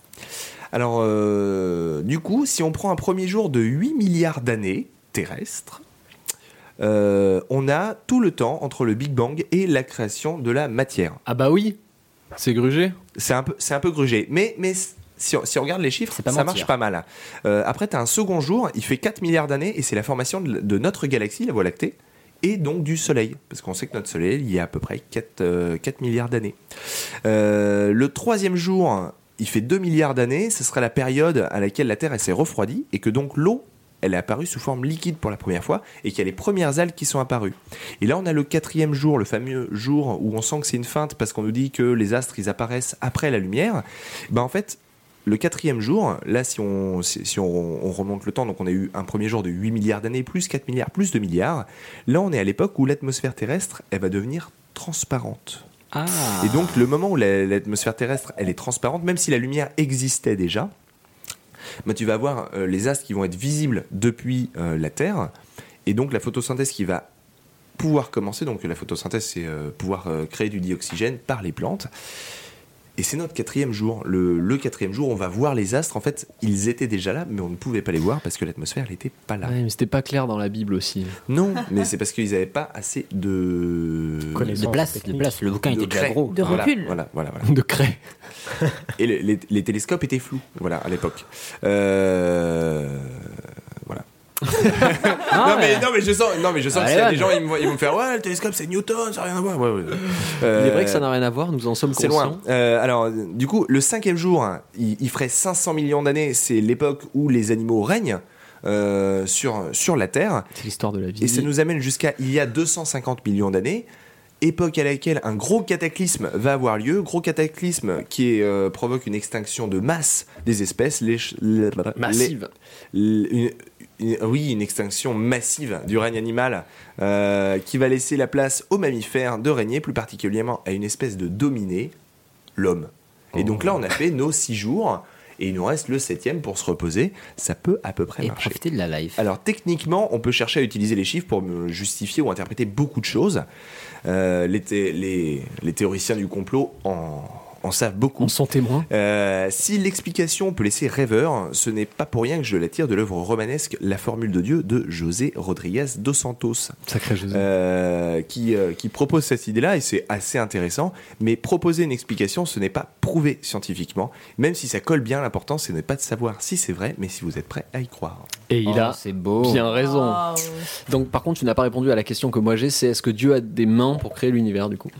G: Alors, euh, du coup, si on prend un premier jour de 8 milliards d'années terrestres, euh, on a tout le temps entre le Big Bang et la création de la matière.
A: Ah bah oui. C'est grugé.
G: C'est un peu, c'est un peu grugé. Mais, mais si, on, si on regarde les chiffres,
H: C'est pas
G: ça
H: mentir.
G: marche pas mal. Euh, après, tu as un second jour, il fait 4 milliards d'années, et c'est la formation de, de notre galaxie, la Voie lactée, et donc du Soleil. Parce qu'on sait que notre Soleil, il y a à peu près 4, euh, 4 milliards d'années. Euh, le troisième jour, il fait 2 milliards d'années, ce sera la période à laquelle la Terre elle s'est refroidie, et que donc l'eau, elle est apparue sous forme liquide pour la première fois, et qu'il y a les premières algues qui sont apparues. Et là, on a le quatrième jour, le fameux jour où on sent que c'est une feinte parce qu'on nous dit que les astres, ils apparaissent après la lumière. Ben, en fait, Le quatrième jour, là, si, on, si, si on, on remonte le temps, donc on a eu un premier jour de 8 milliards d'années, plus 4 milliards, plus 2 milliards. Là, on est à l'époque où l'atmosphère terrestre, elle va devenir transparente.
A: Ah.
G: Et donc, le moment où la- l'atmosphère terrestre, elle est transparente, même si la lumière existait déjà, bah, tu vas avoir euh, les astres qui vont être visibles depuis euh, la Terre. Et donc, la photosynthèse qui va pouvoir commencer. Donc, la photosynthèse, c'est euh, pouvoir euh, créer du dioxygène par les plantes. Et c'est notre quatrième jour. Le, le quatrième jour, on va voir les astres. En fait, ils étaient déjà là, mais on ne pouvait pas les voir parce que l'atmosphère n'était pas là.
A: Ouais, mais c'était pas clair dans la Bible aussi.
G: Non, mais c'est parce qu'ils n'avaient pas assez de.
A: Connaissances De place, techniques. de place. Le bouquin
G: De
A: était déjà
G: craie.
A: gros. De
G: Voilà,
A: recul.
G: Voilà, voilà, voilà.
A: De craie.
G: Et le- les, les télescopes étaient flous, voilà, à l'époque. Euh, Voilà.
A: Ah
G: non, mais, non, mais je sens, non, mais je sens que
A: Allez,
G: s'il y a
A: là,
G: des gens,
A: mais-
G: ils me, voient- ils vont me faire Ouais, le télescope, c'est Newton, ça n'a rien à voir. Ouais, ouais.
A: Il est
G: Euh,
A: vrai que ça n'a rien à voir, nous en sommes
G: c'est
A: conscients.
G: loin. Euh, alors, euh, du coup, le cinquième jour, hein, il, il ferait 500 millions d'années. C'est l'époque où les animaux règnent euh, sur, sur la Terre.
A: C'est l'histoire de la vie.
G: Et ça nous amène jusqu'à il y a 250 millions d'années. Époque à laquelle un gros cataclysme va avoir lieu, gros cataclysme qui est, euh, provoque une extinction de masse des espèces, les, les-
A: Massive.
G: les- une- une- oui, une extinction massive du règne animal euh, qui va laisser la place aux mammifères de régner, plus particulièrement à une espèce de dominé, l'homme. Et donc là, on a fait nos six jours et il nous reste le septième pour se reposer. Ça peut à peu près marcher.
H: profiter de la life.
G: Alors techniquement, on peut chercher à utiliser les chiffres pour me justifier ou interpréter beaucoup de choses. Euh, les, thé- les- les théoriciens du complot en, en savent beaucoup.
A: On s'en témoin.
G: Euh, si l'explication peut laisser rêveur, ce n'est pas pour rien que je la tire de l'œuvre romanesque La formule de Dieu de José Rodriguez dos Santos.
A: Sacré José.
G: Euh, qui, euh, qui propose cette idée-là, et c'est assez intéressant. Mais proposer une explication, ce n'est pas prouver scientifiquement. Même si ça colle bien, l'important, ce n'est pas de savoir si c'est vrai, mais si vous êtes prêt à y croire.
A: Et il
G: Oh,
A: a
G: c'est beau.
A: bien raison. Ah. Donc, par contre, tu n'as pas répondu à la question que moi j'ai c'est est-ce que Dieu a des mains pour créer l'univers du coup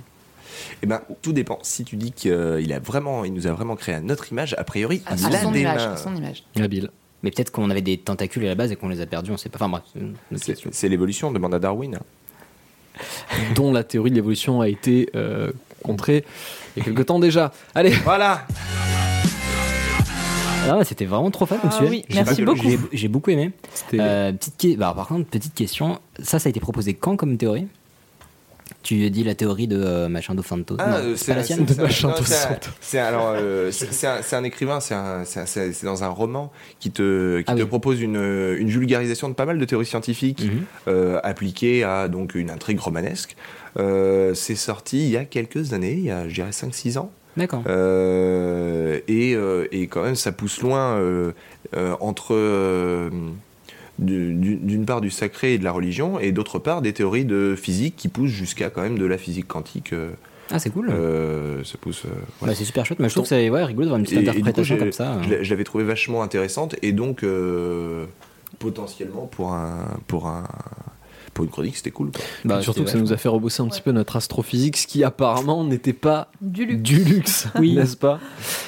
G: Eh ben, tout dépend. Si tu dis qu'il a vraiment, il nous a vraiment créé à notre image, a priori,
K: À
G: il a
K: Ah, son
G: des
K: image,
G: mains.
K: à son image.
A: Habile.
H: Mais peut-être qu'on avait des tentacules à la base et qu'on les a perdus, on sait pas. Enfin bref, c'est une autre
G: C'est-
H: question.
G: C'est l'évolution, demande à Darwin.
A: Dont la théorie de l'évolution a été euh, contrée il y a quelque temps déjà. Allez
G: Voilà
H: Ah, c'était vraiment trop fun,
A: Ah
H: monsieur.
A: oui,
H: J'ai
A: merci
H: beaucoup.
A: beaucoup.
H: J'ai j'ai beaucoup aimé. Euh, petite, que- bah, par contre, petite question. Ça, ça a été proposé quand comme théorie Tu dis la théorie de euh, machin dos Santos.
G: Ah,
H: Non,
G: euh,
H: c'est pas la
G: c'est-
H: sienne
G: c'est- non, c'est un- C'est un- alors, euh, c'est- c'est un- c'est un écrivain, c'est un- c'est un- c'est c'est dans un roman qui te,
H: Ah
G: qui te propose une, euh, une vulgarisation de pas mal de théories scientifiques
H: Mhm.
G: euh, appliquées à donc, une intrigue romanesque. Euh, c'est sorti il y a quelques années, il y a je dirais 5-6 ans.
H: D'accord.
G: Euh, et, euh, et quand même, ça pousse loin euh, euh, entre. euh, du- du- d'une part du sacré et de la religion, et d'autre part des théories de physique qui poussent jusqu'à quand même de la physique quantique. euh,
H: Ah, c'est cool.
G: euh, ça pousse. euh, voilà.
H: Bah, c'est super chouette, mais je trouve que c'est ouais, rigolo de voir une petite
G: Et- et du coup,
H: interprétation
G: j'ai-
H: comme ça. hein.
G: Je l'a- je l'avais trouvé vachement intéressante, et donc euh, potentiellement pour un pour un pour une chronique, c'était cool. quoi.
H: Bah,
A: Et Bah, surtout que ça nous a fait rebosser un petit peu notre astrophysique, ce qui apparemment n'était pas
J: Du luxe.
A: luxe,
J: Oui.
A: n'est-ce pas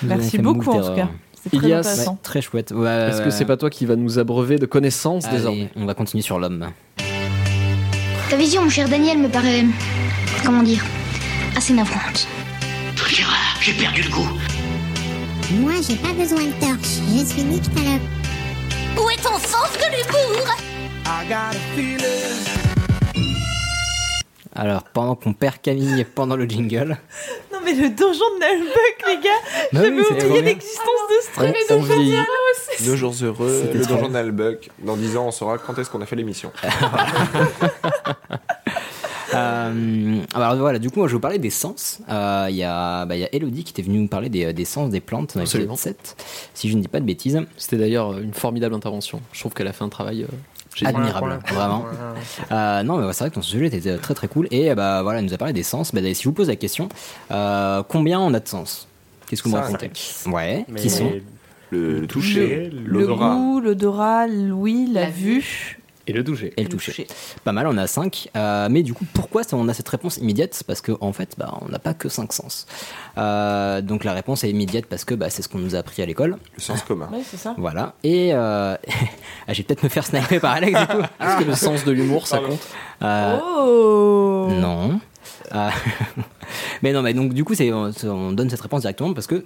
J: Nous Merci avons fait beaucoup, moult en tout erreurs. cas. C'était très
A: Ilias,
J: intéressant. Ouais,
H: très chouette.
A: Est-ce que c'est pas toi qui va nous abreuver de connaissances
H: Euh, Allez,
A: désormais
H: On va continuer sur l'homme.
N: Ta vision, mon cher Daniel, me paraît. Comment dire Assez navrante.
O: Gérard, j'ai perdu le goût.
N: Moi, j'ai pas besoin de torche. Je suis nyctalope. Où est ton sens de l'humour
H: Alors, pendant qu'on perd Camille pendant le jingle,
J: Non mais le donjon de Nalbuck, les gars
H: Bah
J: J'avais
H: oui, c'est trop
J: oublié
H: bien.
J: l'existence de ce truc
G: On-
J: et
G: on
J: de Jordi
G: vieillit.
J: Allo aussi.
G: Nos jours heureux,
H: C'était Ah.
G: le
H: trop
G: donjon d'Albuck. Dans 10 ans, on saura quand est-ce qu'on a fait l'émission.
H: Euh, alors voilà, du coup, moi, je vais vous parler des sens. Euh, Il y, a- bah, il y a Elodie qui était venue nous parler des, des sens des plantes dans l'épisode
A: Absolument.
H: 7, si je ne dis pas de bêtises.
A: C'était d'ailleurs une formidable intervention. Je trouve qu'elle a fait un travail euh, génial.
H: Admirable, vraiment.
I: hein.
H: Euh, non, mais ouais, c'est vrai que ton sujet était euh, très très cool. Et euh, bah voilà, elle nous a parlé des sens. Bah, d'ailleurs, si je vous pose la question, euh, combien on a de sens Qu'est-ce que vous me
G: Cinq.
H: racontez Ouais,
G: Mais
H: qui sont
G: le, le toucher,
J: Le
G: l'odorat.
J: goût, l'odorat, l'ouïe, la, vue.
A: Et le toucher.
H: Et le toucher. Pas mal, on a 5. mais du coup, pourquoi ça- on a cette réponse immédiate C'est Parce qu'en en fait, bah, on n'a pas que 5 sens. Euh, donc la réponse est immédiate parce que bah, c'est ce qu'on nous a appris à l'école.
G: Le sens commun.
J: Ouais, c'est ça.
H: Voilà. Et euh, ah, je vais peut-être me faire sniper par Alex du coup.
A: Est-ce que le sens de l'humour, ça
H: Pardon.
A: compte
H: Euh,
J: Oh
H: Non. Ah. Euh, mais non, mais donc du coup, c'est, on, on donne cette réponse directement parce que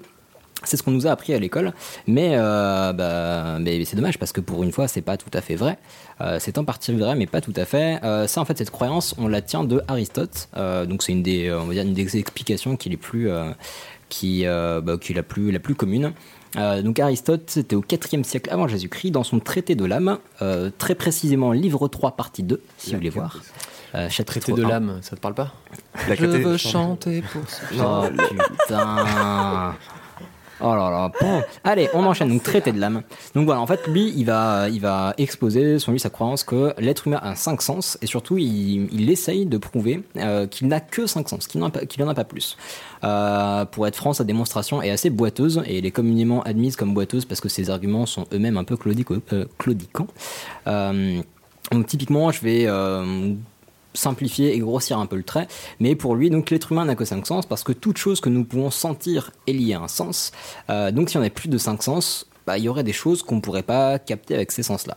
H: C'est ce qu'on nous a appris à l'école, mais, euh, bah, mais c'est dommage parce que pour une fois, c'est pas tout à fait vrai. Euh, c'est en partie vrai, mais pas tout à fait. Euh, ça, en fait, cette croyance, on la tient de Aristote. Euh, donc, c'est une des, on va dire, une des explications qui est plus, euh, qui, bah, qui est la plus, la plus commune. Euh, donc Aristote, c'était au 4e siècle avant Jésus-Christ, dans son traité de l'âme, euh, très précisément livre 3, partie 2, si vous voulez voir.
A: Euh, traité de l'âme, ça te parle pas
H: La
A: Je veux chanter pour ce
H: Oh putain Oh là là, bon. Allez, on enchaîne. Donc, traité de l'âme. Donc voilà, en fait, lui, il va, il va exposer, son lui, sa croyance que l'être humain a cinq sens et surtout, il, il essaye de prouver euh, qu'il n'a que cinq sens, qu'il n'en a, pas- qu'il en a pas plus. Euh, pour être franc, sa démonstration est assez boiteuse et elle est communément admise comme boiteuse parce que ses arguments sont eux-mêmes un peu claudico- euh, claudiquants. Euh, donc, typiquement, je vais. euh, simplifier et grossir un peu le trait, mais pour lui, donc l'être humain n'a que cinq sens parce que toute chose que nous pouvons sentir est liée à un sens. Euh, donc si on a plus de cinq sens, bah, il y aurait des choses qu'on ne pourrait pas capter avec ces sens-là.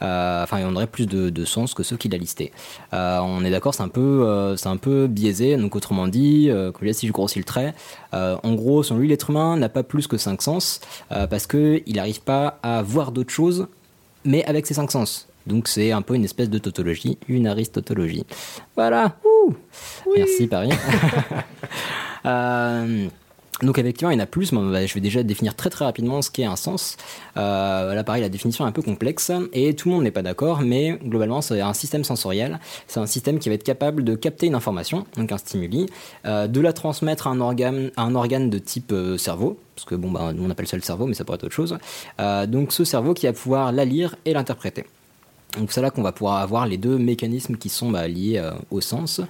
H: Euh, Enfin, il y en aurait plus de, de sens que ceux qu'il a listés. Euh, on est d'accord, c'est un peu, euh, c'est un peu biaisé. Donc autrement dit, euh, que là, si je grossis le trait, euh, en gros, selon lui, l'être humain n'a pas plus que cinq sens euh, parce que il n'arrive pas à voir d'autres choses, mais avec ses cinq sens. Donc c'est un peu une espèce de tautologie, une aristotologie. Voilà. Ouh. Merci Paris. Euh, donc effectivement, il y en a plus, mais bah, je vais déjà définir très très rapidement ce qu'est un sens. Euh, là, pareil, la définition est un peu complexe et tout le monde n'est pas d'accord, mais globalement, c'est un système sensoriel. C'est un système qui va être capable de capter une information, donc un stimuli, euh, de la transmettre à un organe, à un organe de type euh, cerveau, parce que bon, bah, nous on appelle ça le cerveau, mais ça pourrait être autre chose. Euh, donc ce cerveau qui va pouvoir la lire et l'interpréter. Donc c'est là qu'on va pouvoir avoir les deux mécanismes qui sont bah, liés euh, au sens.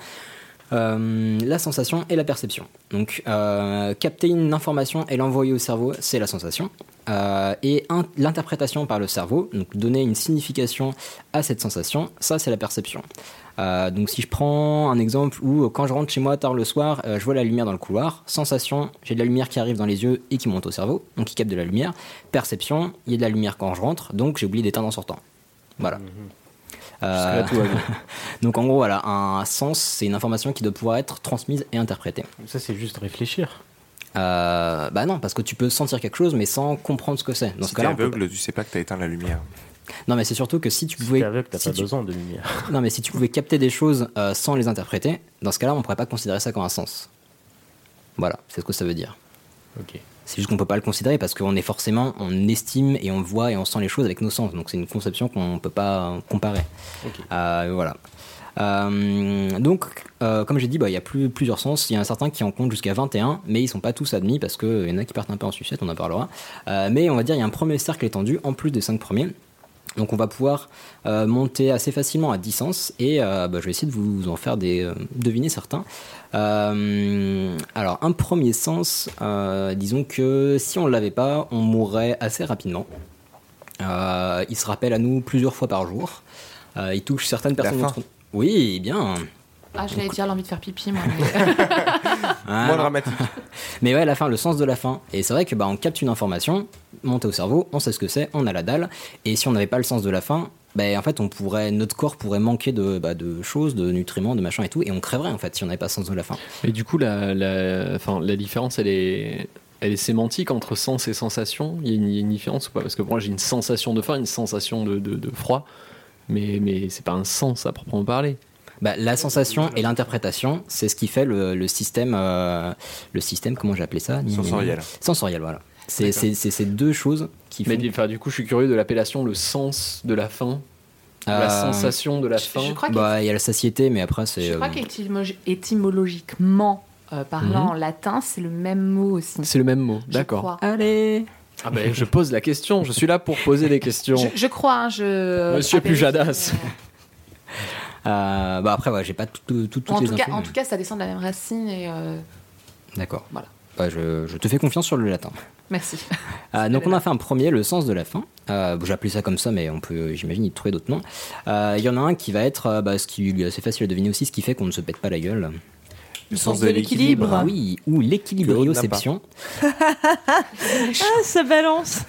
H: Euh, la sensation et la perception. Donc, euh, capter une information et l'envoyer au cerveau, c'est la sensation. Euh, et un- l'interprétation par le cerveau, donc donner une signification à cette sensation, ça c'est la perception. Euh, donc si je prends un exemple où euh, quand je rentre chez moi tard le soir, euh, je vois la lumière dans le couloir, sensation, j'ai de la lumière qui arrive dans les yeux et qui monte au cerveau, donc qui capte de la lumière, perception, il y a de la lumière quand je rentre, donc j'ai oublié d'éteindre en sortant. Voilà. Euh,
A: Jusque-là, tout va bien.
H: donc en gros, voilà, un sens, c'est une information qui doit pouvoir être transmise et interprétée.
I: Ça, c'est juste réfléchir.
H: Euh, bah non, parce que tu peux sentir quelque chose, mais sans comprendre ce que c'est. Dans
G: si
H: ce
G: t'es
H: cas-là, on peut
G: aveugle, tu sais pas que t'as éteint la lumière.
H: non, mais c'est surtout que si tu pouvais.
I: t'as
H: si
I: pas
H: tu-
I: besoin de lumière.
H: Non, mais si tu pouvais capter des choses euh, sans les interpréter, dans ce cas-là, on pourrait pas considérer ça comme un sens. Voilà, c'est ce que ça veut dire.
A: Ok.
H: C'est juste qu'on peut pas le considérer parce qu'on est forcément, on estime et on voit et on sent les choses avec nos sens. Donc c'est une conception qu'on peut pas euh, comparer. Euh, voilà. Euh, donc, euh, comme j'ai dit, bah, il y a plus, plusieurs sens. Il y en a certains qui en comptent jusqu'à 21, mais ils sont pas tous admis parce qu'il y en a qui partent un peu en sucette, on en parlera. Euh, mais on va dire, il y a un premier cercle étendu en plus des 5 premiers. Donc on va pouvoir euh, monter assez facilement à 10 sens et euh, bah, je vais essayer de vous en faire des euh, deviner certains. Euh, alors un premier sens, euh, disons que si on ne l'avait pas, on mourrait assez rapidement. Euh, il se rappelle à nous plusieurs fois par jour. Euh, il touche certaines personnes.
G: faim.
H: d'entre- Oui, bien.
K: Ah, je l'allais dire l'envie de faire pipi, moi. mais-
H: Ah,
G: Moins
H: non.
G: dramatique.
H: Mais ouais, la fin, le sens de la fin. Et c'est vrai que bah, on capte une information, monte au cerveau, on sait ce que c'est, on a la dalle. Et si on n'avait pas le sens de la fin, ben en fait, on pourrait, notre corps pourrait manquer de, bah, de choses, de nutriments, de machin et tout, et on crèverait en fait si on n'avait pas le sens de la fin.
A: Et du coup, la, la, enfin, la différence, elle est, elle est sémantique entre sens et sensation. Il y, a une- il y a une différence ou pas Parce que pour moi, j'ai une sensation de faim, une sensation de, de- de froid, mais, mais c'est pas un sens à proprement parler.
H: Bah, la sensation et l'interprétation, c'est ce qui fait le, le système, euh, le système, comment j'ai appelé ça
G: Sensoriel.
H: Sensoriel, voilà. C'est
A: D'accord.
H: c'est- c'est ces deux choses qui font.
A: Mais enfin, du coup, je suis curieux de l'appellation le sens de la faim,
H: Euh,
A: la sensation de la faim.
K: je crois qu'il-
H: Bah, il y a la satiété, mais après, c'est.
K: Je crois
H: euh,
K: qu'étymologi- étymologiquement euh, parlant en latin, c'est le même mot aussi.
A: C'est le même mot,
K: Je
A: d'accord.
K: crois. Allez
A: Ah ben, je pose la question, je suis là pour poser des questions.
K: Je, je crois, hein, je.
A: Monsieur
K: à vérifier.
A: Pujadas.
H: euh, bah, après, ouais, j'ai pas tout- tout- tout- toutes
K: En
H: les
K: tout, cas,
H: infos,
K: en
H: mais-
K: tout cas, ça descend de la même racine et. euh,
H: D'accord.
K: Voilà.
H: Bah, je, je te fais confiance sur le latin.
K: Merci.
H: Euh, donc on a fait un premier, le sens de la fin. Euh, bon, J'ai appelé ça comme ça, mais on peut, j'imagine, y trouver d'autres noms. Euh, Il y en a un qui va être, euh, bah, ce qui lui est assez facile à deviner aussi, ce qui fait qu'on ne se pète pas la gueule.
J: Le sens de l'équilibre.
H: Oui, ou l'équilibrioception.
J: Ah, ça balance.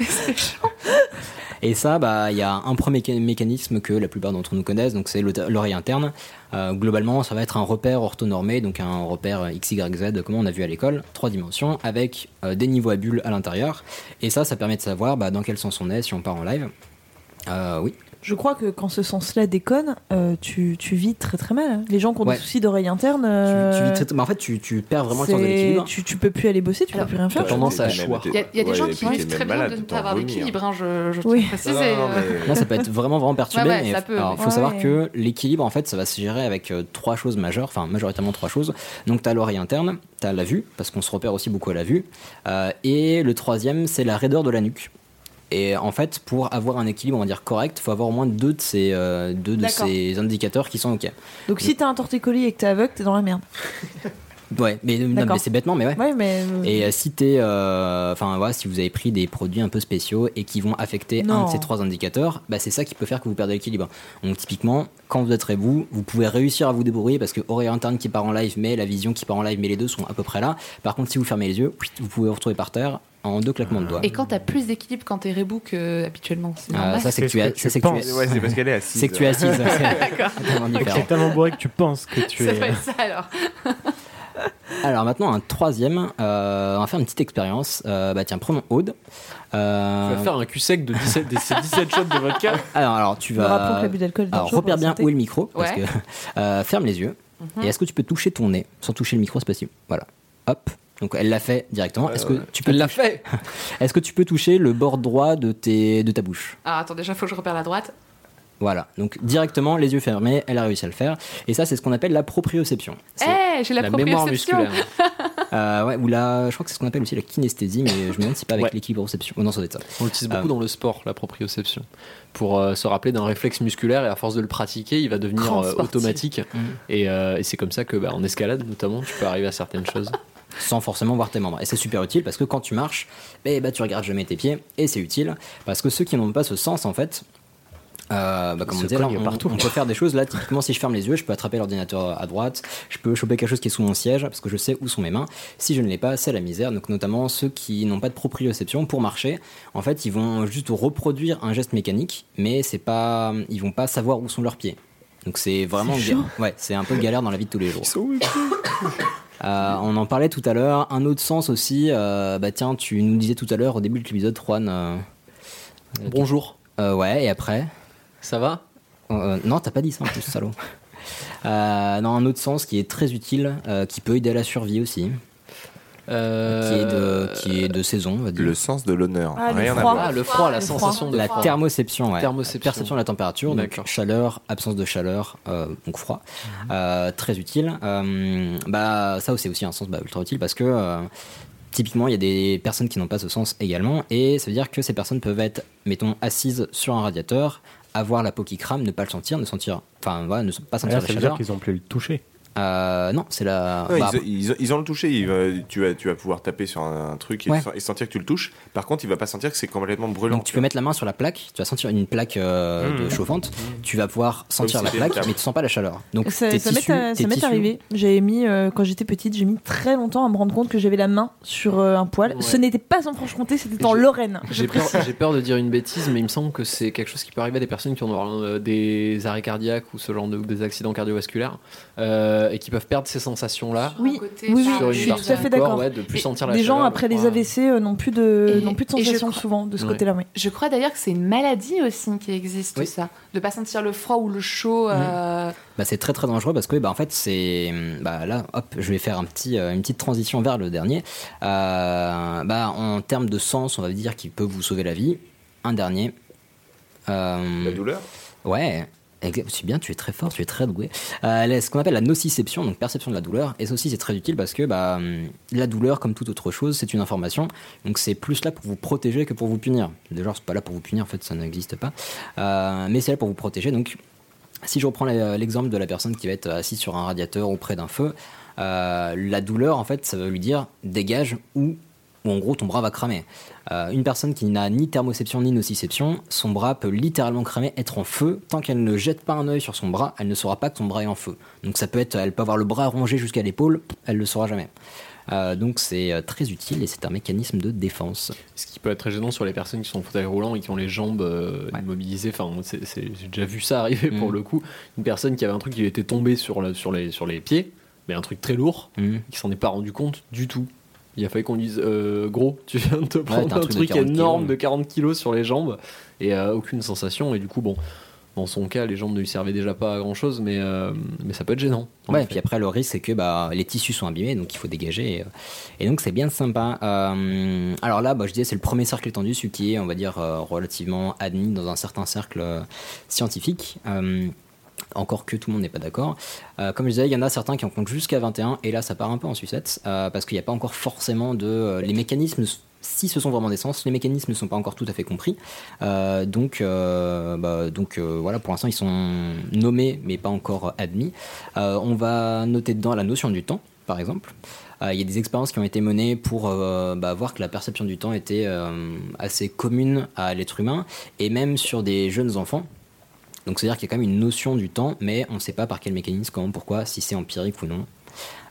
H: Et ça, bah, il y a un premier méca- mécanisme que la plupart d'entre nous connaissent, donc c'est l'ote- l'oreille interne. Euh, globalement, ça va être un repère orthonormé, donc un repère x, y, z, comme on a vu à l'école, trois dimensions, avec euh, des niveaux à bulles à l'intérieur. Et ça, ça permet de savoir bah, dans quel sens on est si on part en live. Euh, oui.
J: Je crois que quand ce sens-là déconne, euh, tu, tu vis très très mal. hein. Les gens qui ont
H: Ouais.
J: des soucis d'oreille interne,
H: Tu-
J: euh,
H: tu vis très- bah, en fait, tu, tu perds vraiment le
J: c'est-
H: sens de l'équilibre.
J: Tu, tu peux plus aller bosser, tu peux plus rien faire.
K: Il y a, il y a des gens qui vivent très bien de ne pas avoir d'équilibre, hein, je, je
J: Oui.
K: tiens à préciser,
J: Non,
K: euh,
H: Là, ça peut être vraiment, vraiment perturbé.
K: Ouais, ouais,
H: mais
K: ça peut,
H: alors,
K: ouais.
H: faut savoir
K: Ouais.
H: que l'équilibre, en fait, ça va se gérer avec euh, trois choses majeures, enfin, majoritairement trois choses. Donc, t'as l'oreille interne, t'as la vue, parce qu'on se repère aussi beaucoup à la vue. euh, et le troisième, c'est la raideur de la nuque. Et en fait, pour avoir un équilibre, on va dire correct, faut avoir au moins deux de ces, euh, deux de
J: D'accord.
H: ces indicateurs qui sont OK.
J: Donc si t'as un torticolis et que t'es aveugle, t'es dans la merde.
H: Ouais, mais, non,
J: D'accord.
H: mais c'est bêtement, mais ouais.
J: Ouais, mais.
H: Et euh, si t'es, euh, enfin voilà, si vous avez pris des produits un peu spéciaux et qui vont affecter un
J: Non.
H: de ces trois indicateurs, bah, c'est ça qui peut faire que vous perdez l'équilibre. Donc typiquement, quand vous êtes vous, vous pouvez réussir à vous débrouiller parce que oreille interne qui part en live, mais la vision qui part en live, mais les deux sont à peu près là. Par contre, si vous fermez les yeux, oui, vous pouvez vous retrouver par terre en deux claquements de doigts.
K: Et quand t'as plus d'équilibre quand t'es rebou que habituellement, c'est
J: Ah,
H: Euh,
K: normal.
H: ça c'est que tu as, ça, c'est que tu es-
G: hein. Ouais, c'est parce qu'elle est assise. euh,
H: C'est que tu es assise.
K: D'accord.
H: C'est totalement
I: Donc,
H: différent.
I: C'est tellement bourré que tu penses que tu
K: Ça
I: es.
K: doit être ça alors.
H: Alors maintenant un troisième, euh, on va faire une petite expérience. Euh, bah tiens, prenons Aude. Euh,
A: Tu vas faire un cul sec de 17, des- ces 17 shots de vodka.
H: Alors, alors tu vas.
A: rappelons que l'abus d'alcool est
H: Alors,
A: dangereux
H: repère
A: pour la
H: bien
A: santé.
H: où est le micro. Parce
A: Ouais.
H: que, euh, ferme les yeux.
A: Mhm.
H: Et est-ce que tu peux toucher ton nez sans toucher le micro, c'est possible. Voilà. Hop. Donc elle l'a fait directement. est-ce que tu peux
A: Euh, Elle l'a
H: toucher- Est-ce que tu peux toucher le bord droit de tes de ta bouche
K: Ah, attends, déjà, faut que je repère la droite.
H: Voilà. Donc directement les yeux fermés, elle a réussi à le faire. Et ça, c'est ce qu'on appelle la proprioception.
K: Eh,
H: C'est-
K: j'ai la, proprioception.
H: Euh, ouais, ou la, je crois que c'est ce qu'on appelle aussi la kinesthésie, mais je me demande si c'est pas avec l'équilibre-réception. Oh non, ça doit être ça.
A: On l'utilise
H: Euh,
A: beaucoup dans le sport, la proprioception, pour euh, se rappeler d'un réflexe musculaire et à force de le pratiquer, il va devenir
H: Grand
A: euh,
H: sportif.
A: automatique.
H: Mhm.
A: Et, euh, et c'est comme ça que, bah, en escalade notamment, tu peux arriver à certaines choses.
H: sans forcément voir tes membres. Et c'est super utile parce que quand tu marches, ben ben, tu regardes jamais tes pieds et c'est utile parce que ceux qui n'ont pas ce sens en fait. euh, bah, comme
A: Ils
H: on
A: se
H: disait, là,
A: cognent
H: on,
A: partout.
H: on peut faire des choses. Là, typiquement, si je ferme les yeux, je peux attraper l'ordinateur à droite, je peux choper quelque chose qui est sous mon siège parce que je sais où sont mes mains. Si je ne l'ai pas, c'est la misère. Donc, notamment ceux qui n'ont pas de proprioception pour marcher, en fait, ils vont juste reproduire un geste mécanique, mais c'est pas, ils vont pas savoir où sont leurs pieds. Donc, c'est vraiment,
A: C'est chaud.
H: ouais, c'est un peu galère dans la vie de tous les jours. Euh, on en parlait tout à l'heure. Un autre sens aussi, euh, bah tiens, tu nous disais tout à l'heure au début de l'épisode, Juan. euh,
A: Bonjour.
H: euh, ouais, et après
A: Ça va
H: Euh, Non, t'as pas dit ça en plus, salaud. Euh, non, un autre sens qui est très utile, euh, qui peut aider à la survie aussi.
A: Euh,
H: Qui, est de, qui est de saison, on va dire.
G: Le sens de l'honneur.
A: Ah, le Rien à froid. voir. Ah, le froid, la Le sensation froid. de
H: La
A: froid.
H: thermoception, ouais.
A: Thermoception.
H: La perception de la température, donc
A: D'accord. Mhm.
H: chaleur, absence de chaleur, euh, donc froid. Euh, très utile. Euh, bah, ça, c'est aussi un sens bah, ultra utile parce que. euh, Typiquement, il y a des personnes qui n'ont pas ce sens également, et ça veut dire que ces personnes peuvent être, mettons, assises sur un radiateur, avoir la peau qui crame, ne pas le sentir, ne sentir, enfin, voilà, ne pas sentir
I: Là,
H: la
I: ça veut dire
H: chaleur.
I: qu'ils ont plus le toucher.
H: Euh, non, c'est la.
G: Non,
H: bah,
G: ils, ils- ils ont le toucher, il va- tu, vas, tu vas pouvoir taper sur un, un truc et,
H: Ouais.
G: sen- et sentir que tu le touches. Par contre, il va pas sentir que c'est complètement brûlant.
H: Donc tu peux mettre la main sur la plaque, tu vas sentir une plaque euh,
G: Mmh.
H: de chauffante, tu vas pouvoir sentir
G: si
H: la
G: c'était une
H: plaque,
G: table.
H: mais tu sens pas la chaleur. Donc
J: ça
H: tes
J: ça
H: tissus-
J: m'est
H: tes
J: ça m'est
H: tissus-
J: arrivé. J'avais mis, euh, quand j'étais petite, j'ai mis très longtemps à me rendre compte que j'avais la main sur euh, un poil.
A: Ouais.
J: Ce n'était pas en Franche-Comté, c'était en Lorraine.
A: J'ai peur, j'ai peur de dire une bêtise, mais il me semble que c'est quelque chose qui peut arriver à des personnes qui ont euh, des arrêts cardiaques ou ce genre de ou des accidents cardiovasculaires euh, et qui peuvent perdre ces sensations-là.
J: Oui,
A: sur
J: oui, oui,
A: une
J: je suis
A: partie
J: tout à
A: du
J: fait
A: corps,
J: d'accord.
A: ouais, de plus
J: Et
A: sentir la
J: Les gens
A: chaleur,
J: après
A: ouais.
J: les AVC euh, n'ont plus de,
K: Et-
J: n'ont plus de
K: et je
J: sensations
K: crois-
J: souvent de ce
A: Ouais.
J: côté-là. oui.
K: Je crois d'ailleurs que c'est une maladie aussi qui existe,
H: Oui.
K: ça. De pas sentir le froid ou le chaud.
J: Mm.
K: euh,
H: Bah, c'est très très dangereux parce que bah, en fait c'est bah, là hop je vais faire un petit, euh, une petite transition vers le dernier Euh, bah, en termes de sens on va dire qu'il peut vous sauver la vie un dernier Euh,
G: La douleur
H: ouais exact. c'est bien tu es très fort tu es très doué Euh, là, ce qu'on appelle la nociception donc perception de la douleur et ça aussi c'est très utile parce que bah, hum, la douleur comme toute autre chose c'est une information donc c'est plus là pour vous protéger que pour vous punir déjà c'est pas là pour vous punir en fait ça n'existe pas Euh, mais c'est là pour vous protéger donc si je reprends la- l'exemple de la personne qui va être assise sur un radiateur ou près d'un feu, euh, la douleur, en fait, ça va lui dire dégage ou où en gros ton bras va cramer. Euh, une personne qui n'a ni thermoception ni nociception, son bras peut littéralement cramer, être en feu. Tant qu'elle ne jette pas un œil sur son bras, elle ne saura pas que son bras est en feu. Donc ça peut être, elle peut avoir le bras rongé jusqu'à l'épaule, elle le saura jamais. Euh, donc c'est euh, très utile et c'est un mécanisme de défense.
A: Ce qui peut être très gênant sur les personnes qui sont en fauteuil roulant et qui ont les jambes euh, immobilisées. Enfin, c'est- c'est- j'ai déjà vu ça arriver
J: Mm.
A: pour le coup. Une personne qui avait un truc qui lui était tombé sur, le- sur, les, sur les pieds, mais un truc très lourd,
H: Hmm.
A: qui s'en est pas rendu compte du tout. Il a fallu qu'on dise euh, gros, tu viens de te
H: Ouais,
A: prendre
H: t'as
A: un,
H: un truc de
A: truc
H: 40
A: énorme
H: kilos.
A: de 40 kilos sur les jambes et euh, aucune sensation. Et du coup, bon, dans son cas, les jambes ne lui servaient déjà pas à grand chose, mais, euh, mais ça peut être gênant. en
H: Ouais, et
A: effet.
H: puis après, le risque, c'est que bah, les tissus sont abîmés, donc il faut dégager. Et, euh, et donc, c'est bien sympa. Euh, alors là, bah, je disais, c'est le premier cercle étendu, celui qui est, on va dire, euh, relativement admis dans un certain cercle euh, scientifique. Euh, encore que tout le monde n'est pas d'accord. Euh, comme je disais, il y en a certains qui en comptent jusqu'à 21, et là, ça part un peu en sucette, euh, parce qu'il n'y a pas encore forcément de. euh, les mécanismes, si ce sont vraiment des sens, les mécanismes ne sont pas encore tout à fait compris. Euh, donc, euh, bah, donc euh, voilà, pour l'instant, ils sont nommés, mais pas encore admis. Euh, on va noter dedans la notion du temps, par exemple. Euh, Il y a des expériences qui ont été menées pour euh, bah, voir que la perception du temps était euh, assez commune à l'être humain, et même sur des jeunes enfants. Donc c'est-à-dire qu'il y a quand même une notion du temps, mais on ne sait pas par quel mécanisme, comment, pourquoi, si c'est empirique ou non.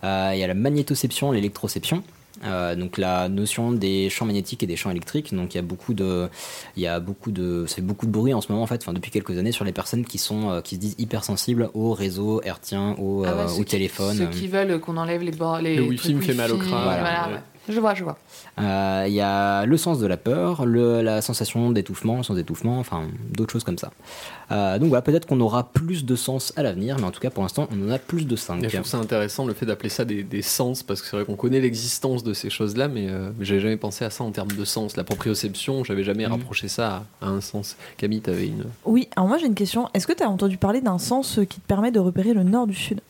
H: Euh, Il y a la magnétoception, l'électroception. Euh, donc la notion des champs magnétiques et des champs électriques. Donc il y a beaucoup de, il y a beaucoup de, c'est beaucoup de bruit en ce moment en fait. Enfin depuis quelques années sur les personnes qui sont, euh, qui se disent hypersensibles au réseau hertzien, au,
K: bah,
P: Ah ouais,
H: euh,
P: ceux
H: au
P: qui-
H: téléphone.
P: Ceux qui veulent qu'on enlève les bords. Les
H: Le wifi
P: trucs
H: me fait mal au
P: wifi,
H: crâne,
P: voilà,
H: ouais.
P: ouais. Je vois, je vois.
H: Euh, Il y a le sens de la peur, le- la sensation d'étouffement, le sens d'étouffement, enfin d'autres choses comme ça. Euh, donc voilà, peut-être qu'on aura plus de sens à l'avenir, mais en tout cas pour l'instant on en a plus de 5.
A: Et je trouve ça intéressant le fait d'appeler ça des, des sens, parce que c'est vrai qu'on connaît l'existence de ces choses-là, mais euh, mais j'avais jamais pensé à ça en termes de sens. La proprioception, j'avais jamais rapproché ça à, à un sens. Camille, t'avais une.
J: Oui, alors moi j'ai une question. Est-ce que tu as entendu parler d'un sens euh, qui te permet de repérer le nord du sud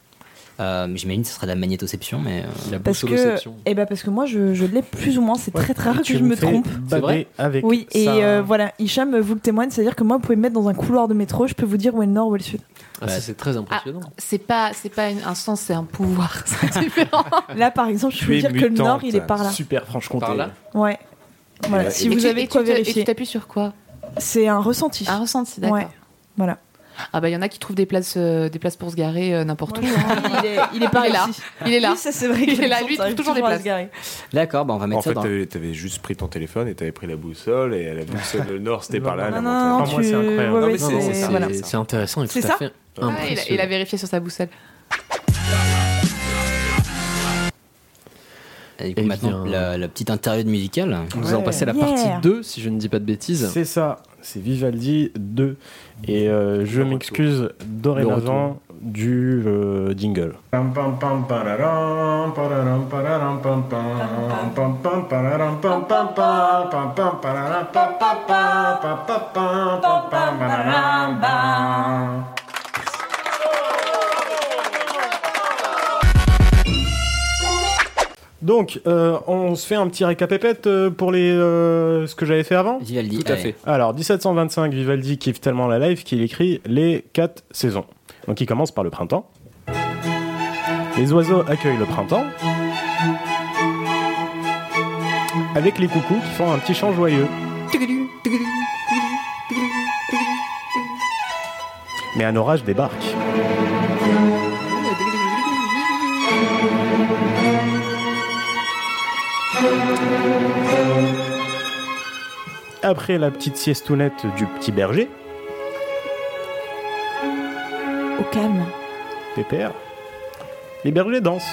H: Euh, J'imagine que ce serait de la magnétoception, mais. euh,
A: La
J: Parce que, eh ben parce que moi je, je l'ai plus ou moins, c'est très très rare que
H: tu
J: je
H: me
J: me
H: fais
J: trompe.
H: baver C'est vrai avec
J: Oui, et
H: ça. hein.
J: euh, voilà, Hicham vous le témoigne, c'est-à-dire que moi vous pouvez me mettre dans un couloir de métro, je peux vous dire où est le nord, où est le sud.
A: Ah, ça, c'est très
P: Ah,
A: impressionnant.
P: c'est pas, c'est pas une- un sens, c'est un pouvoir. C'est différent.
J: Là par exemple, je peux vous dire que le nord il est par là.
I: Super Franche-Comté.
A: Par là
J: Ouais. Voilà,
I: Et
J: si
I: tu-
J: vous
P: et
J: avez de quoi
P: tu te- et
J: vérifier.
P: tu t'appuies sur quoi
J: C'est un ressenti.
K: Ah,
P: Un Ah, ressenti, d'accord.
J: Ah, Ouais, Voilà.
P: Ah bah il y en a qui trouvent des places, euh, des places pour se garer euh, n'importe où. hein.
J: Il est, il est par
P: là.
J: ici.
P: Il est là.
J: Oui, ça c'est vrai. que
P: Il est là.
J: le
P: Lui il
J: sens
P: trouve
J: arrive
P: toujours des
J: à
P: places.
J: se garer.
H: D'accord, bah on va mettre
G: En
H: ça
G: fait, euh,
H: dans-
G: t'avais t'avais juste pris ton téléphone et t'avais pris la boussole, et à la boussole, le nord, c'était par là.
J: non,
G: la
J: non,
G: montagne.
J: non, Enfin, Ah, moi, tu- c'est incroyable. ouais, ouais,
G: Non, mais
J: c'est-
G: ça,
J: voilà.
A: C'est intéressant et tout
J: C'est
A: à
J: ça
A: fait
P: Ah, il, a, il a vérifié sur sa boussole.
H: Et du coup, maintenant, la, la petite interlude musicale.
A: Nous allons passer à la partie Yeah. 2, si je ne dis pas de bêtises.
I: C'est ça, c'est Vivaldi 2. Et euh, je m'excuse dorénavant du euh, jingle. Donc, euh, on se fait un petit récapépète euh, pour les, euh, ce que j'avais fait avant
H: Vivaldi,
A: Tout à allez. fait.
I: Alors, 1725, Vivaldi kiffe tellement la live qu'il écrit les quatre saisons. Donc, il commence par le printemps. Les oiseaux accueillent le printemps. Avec les coucous qui font un petit chant joyeux. Mais un orage débarque. Après la petite siestounette du petit berger,
J: Au calme.
I: Pépère, les bergers dansent.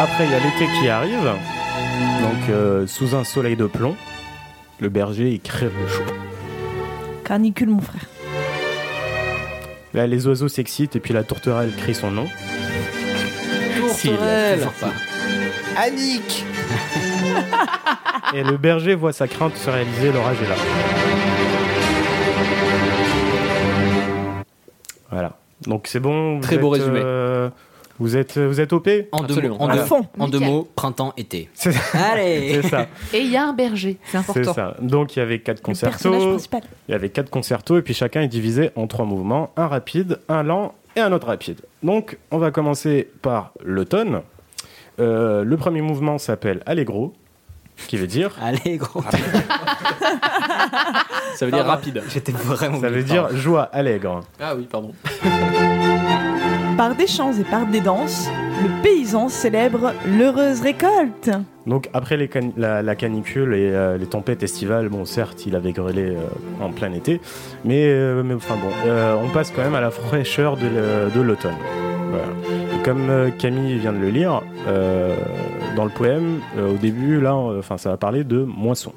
I: Après, il y a l'été qui arrive. Donc, euh, sous un soleil de plomb, le berger, il crève le chaud.
J: Canicule, mon frère.
I: Là, les oiseaux s'excitent et puis la tourterelle crie son nom. Si, il l'a toujours pas.
B: Annick
I: Et le berger voit sa crainte se réaliser, l'orage est là. Voilà. Donc c'est bon. vous
A: Très beau
I: êtes,
A: résumé.
I: euh, vous êtes vous êtes OP
H: En deux mots, en deux- en deux mots, printemps, été. Allez
I: C'est ça.
P: Et il y a un berger, c'est
I: C'est
P: important.
I: ça. Donc il y avait quatre
P: personnage
I: concertos.
P: principal.
I: Il y avait quatre concertos et puis chacun est divisé en trois mouvements, un rapide, un lent et un autre rapide. Donc, on va commencer par l'automne. Euh, le premier mouvement s'appelle Allegro, qui veut dire.
H: Ah, Allegro.
A: Ça veut dire
H: Pardon,
A: rapide.
H: J'étais vraiment.
I: Ça veut dire joie allègre.
A: Ah oui, pardon.
J: Par des chants et par des danses, le paysan célèbre l'heureuse récolte.
I: Donc après les cani- la, la canicule et euh, les tempêtes estivales, bon certes il avait grêlé euh, en plein été, mais, euh, mais enfin bon, euh, on passe quand même à la fraîcheur de, le- de l'automne. Voilà. Et comme euh, Camille vient de le lire, euh, dans le poème, euh, au début là, on- enfin ça va parler de moisson.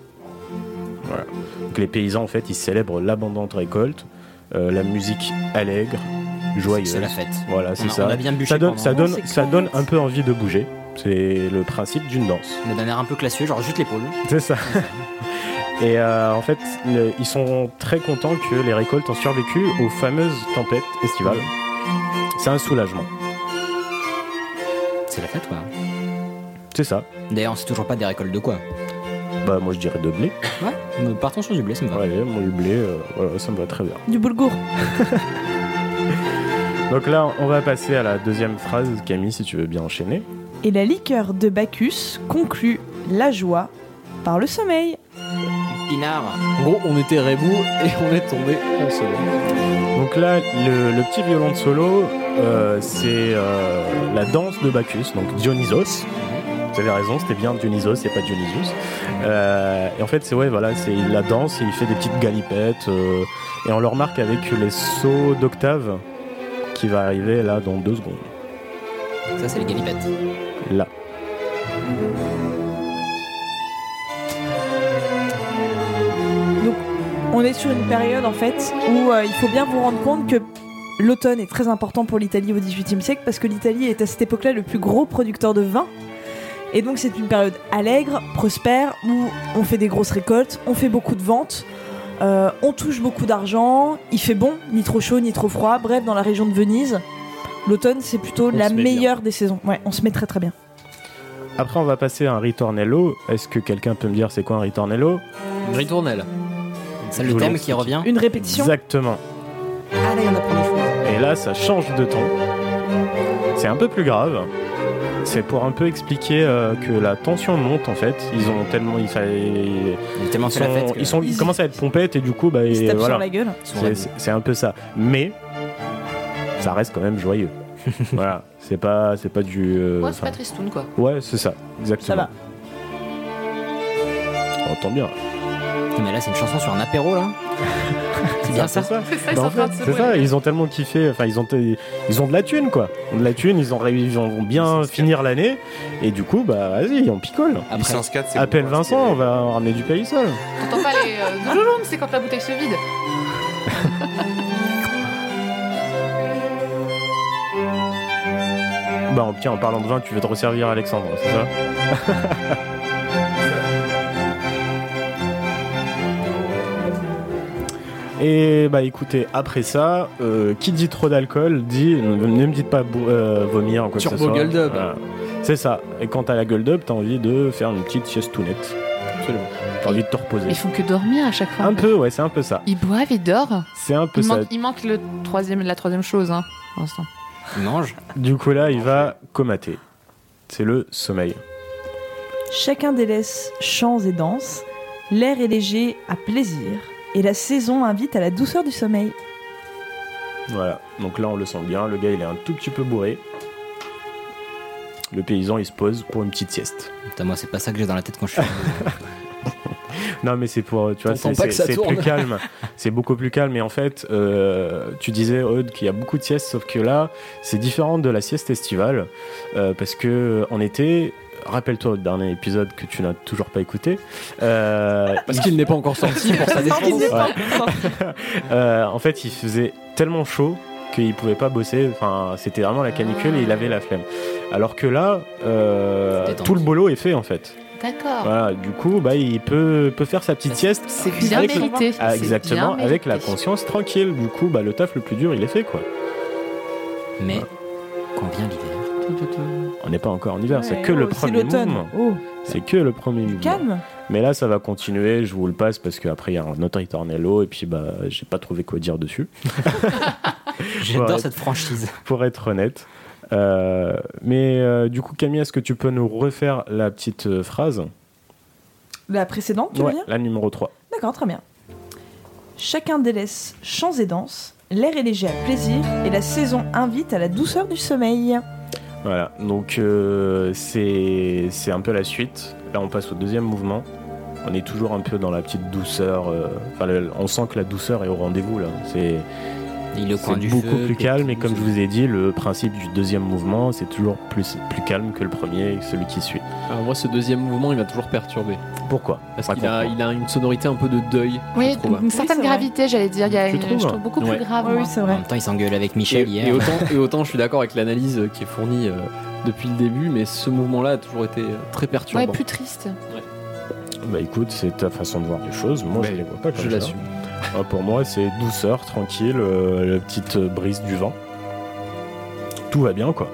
I: Voilà. Donc les paysans en fait ils célèbrent l'abondante récolte, euh, la musique allègre, joyeuse.
H: C'est la fête.
I: Voilà, c'est
H: On a-
I: ça.
H: on a bien bûché
I: ça donne,
H: pendant-
I: ça
H: Oh,
I: donne,
H: c'est
I: ça
H: quand
I: donne un peu envie de bouger. C'est le principe d'une danse.
H: Mais d'un air un peu classieux, genre juste l'épaule.
I: C'est ça. Et euh, en fait, le- ils sont très contents que les récoltes ont survécu aux fameuses tempêtes estivales. C'est un soulagement.
H: C'est la fête, quoi.
I: C'est ça.
H: D'ailleurs, c'est toujours pas des récoltes de quoi
I: Bah, moi je dirais de blé.
H: Ouais, mais partons sur du blé, ça me va.
I: Ouais, moi le blé, euh, voilà, ça me va très bien.
J: Du boulgour.
I: Donc là, on va passer à la deuxième phrase, Camille, si tu veux bien enchaîner.
J: Et la liqueur de Bacchus conclut la joie par le sommeil.
H: Pinard.
A: En gros, on était rébou et on est tombé en soleil.
I: Donc là, le, le petit violon de solo, euh, c'est euh, la danse de Bacchus, donc Dionysos. Vous avez raison, c'était bien Dionysos et pas Dionysus. Euh, et en fait, c'est ouais, voilà, c'est il la danse, et il fait des petites galipettes, euh, et on le remarque avec les sauts d'octave qui va arriver là dans deux secondes.
H: Ça, c'est les galipettes.
I: Là.
J: Donc, on est sur une période en fait où euh, il faut bien vous rendre compte que l'automne est très important pour l'Italie au XVIIIe siècle parce que l'Italie est à cette époque-là le plus gros producteur de vin. Et donc c'est une période allègre, prospère, où on fait des grosses récoltes, on fait beaucoup de ventes, euh, on touche beaucoup d'argent, il fait bon, ni trop chaud, ni trop froid. Bref, dans la région de Venise, l'automne c'est plutôt
I: On
J: la
I: se met bien.
J: meilleure des saisons. Ouais, on se met très très bien.
I: Après, on va passer à un ritornello. Est-ce que quelqu'un peut me dire c'est quoi un ritornello
A: Ritournelle.
H: C'est
I: Je
H: le
I: vous
H: thème
I: lance.
H: qui revient.
J: Une répétition
I: Exactement.
J: Ah là, il y en a plein de choses.
I: Et là, ça change de ton. C'est un peu plus grave. C'est pour un peu expliquer euh, que la tension monte en fait. Ils ont tellement, il fallait,
H: tellement
I: ils
H: fait la
I: sont-
H: fête que-
I: ils sont, ils commencent à être pompettes et du coup, bah,
J: Ils se
I: et
J: tapent
I: voilà.
J: sur la gueule.
I: C'est- C'est c'est un peu ça. Mais ça reste quand même joyeux. voilà, c'est pas, c'est pas du. euh,
P: Ouais, c'est pas
I: enfin,
P: tristoun, quoi.
I: Ouais, c'est ça,
J: Ça
I: exactement.
J: va.
I: On entend bien.
H: Mais là, c'est une chanson sur un apéro, là. C'est bien ça.
I: Bah, en fait, c'est ça, ils ont tellement kiffé, enfin ils ont, ils ont de la thune quoi. Ils ont de la thune, ils, ont, ré- ils vont bien finir l'année et du coup bah vas-y on picole.
G: Licence 4, c'est
I: Appelle
G: beaucoup
I: Vincent, on va en ramener du pays seul.
P: T'entends pas les. Euh, glouloum, c'est quand la bouteille se vide.
I: Bah tiens en parlant de vin tu veux te resservir Alexandre, c'est ça Et bah écoutez, après ça, euh, qui dit trop d'alcool dit ne ne me dites pas bou- euh, vomir quoi que ce
A: Turbo
I: soit.
A: gueule d'up.
I: Voilà. C'est ça. Et quand t'as la gueule d'up, t'as envie de faire une petite sieste tout nette. Absolument. T'as envie de te reposer.
P: Ils font que dormir à chaque fois.
I: Un peu, ouais, c'est un peu ça.
P: Ils boivent, ils dorment.
I: C'est un peu
P: Il
I: ça.
P: manque, il manque le troisième, la troisième chose, hein, pour l'instant.
H: Ils mangent.
I: Du coup là, il va comater. C'est le sommeil.
J: Chacun délaisse chants et danses, l'air est léger à plaisir, et la saison invite à la douceur du sommeil.
I: Voilà. Donc là, on le sent bien. Le gars, il est un tout petit peu bourré. Le paysan, il se pose pour une petite sieste.
H: Putain, moi, c'est pas ça que j'ai dans la tête quand je suis.
I: Non, mais c'est pour, tu vois,
A: T'entends
I: c'est,
A: pas que
I: c'est-
A: ça
I: c'est
A: tourne.
I: plus calme. C'est beaucoup plus calme. Et en fait, euh, tu disais, Aude, qu'il y a beaucoup de siestes, sauf que là, c'est différent de la sieste estivale. euh, parce que euh, en été, rappelle-toi du dernier épisode que tu n'as toujours pas écouté. euh,
A: Parce qu'il n'est pas encore sorti pour sa défense.
I: Euh, en fait, il faisait tellement chaud qu'il pouvait pas bosser. Enfin, c'était vraiment la canicule et il avait la flemme. Alors que là, euh,
P: Détente.
I: tout le boulot est fait en fait.
P: D'accord.
I: Voilà, du coup, bah, il peut, peut faire sa petite sieste.
P: Ah. Bah, C'est bien
I: avec-
P: mérité.
I: Ah,
P: C'est
I: exactement,
P: bien
I: avec
P: mérité.
I: la conscience tranquille. Du coup, bah, le taf le plus dur, il est fait quoi.
H: Mais quand vient l'hiver.
I: On n'est pas encore en hiver, c'est que
J: Oh,
I: le
J: c'est
I: premier
J: l'automne.
I: mouvement.
J: Oh,
I: C'est que le premier mouvement.
J: calme.
I: Mais là, ça va continuer. Je vous le passe parce qu'après, il y a un autre ritornello et puis bah, j'ai pas trouvé quoi dire dessus.
H: J'adore
I: Pour être-
H: cette franchise.
I: Pour être honnête. Euh, mais euh, du coup, Camille, est-ce que tu peux nous refaire la petite euh, phrase
J: La précédente, tu
I: Ouais,
J: veux dire
I: La numéro 3.
J: D'accord, très bien. Chacun délaisse chants et danses, l'air est léger à plaisir et la saison invite à la douceur du sommeil.
I: Voilà, donc euh, c'est c'est un peu la suite. Là, on passe au deuxième mouvement. On est toujours un peu dans la petite douceur. euh, Enfin, le- on sent que la douceur est au rendez-vous là. C'est
H: Il est au
I: c'est
H: coin du
I: beaucoup
H: feu,
I: plus
H: tout-
I: calme. Et comme je vous ai dit, le principe du deuxième mouvement, c'est toujours plus plus calme que le premier, et celui qui suit.
A: Alors Ah, moi, ce deuxième mouvement, il m'a toujours perturbé.
I: Pourquoi
A: Parce qu'il a, il a une sonorité un peu de deuil.
P: Oui,
A: je
I: hein.
A: trouve.
P: une certaine gravité, j'allais dire. Il y a,
A: Tu
P: je
A: trouves
P: trouve beaucoup
A: Ouais.
P: plus
J: Ah
P: grave. moi.
H: En même temps, il s'engueule avec Michel
A: Et,
H: hier.
A: et autant, et autant je suis d'accord avec l'analyse euh, qui est fournie euh, depuis le début, mais ce mouvement-là a toujours été euh, très perturbant.
P: Ouais, plus triste.
I: Bah écoute, c'est ta façon de voir les choses. Moi, je les vois pas comme
A: je
I: ça.
A: l'assume.
I: Ah, pour moi, c'est douceur, tranquille, euh, la petite euh, brise du vent. Tout va bien, quoi.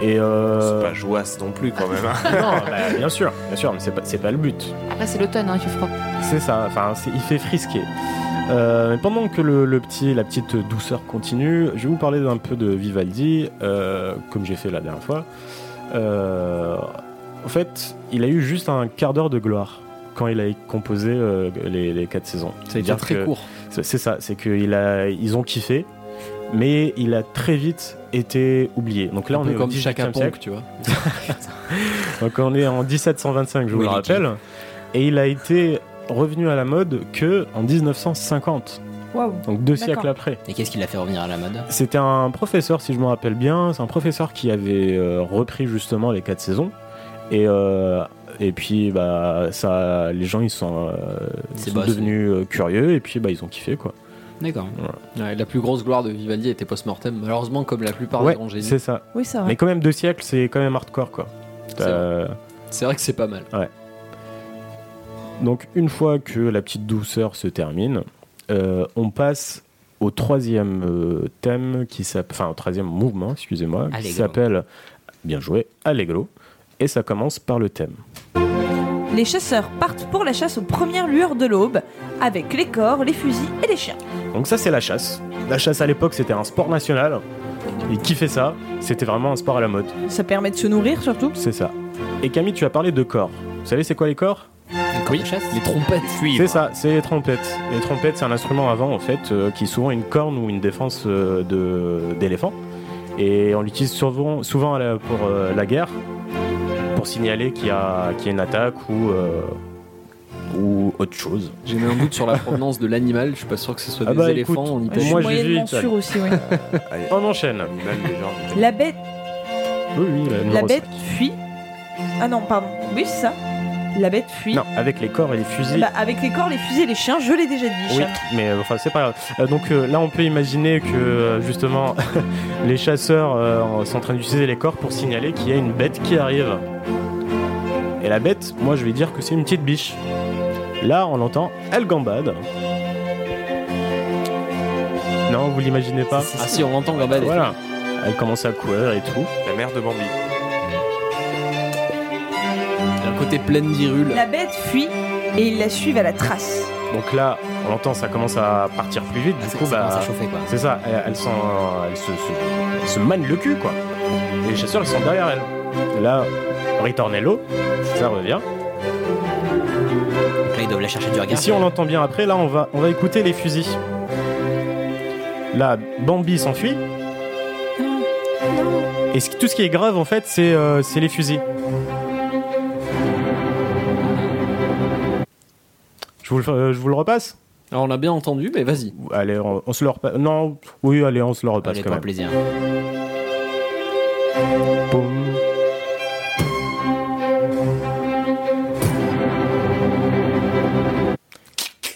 I: Et euh...
G: C'est pas joasse non plus, quand même. hein.
I: non, bah, bien sûr, bien sûr, mais c'est pas, c'est pas le but.
P: Après, c'est l'automne, hein, il fait froid.
I: C'est ça, enfin, c'est- il fait frisquer. Euh, mais pendant que le, le petit, la petite douceur continue, je vais vous parler d'un peu de Vivaldi, euh, comme j'ai fait la dernière fois. Euh, en fait, il a eu juste un quart d'heure de gloire quand il a composé euh, les, les quatre saisons.
A: déjà
I: C'est-à-dire
A: très
I: que-
A: court.
I: C'est c'est ça, c'est qu'ils ont kiffé, mais il a très vite été oublié. Donc là,
A: Un
I: on
A: peu
I: est au
A: comme
I: 18e
A: Chaka Ponk,
I: siècle.
A: tu vois.
I: Donc on est en 1725, je vous
A: Oui,
I: le
A: il est
I: rappelle. Et il a été revenu à la mode que en 1950.
J: Waouh.
I: Donc deux
H: D'accord.
I: siècles après.
H: Et qu'est-ce qui l'a fait revenir à la mode
I: C'était un professeur, si je me rappelle bien, c'est un professeur qui avait euh, repris justement les quatre saisons. Et, euh, et puis bah, ça, les gens ils sont, euh, ils
H: C'est
I: sont
H: pas assez.
I: devenus euh, curieux et puis bah, ils ont kiffé quoi.
H: D'accord.
A: Ouais, la plus grosse gloire de Vivaldi était post-mortem, malheureusement, comme la plupart
I: Ouais,
A: des grands génies.
I: c'est ça.
J: Oui, c'est vrai.
I: Mais quand même deux siècles, c'est quand même hardcore quoi.
A: C'est
I: Euh,
A: C'est vrai que c'est pas mal.
I: Ouais. Donc une fois que la petite douceur se termine, euh, on passe au troisième euh, thème qui s'appelle, enfin au troisième mouvement, excusez-moi, qui
H: Allegro.
I: s'appelle bien joué Allegro, et ça commence par le thème.
J: Les chasseurs partent pour la chasse aux premières lueurs de l'aube, avec les corps, les fusils et les chiens.
I: Donc ça c'est la chasse. La chasse à l'époque c'était un sport national et qui fait ça, c'était vraiment un sport à la mode.
J: Ça permet de se nourrir surtout.
I: C'est ça. Et Camille, tu as parlé de corps. Vous savez c'est quoi les corps
A: Oui, les trompettes.
I: C'est ça, c'est les trompettes. Les trompettes, c'est un instrument avant, en fait, euh, qui est souvent une corne ou une défense euh, de- d'éléphant. Et on l'utilise souvent, souvent à la- pour euh, la guerre, pour signaler qu'il y, a- qu'il y a une attaque ou, euh, ou autre chose.
A: J'ai mis un doute sur la provenance de l'animal, je suis pas sûr que ce soit
I: Ah
A: des
I: bah,
A: éléphants
I: écoute,
A: en
I: Pour
A: Italie.
I: moi, j'ai vu.
J: sûr aussi, oui.
G: Allez,
I: On enchaîne.
G: animal, les gens.
J: La bête,
I: Oui, oui, la,
J: la
I: numéro
J: bête fuit. Ah non, pardon. Oui, c'est ça. La bête fuit.
I: Non, avec les corps et les fusils.
J: Bah, avec les corps, les fusils et les chiens, je l'ai déjà dit.
I: Oui,
J: chat.
I: mais euh, enfin c'est pas grave. Euh, donc euh, là on peut imaginer que euh, justement les chasseurs euh, sont en train d'utiliser les corps pour signaler qu'il y a une bête qui arrive. Et la bête, moi je vais dire que c'est une petite biche. Là on l'entend, elle gambade. Non, vous l'imaginez pas
A: Ah si, on l'entend Gabad.
I: Voilà. Elle commence à courir et tout.
G: La mère de Bambi.
A: Un côté plein d'irule.
J: La bête fuit et ils la suivent à la trace.
I: Donc là, on l'entend, ça commence à partir plus vite. Du
H: Ah,
I: coup,
H: ça
I: bah,
H: commence à chauffer, quoi.
I: C'est ça. Elle, elle s'en- elle se, se- elle se manne le cul, quoi. Et les chasseurs, ils sont derrière elle. Et là, Ritornello, ça revient.
H: Donc là, ils doivent la chercher du
I: Et
H: regard.
I: si on l'entend bien après, là, on va, on va écouter les fusils. Là, Bambi s'enfuit. Et ce- tout ce qui est grave, en fait, c'est euh, c'est les fusils. Je vous, le- euh, je vous le repasse
A: Alors on a bien entendu, mais vas-y.
I: Allez, on, on se le repasse. Non, oui, allez, on se le repasse
H: Allez,
I: quand
H: pour
I: même.
H: le plaisir.
I: Poum.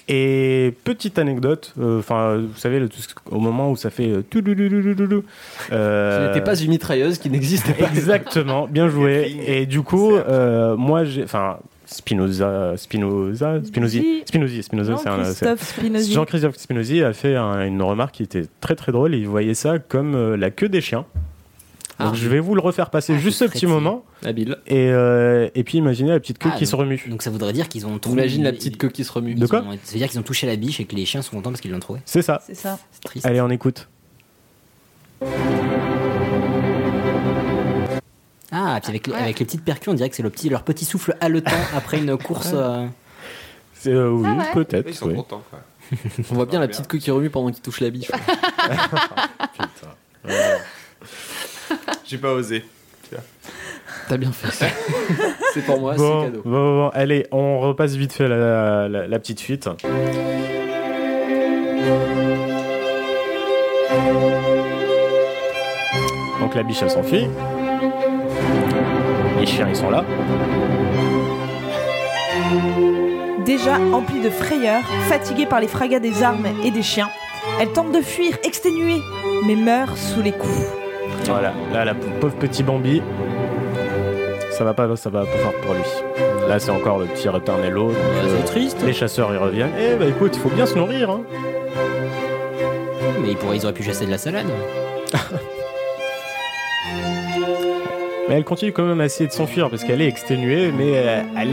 I: Et petite anecdote, euh, enfin, vous savez, le- tout ce- au moment où ça fait. euh, toulouloulouloulou,
A: Ce
I: euh,
A: n'était pas une mitrailleuse qui n'existait pas.
I: Exactement, bien joué. Et du coup, euh, moi, j'ai. Enfin, Spinoza. Spinoza Spinozzi.
J: Si.
I: Spinozzi, Spinoza, c'est un. c'est-
J: Jean-Christophe Spinozzi.
I: Jean-Christophe Spinozzi a fait un- une remarque qui était très très drôle. Il voyait ça comme euh, la queue des chiens. Donc
A: Ah.
I: je vais vous le refaire passer juste ce
H: c'est
I: petit
H: très
I: moment.
A: Habile.
I: Et, euh, et puis imaginez la petite queue
H: Ah,
I: qui se remue.
H: Donc ça voudrait dire qu'ils ont trouvé.
A: Imagine la petite queue qui se remue.
I: De quoi
H: Ça veut dire qu'ils ont touché la biche et que les chiens sont contents parce qu'ils l'ont trouvée.
I: C'est ça.
J: C'est ça.
H: C'est triste.
I: Allez, on écoute.
H: Ah, puis avec, le- avec les petites percus, on dirait que c'est le petit, leur petit souffle haletant après une course. euh,
I: C'est, euh, oui,
H: Ah ouais.
I: peut-être.
H: Ils sont
I: oui.
H: contents,
A: On voit bien la petite queue qui remue pendant qu'il touche la biche.
H: hein.
G: J'ai pas osé.
A: T'as bien fait ça. c'est pour moi,
I: Bon,
A: c'est cadeau.
I: bon, bon, allez, on repasse vite fait la, la- la petite fuite. Donc la biche, elle s'enfuit. Les chiens, ils sont là.
J: Déjà emplie de frayeur, fatiguée par les fragas des armes et des chiens, elle tente de fuir, exténuée, mais meurt sous les coups.
I: Voilà, là, la pauvre petit Bambi. Ça va pas, ça va pas fort pour lui. Là, c'est encore le petit Retarnello. donc, euh, Les chasseurs, ils reviennent. Eh bah écoute, il faut bien se nourrir. hein.
H: Mais ils, pourraient, ils auraient pu chasser de la salade.
I: Mais elle continue quand même à essayer de s'enfuir parce qu'elle est exténuée, mais euh, elle,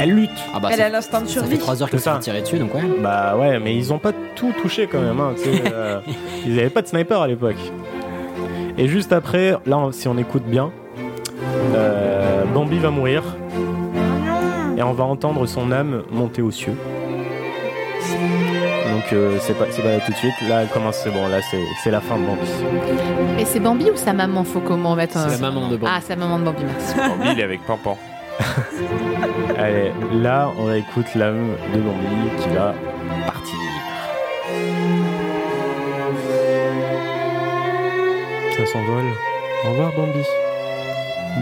I: elle lutte.
H: bah, Elle ça- a l'instinct de ça fait survie. trois heures qu'elle
I: C'est ça.
H: se fait tirer dessus, donc ouais.
I: Bah ouais, mais ils ont pas tout touché quand même. hein, tu sais, euh, ils avaient pas de sniper à l'époque. Et juste après, là, on- si on écoute bien, euh, Bambi va mourir. Et on va entendre son âme monter aux cieux. Donc euh, c'est pas, c'est pas là tout de suite. Là, elle commence, c'est bon, là, c'est c'est la fin de Bambi.
P: Et c'est Bambi ou sa maman Faut comment mettre un-
I: C'est la maman de Bambi.
P: Ah, c'est la maman de Bambi, merci.
I: Bambi, il est avec Pampan. Allez, là, on écoute l'âme de Bambi qui va partir. Ça s'envole. Au revoir, Bambi.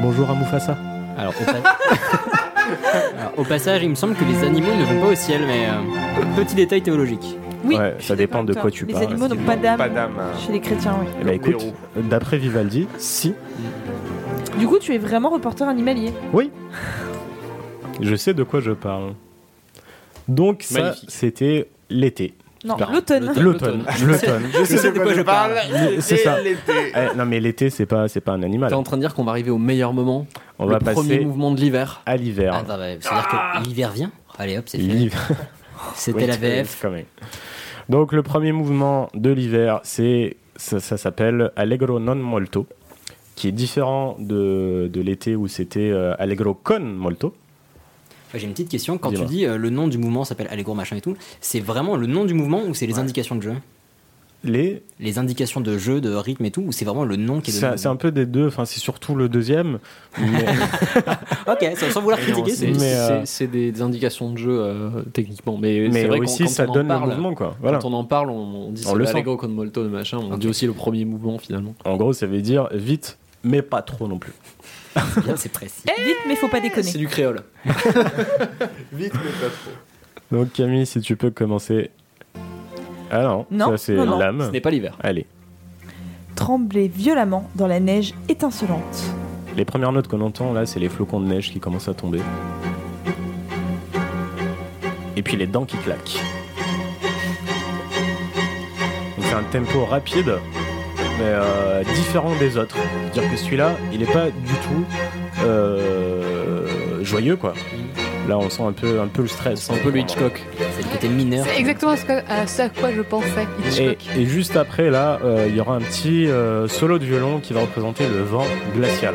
I: Bonjour à Mufasa.
H: Alors au, pa- Alors, au passage, il me semble que les animaux ne vont pas au ciel, mais euh, petit détail théologique.
J: Oui,
I: Ouais, ça dépend de quoi tu
J: les
I: parles.
J: animaux n'ont pas d'âme.
I: Pas d'âme.
J: Chez les chrétiens, oui.
I: Eh ben, écoute, d'après Vivaldi, si.
J: Du coup, tu es vraiment reporter animalier.
I: Oui. Je sais de quoi je parle. Donc ça,
J: Magnifique.
I: c'était l'été.
J: Non,
I: Pardon.
J: l'automne.
I: L'automne.
J: L'automne.
I: L'automne.
J: Je sais de quoi je parle.
I: Mais C'est ça.
J: L'été.
I: Eh, non mais l'été, c'est pas, c'est pas un animal.
A: T'es en train de dire qu'on va arriver au meilleur moment.
I: On
A: le
I: va
A: premier
I: passer
A: mouvement de l'hiver.
I: à l'hiver.
H: Ah, bah, bah, C'est-à-dire que l'hiver vient. Allez hop, c'est fait.
I: L'hiver.
H: C'était
I: Oui,
H: la
I: c'est-
H: VF.
I: c'est quand même. Donc le premier mouvement de l'hiver, c'est ça, ça s'appelle Allegro non molto, qui est différent de, de l'été où c'était euh, Allegro con molto.
H: J'ai une petite question. Quand tu
I: Dis-moi.
H: dis euh, le nom du mouvement s'appelle Allegro machin et tout, c'est vraiment le nom du mouvement ou c'est les indications de jeu
I: Les
H: Les indications de jeu, de rythme et tout, ou c'est vraiment le nom qui est
I: Ça-
H: donné
I: C'est un peu des deux. Enfin, c'est surtout le deuxième. mais-
H: Ok, sans- sans vouloir
A: Mais non,
H: critiquer,
A: c'est-
I: c'est-
A: c'est-
I: euh,
A: c'est- C'est des, des indications de jeu euh, techniquement, mais,
I: Mais
A: c'est vrai qu'on-
I: aussi,
A: quand
I: ça
A: on en
I: donne le
A: parle-
I: mouvement, quoi. Voilà.
A: Quand on en parle, on, on dit
I: On
A: c'est
I: le
A: le
I: sent.
A: Allegro con molto de machin. On dit aussi le premier mouvement finalement.
I: En gros, ça veut dire vite, mais pas trop non plus.
H: C'est bien, c'est précis.
J: Vite, mais faut pas déconner.
A: C'est du créole.
G: Vite, mais pas trop.
I: Donc Camille, si tu peux commencer. Ah non,
J: Non,
I: ça c'est
J: non, non.
I: l'âme.
J: Ce n'est
A: pas l'hiver.
I: Allez,
J: Trembler violemment dans la neige étincelante.
I: les premières notes qu'on entend là, c'est les flocons de neige qui commencent à tomber. Et puis les dents qui claquent. Donc c'est un tempo rapide, mais euh, différent des autres. C'est-à-dire que celui-là, il n'est pas du tout euh, joyeux quoi. Là, on sent un peu, un peu le stress.
A: un peu le Hitchcock.
H: C'est le côté mineur.
P: C'est exactement ce que- à ce à quoi je pensais.
I: Et,
P: Hitchcock.
I: et juste après, là, euh, il y aura un petit euh, solo de violon qui va représenter le vent glacial.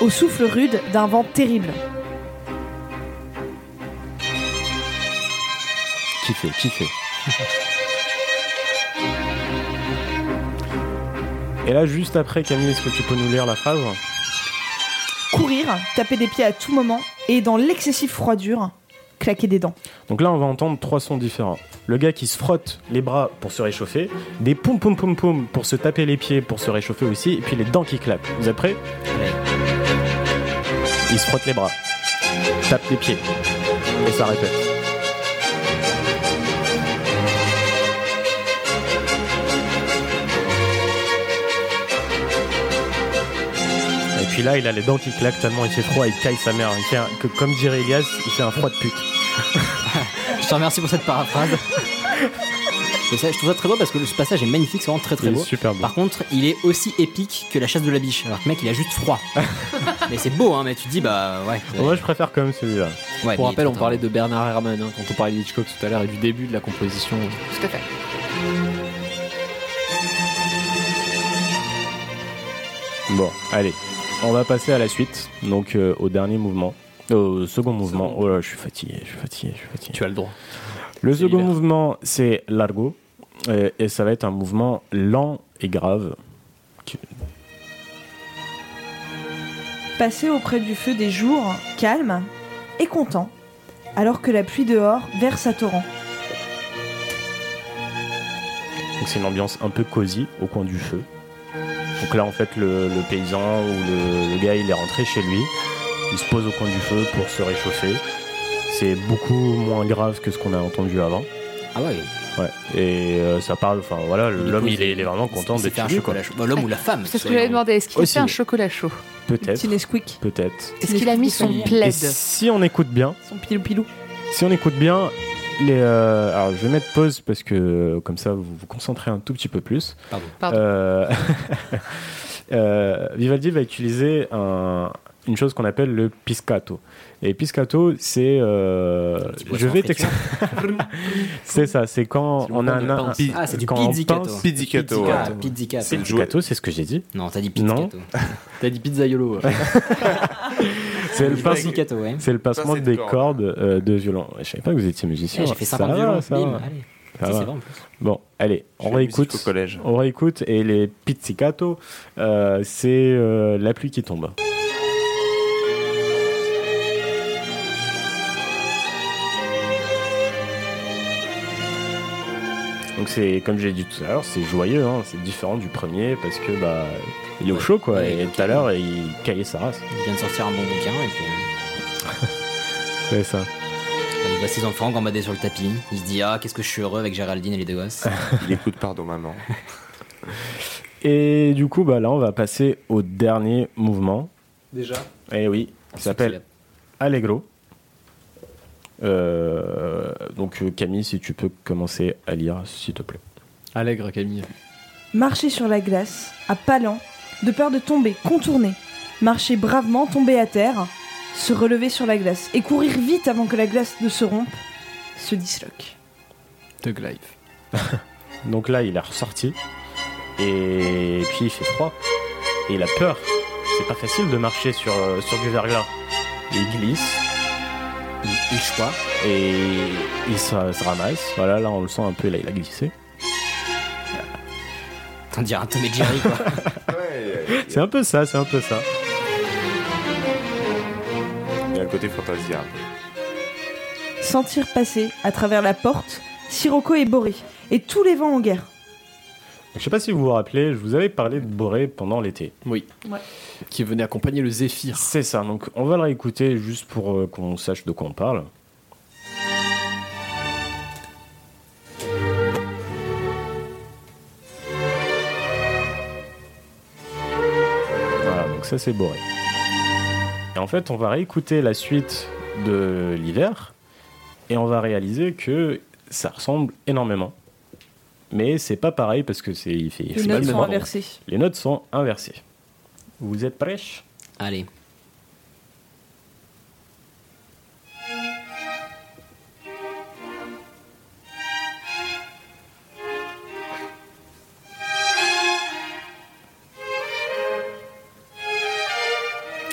J: Au souffle rude d'un vent terrible.
I: Kiffé, kiffé. Et là, juste après, Camille, est-ce que tu peux nous lire la phrase
J: Courir, taper des pieds à tout moment et dans l'excessive froidure, claquer des dents.
I: Donc là, on va entendre trois sons différents. Le gars qui se frotte les bras pour se réchauffer, des poum poum poum poum pour se taper les pieds pour se réchauffer aussi, et puis les dents qui claquent. Vous êtes prêts Il se frotte les bras, tape les pieds, et ça répète. Et puis là, il a les dents qui claquent tellement il fait froid, il caille sa mère. Il fait un- que, comme dirait Elias, il fait un froid de pute.
H: Je te remercie pour cette paraphrase. Mais ça, je trouve ça très beau parce que ce passage est magnifique, c'est vraiment très très
I: Il est
H: beau.
I: super beau.
H: Par contre, il est aussi épique que la chasse de la biche. Alors que mec, il a juste froid. mais c'est beau, hein, mais tu te dis, bah ouais.
I: Moi, je préfère quand même celui-là.
H: Ouais,
A: Pour
H: mais
A: rappel, on
H: attends.
A: parlait de Bernard Herrmann hein, quand on parlait d'Hitchcock tout à l'heure et du début de la composition.
K: Tout à fait.
I: Bon, allez, on va passer à la suite, donc euh, au dernier mouvement, au second mouvement. Oh là, je suis fatigué, je suis fatigué, je suis fatigué.
A: Tu as le droit.
I: Le second mouvement, c'est l'argot, euh, et ça va être un mouvement lent et grave. qui-
J: Passer auprès du feu des jours, calme et content, alors que la pluie dehors verse à torrent.
I: Donc c'est une ambiance un peu cosy au coin du feu. Donc là en fait le, le paysan ou le, le gars il est rentré chez lui, il se pose au coin du feu pour se réchauffer. C'est beaucoup moins grave que ce qu'on a entendu avant.
H: Ah ouais.
I: Ouais. Et euh, ça parle, enfin voilà,
H: Du
I: l'homme
H: coup,
I: il est, il est vraiment content
H: c'est-
I: d'être
H: c'est un
I: chez lui, quoi.
H: chocolat chaud. Bah, l'homme ou la femme.
K: C'est ce que j'avais demandé. Est-ce qu'il a
I: Aussi.
K: fait un chocolat chaud
I: Peut-être.
J: Nesquik.
I: Peut-être.
K: Est-ce qu'il a mis son plaid
I: Et si on écoute bien,
J: Son pilou pilou.
I: si on écoute bien, les, euh, alors je vais mettre pause parce que euh, comme ça vous vous concentrez un tout petit peu plus.
H: Pardon.
K: Pardon.
I: Euh, euh, Vivaldi va utiliser un- une chose qu'on appelle le piscato. Et piscato, c'est euh, je
H: poisson
I: vais
H: en friture.
I: t'expliquer. c'est ça, c'est quand
H: C'est le
I: on a
H: moment de
I: un,
H: pince. Ah, c'est du
I: quand on
H: pizzicato.
I: pince-
G: Pizzicato,
H: Ah, pizzicato.
I: C'est le Pizzicato, c'est ce que j'ai dit.
H: Non, t'as dit
I: Non,
H: pizzicato.
A: T'as dit pizzaiolo.
I: c'est le,
H: Du
I: pince-
H: pizzicato, ouais.
I: c'est le pincement
H: Pincée de
I: des
H: cordes.
I: cordes euh, de violon. Je savais pas que vous étiez musicien.
H: Eh, j'ai fait ça par
I: va,
H: le violon.
I: ça
H: Bim,
I: va.
H: allez.
I: Ça
H: Ça,
I: va.
H: c'est vrai, en plus.
I: Bon, allez, on
G: fais musique
I: réécoute. Oh.
G: au collège.
I: On réécoute et les pizzicato, euh, c'est euh, la pluie qui tombe. Donc c'est comme j'ai dit tout à l'heure, c'est joyeux, hein, c'est différent du premier parce que bah il est au chaud quoi.
H: Ouais,
I: et tout à l'heure il caillait sa race.
H: Il vient de sortir un bon bouquin et puis. euh,
I: C'est ça.
H: Il voit euh, bah, ses enfants gambader sur le tapis. Il se dit Ah, qu'est-ce que je suis heureux avec Géraldine et les deux gosses.
G: Il écoute Pardon Maman.
I: Et du coup bah là on va passer au dernier mouvement.
A: Déjà.
I: Eh oui, qui s'appelle Allegro. Euh, donc euh, Camille, si tu peux commencer à lire, s'il te plaît.
A: Allègre, Camille.
J: Marcher sur la glace, à pas lents, de peur de tomber, contourner. Marcher bravement, tomber à terre, se relever sur la glace et courir vite avant que la glace ne se rompe, se disloque.
A: Thug Life.
I: Donc là, il est ressorti. Et puis il fait froid. Et il a peur. C'est pas facile de marcher sur, euh, sur du verglas. Il glisse.
H: Il, il choix.
I: Et il se, se ramasse. Voilà, là on le sent un peu, là il a glissé.
H: T'en dirais un Tom et Jerry, quoi.
I: C'est un peu ça, c'est un peu ça.
G: Il y a le côté fantasia.
J: Sentir passer, à travers la porte, Sirocco et Boré, et tous les vents en guerre.
I: Je sais pas si vous vous rappelez, je vous avais parlé de Boré pendant l'été.
A: Oui.
J: Ouais.
A: Qui venait accompagner le Zéphyr.
I: C'est ça, donc on va le réécouter juste pour euh, qu'on sache de quoi on parle. Voilà, donc ça c'est Boré. Et en fait, on va réécouter la suite de l'hiver et on va réaliser que ça ressemble énormément. Mais c'est pas pareil parce que c'est il fait
J: Les
I: c'est pas
J: notes
I: le même
J: sont
I: ordre.
J: inversées.
I: Les notes sont inversées. Vous êtes prêts
H: Allez.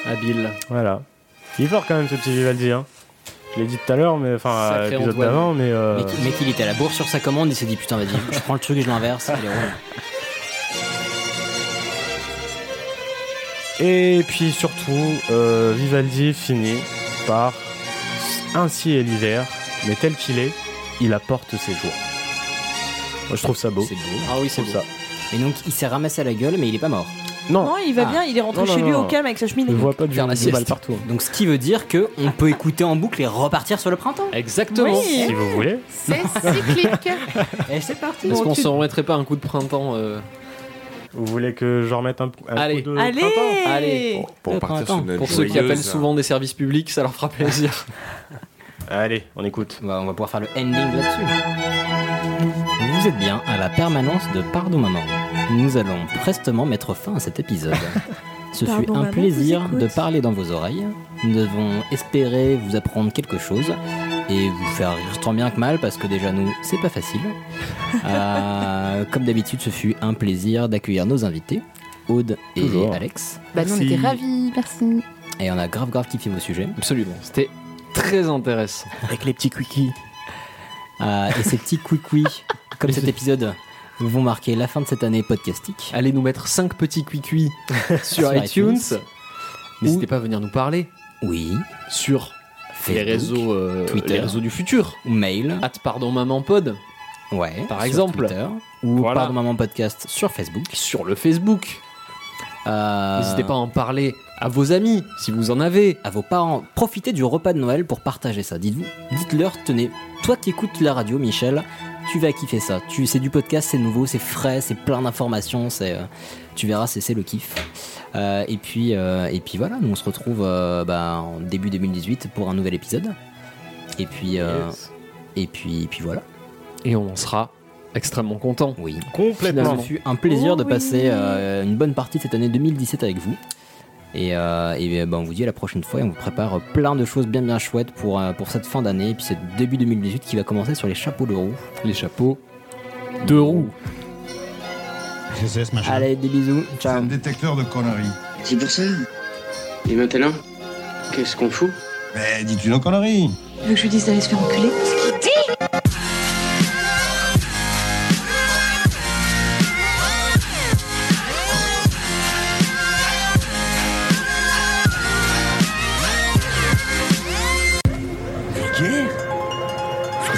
A: Habile.
I: Voilà. Il est fort quand même ce petit Vivaldi. Hein. Je l'ai dit tout à l'heure, mais enfin, à
A: Sacré
I: l'épisode
A: Antoine.
I: d'avant, mais. euh,
H: Le Mec, le mec, il était à la bourse sur sa commande. Il s'est dit Putain, vas-y, je prends le truc, je l'inverse. Il est roule.
I: Et puis surtout, euh, Vivaldi finit par Ainsi est l'hiver, mais tel qu'il est, il apporte ses jours. Moi, je trouve ça beau.
H: C'est beau.
A: Ah oui, c'est
I: Je trouve ça.
H: Et donc, il s'est ramassé à la gueule, mais il est pas mort.
I: Non,
J: Non, il va
H: Ah.
J: bien, il est rentré
I: Non, non,
J: chez lui
I: non.
J: au calme avec sa
I: je
J: cheminée.
I: vois pas du,
A: Faire la
I: du mal
A: sieste.
I: partout. hein.
H: Donc, ce qui veut dire que on peut écouter en boucle et repartir sur le printemps.
A: Exactement.
J: Oui.
I: Si vous voulez.
K: C'est cyclique.
H: Et c'est parti.
A: Est-ce
H: Bon,
A: qu'on
H: tu-
A: se remettrait pas un coup de printemps euh,
I: Vous voulez que je remette un, un
A: Allez.
I: coup de
J: Allez,
I: printemps
A: Allez.
G: Pour, pour
H: Le
G: partir
H: printemps.
G: sur une
A: Pour
G: note
A: ceux qui
G: joyeuse.
A: appellent souvent des services publics, ça leur fera plaisir.
I: Allez, on écoute.
H: Bah, on va pouvoir faire le ending là-dessus. Vous êtes bien à la permanence de Pardon Maman. Nous allons prestement mettre fin à cet épisode. Ce
J: Pardon,
H: fut un
J: maman, vous
H: plaisir
J: écoute.
H: de parler dans vos oreilles. Nous devons espérer vous apprendre quelque chose et vous faire rire tant bien que mal parce que déjà nous, c'est pas facile. Euh, comme d'habitude, ce fut un plaisir d'accueillir nos invités, Aude et
A: Toujours.
H: Alex.
P: Bah, nous, on était ravis, merci.
H: Et on a grave grave kiffé vos sujets.
A: Absolument, c'était très intéressant.
H: Avec les petits quickies. et ces petits quickies, comme cet épisode, vont marquer la fin de cette année podcastique.
A: Allez nous mettre 5 petits quickies sur iTunes. N'hésitez pas à venir nous parler.
H: Oui.
A: Sur les
H: Facebook,
A: réseaux, euh,
H: Twitter.
A: les réseaux du futur.
H: Ou mail.
A: At pardon maman pod.
H: Ouais.
A: Par
H: sur
A: exemple.
H: Twitter, ou
A: Voilà.
H: Pardon Maman Podcast sur Facebook. Euh,
A: Sur le Facebook.
H: Ah.
A: N'hésitez pas à en parler à vos amis, si vous en avez.
H: À vos parents. Profitez du repas de Noël pour partager ça. Dites-vous, dites-leur, tenez, toi t'écoutes la radio, Michel, tu vas kiffer ça. Tu, c'est du podcast, c'est nouveau, c'est frais, c'est plein d'informations, c'est, euh, tu verras, c'est, c'est le kiff. Euh, et puis, euh, et puis voilà, nous on se retrouve euh, bah, en début 2018 pour un nouvel épisode. Et puis, euh, et puis, et puis voilà.
A: Et on en sera extrêmement content.
H: Oui.
I: Complètement.
H: Ce fut un plaisir de passer euh, une bonne partie de cette année 2017 avec vous. Et, euh, et, euh, ben, on vous dit à la prochaine fois et on vous prépare euh, plein de choses bien bien chouettes pour, euh, pour cette fin d'année et puis ce début 2018 qui va commencer sur les chapeaux de roue.
A: Les chapeaux de roue.
H: Allez, des bisous.
D: C'est un détecteur de conneries.
E: C'est pour ça. Et maintenant, qu'est-ce qu'on fout
D: Mais dis-tu nos conneries
F: Tu veux que je lui dise d'aller se faire enculer
O: Vulgaire Je trouve